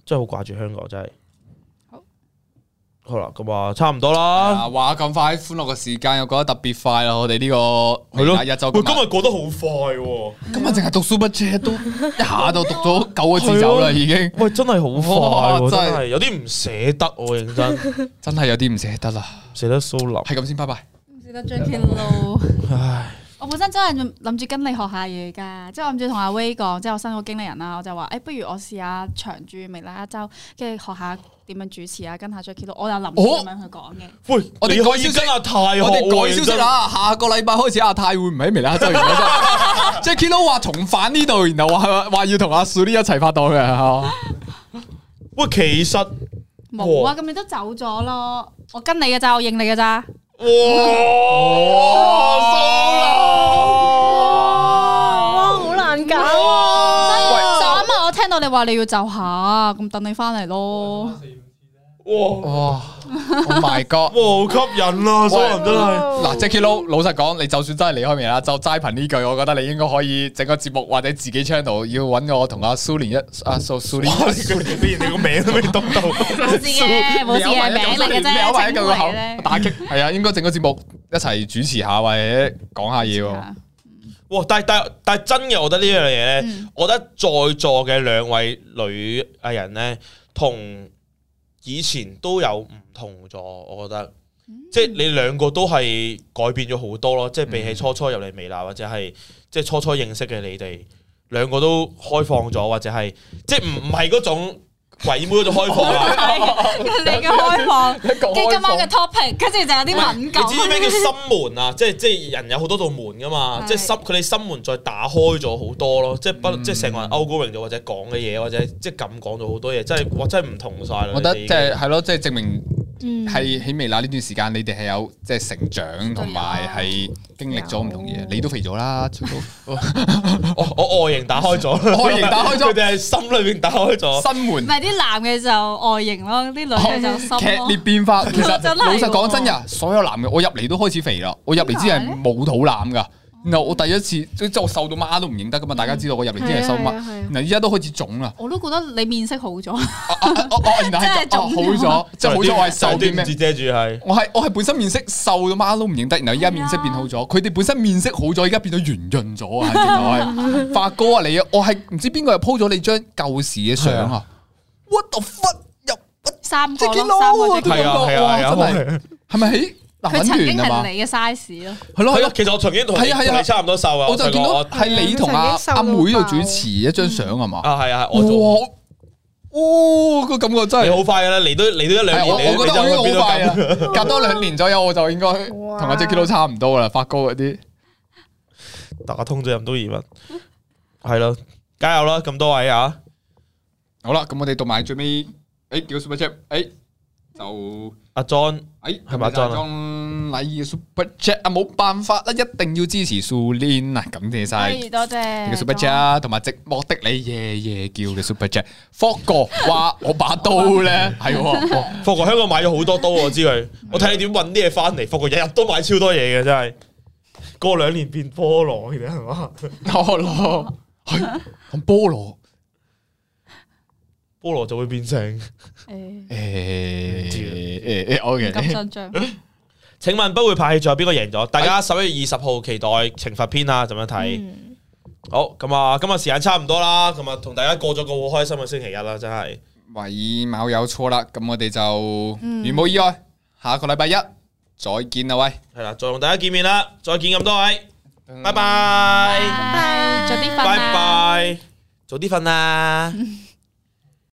[SPEAKER 1] 真係好掛住香港真係。
[SPEAKER 4] 好，
[SPEAKER 1] 好啦，咁啊，差唔多啦。
[SPEAKER 3] 啊哇咁快歡樂嘅時間又過得特別快啦，我哋呢個
[SPEAKER 1] 係咯，
[SPEAKER 3] 一周
[SPEAKER 1] 喂，今日過得好快喎、
[SPEAKER 3] 今日淨係讀 Super Chat 都一下就讀咗九個字走啦已經，
[SPEAKER 1] 喂，真係好快
[SPEAKER 3] 哇
[SPEAKER 1] 喎，真
[SPEAKER 3] 真係
[SPEAKER 1] 係有啲唔捨得喎，認 真唔
[SPEAKER 3] 真係有啲唔捨得啦，
[SPEAKER 1] 捨得蘇林，
[SPEAKER 3] 係咁先，拜拜。
[SPEAKER 4] 唔記得 Jackie Lou。
[SPEAKER 1] 唉，
[SPEAKER 4] 我本身真係諗住跟你學下嘢㗎，即係我諗住同阿威講，即係我新嗰個經理人啊啦，我就話誒、不如我試下長住微辣一周，跟住學下點樣主持啊，跟下 Jackie Lou。我有諗住
[SPEAKER 3] 哦
[SPEAKER 4] 咁樣去講嘅。
[SPEAKER 1] 喂，
[SPEAKER 3] 我哋
[SPEAKER 1] 你可
[SPEAKER 3] 改消
[SPEAKER 1] 以
[SPEAKER 3] 息
[SPEAKER 1] 跟阿泰學啊
[SPEAKER 3] 我哋
[SPEAKER 1] 喎
[SPEAKER 3] 改消息！
[SPEAKER 1] 認
[SPEAKER 3] 啦，下個禮拜開始阿泰會唔喺微辣周 完真。Jackie Lou 話重返呢度，然後話話要同阿 Suri 一齊拍檔啊嘅，係嘛
[SPEAKER 1] 真喂，其實
[SPEAKER 4] 冇
[SPEAKER 1] 哇
[SPEAKER 4] 啊，咁你都走咗咯，我跟你嘅咋，我應你嘅咋。
[SPEAKER 1] 哇，蘇林，
[SPEAKER 2] 哇，好難搞啊！
[SPEAKER 4] 就啱啱我聽到你話你要就下，咁等你翻嚟咯。
[SPEAKER 1] 哇，
[SPEAKER 3] 哇！Oh my god！
[SPEAKER 1] 哇，好吸引啊，蘇林真係，
[SPEAKER 3] 嗱，Jackie Lou 老實講，你就算真係離開微辣周，齋憑呢句，我覺得你應該可以整個節目或者自己 channel 要揾我同阿 Suri 一阿 Suri
[SPEAKER 1] 哇，你佢連你個名都未讀到，
[SPEAKER 4] 冇 事嘅，冇事嘅，名嚟嘅啫，
[SPEAKER 3] 有埋一嚿
[SPEAKER 4] 稱
[SPEAKER 3] 個
[SPEAKER 4] 呼
[SPEAKER 3] 口
[SPEAKER 4] 嚟咧。
[SPEAKER 3] 打擊，係啊，應該整個節目一齊主持下或者講下嘢
[SPEAKER 4] 啊
[SPEAKER 3] 喎。
[SPEAKER 1] 哇！但但但真嘅，我覺得呢樣嘢咧，我覺得在座嘅兩位女藝人咧，同以前都有唔同咗。我覺得，即係你兩個都係改變咗好多咯。即係比起初初入嚟微辣，或者係即係初初認識嘅你哋，兩個都開放咗，或者係即係唔唔係嗰種鬼妹嗰種開放啊。
[SPEAKER 4] 你嘅開放，
[SPEAKER 3] 一個
[SPEAKER 4] 跟住今晚嘅
[SPEAKER 3] 開
[SPEAKER 4] topic，跟住就有啲
[SPEAKER 1] 你
[SPEAKER 4] 敏
[SPEAKER 1] 知
[SPEAKER 4] 感
[SPEAKER 1] 唔。知咩叫心 門啊？即係即係人有好多道門噶嘛，
[SPEAKER 4] 係
[SPEAKER 1] 即係心佢哋心門再打開咗好多咯，即係不
[SPEAKER 3] 嗯
[SPEAKER 1] 即係成個人 outgoing 咗，或者講嘅嘢，或者即係咁講咗好多嘢，真係哇真係唔同晒啦！
[SPEAKER 3] 我覺得
[SPEAKER 1] 你哋已
[SPEAKER 3] 即
[SPEAKER 1] 經
[SPEAKER 3] 係係咯，即係證明
[SPEAKER 2] 嗯
[SPEAKER 3] 係喺微辣呢段時間，你哋係有即係成長同埋係經歷咗唔同嘢。你都肥咗啦，出到
[SPEAKER 1] 我我外形打開咗，
[SPEAKER 3] 外形打開 咗
[SPEAKER 1] 佢哋係心裏邊打開咗。
[SPEAKER 3] 新門哦
[SPEAKER 4] 唔係啲男嘅就外形咯，啲女嘅就心
[SPEAKER 3] 劇
[SPEAKER 4] 咯
[SPEAKER 3] 烈。變化。其實
[SPEAKER 4] 真係喎啊
[SPEAKER 3] 老實講真㗎，所有男嘅我入嚟都開始肥啦，我入嚟之係冇肚腩㗎。然後我第一次即係我瘦到媽都唔認得噶嘛，大家知道我入嚟之前係瘦
[SPEAKER 2] 係
[SPEAKER 3] 乜，
[SPEAKER 2] 啊係啊
[SPEAKER 3] 然後依家都開始腫啦，
[SPEAKER 4] 我都覺得你面色好 咗，
[SPEAKER 3] 啊啊啊啊然後係
[SPEAKER 4] 真係腫
[SPEAKER 3] 哦好咗，即係好咗我係瘦
[SPEAKER 1] 有
[SPEAKER 3] 啲
[SPEAKER 1] 唔
[SPEAKER 3] 咩？
[SPEAKER 1] 知遮住係。
[SPEAKER 3] 我係我係本身面色瘦到媽都唔認得，然後依家面色變好咗。佢哋本身面色好咗，依家變到圓潤咗啊！直頭係發哥啊你啊，我係唔知邊個係 po 咗你張舊時嘅相
[SPEAKER 1] 係
[SPEAKER 3] 啊！What the fuck 入
[SPEAKER 4] 三個
[SPEAKER 3] Jacky
[SPEAKER 4] 咯，三個
[SPEAKER 3] Lou 啊都
[SPEAKER 4] Jacky
[SPEAKER 3] 感
[SPEAKER 1] 係啊係
[SPEAKER 3] 覺
[SPEAKER 1] 啊係啊
[SPEAKER 3] 哇！真係係咪喺
[SPEAKER 4] 佢曾經
[SPEAKER 3] 林允團啊嘛
[SPEAKER 4] 係？你嘅 size 咯，
[SPEAKER 3] 係咯係
[SPEAKER 1] 係啊
[SPEAKER 3] 咯，，
[SPEAKER 1] 其實我曾經同你
[SPEAKER 3] 係啊係啊
[SPEAKER 1] 同你差唔多瘦啊，
[SPEAKER 3] 我就
[SPEAKER 1] 細個
[SPEAKER 3] 見
[SPEAKER 1] 我
[SPEAKER 3] 到係你同
[SPEAKER 2] 佢曾經
[SPEAKER 3] 阿
[SPEAKER 2] 瘦到
[SPEAKER 3] 阿
[SPEAKER 2] 爆
[SPEAKER 3] 妹度主持一張相係嘛？
[SPEAKER 1] 啊係啊，係我做
[SPEAKER 3] 哇！哇！個感覺
[SPEAKER 1] 你
[SPEAKER 3] 真係
[SPEAKER 1] 好快噶啦，嚟都嚟都一兩
[SPEAKER 3] 係
[SPEAKER 1] 年，
[SPEAKER 3] 我
[SPEAKER 1] 你
[SPEAKER 3] 我覺得我
[SPEAKER 1] 你
[SPEAKER 3] 已
[SPEAKER 1] 就
[SPEAKER 3] 經
[SPEAKER 1] 會
[SPEAKER 3] 好快啊
[SPEAKER 1] 變到咁。
[SPEAKER 3] 啦， 隔多兩年左右我就應該同阿 Jacky Lou 差唔多啦，發哥嗰啲。
[SPEAKER 1] 打通咗任督二脈，係咯，加油啦！咁多位啊，
[SPEAKER 3] 好啦，咁我哋讀埋最尾，诶、叫 Super Chat，诶、就
[SPEAKER 1] 阿 John
[SPEAKER 3] 诶
[SPEAKER 1] 係咪阿莊啊
[SPEAKER 3] 莊禮儀嘅 Super Chat 啊，冇辦法啦，一定要支持 Sulin 啊，感謝晒
[SPEAKER 4] 哎
[SPEAKER 3] 你
[SPEAKER 4] 多謝
[SPEAKER 3] 嘅 Super Chat 啊，同埋寂寞的你夜夜叫嘅 Super Chat。福哥話我把刀咧係喎，
[SPEAKER 1] 福哥香港買咗好多刀，我知佢。我睇你點運啲嘢翻嚟，福哥日日都買超多嘢嘅，真係。過兩年變菠蘿嘅係嘛？
[SPEAKER 3] 菠蘿係咁菠蘿
[SPEAKER 1] 菠蘿就會變成。
[SPEAKER 4] 誒
[SPEAKER 3] 诶
[SPEAKER 1] 知啊
[SPEAKER 3] 诶诶
[SPEAKER 4] 唔敢
[SPEAKER 3] ，OK，
[SPEAKER 4] 哎信張，
[SPEAKER 1] 請問不會派氣，仲有邊個贏咗？大家十一月二十號期待懲罰篇啊，咁樣睇。
[SPEAKER 2] 嗯
[SPEAKER 1] 好，咁啊，今日時間差唔多啦，咁啊，同大家過咗個好開心嘅星期一啦，真係。
[SPEAKER 3] 為卯有錯啦，咁我哋就
[SPEAKER 4] 嗯
[SPEAKER 3] 如冇意外，下個禮拜一再見啦，喂，
[SPEAKER 1] 係啦，再同大家見面啦，再見咁多位，拜拜，
[SPEAKER 4] 哎拜拜，早啲瞓
[SPEAKER 1] 拜
[SPEAKER 4] 啦。
[SPEAKER 1] 拜，早啲瞓啦。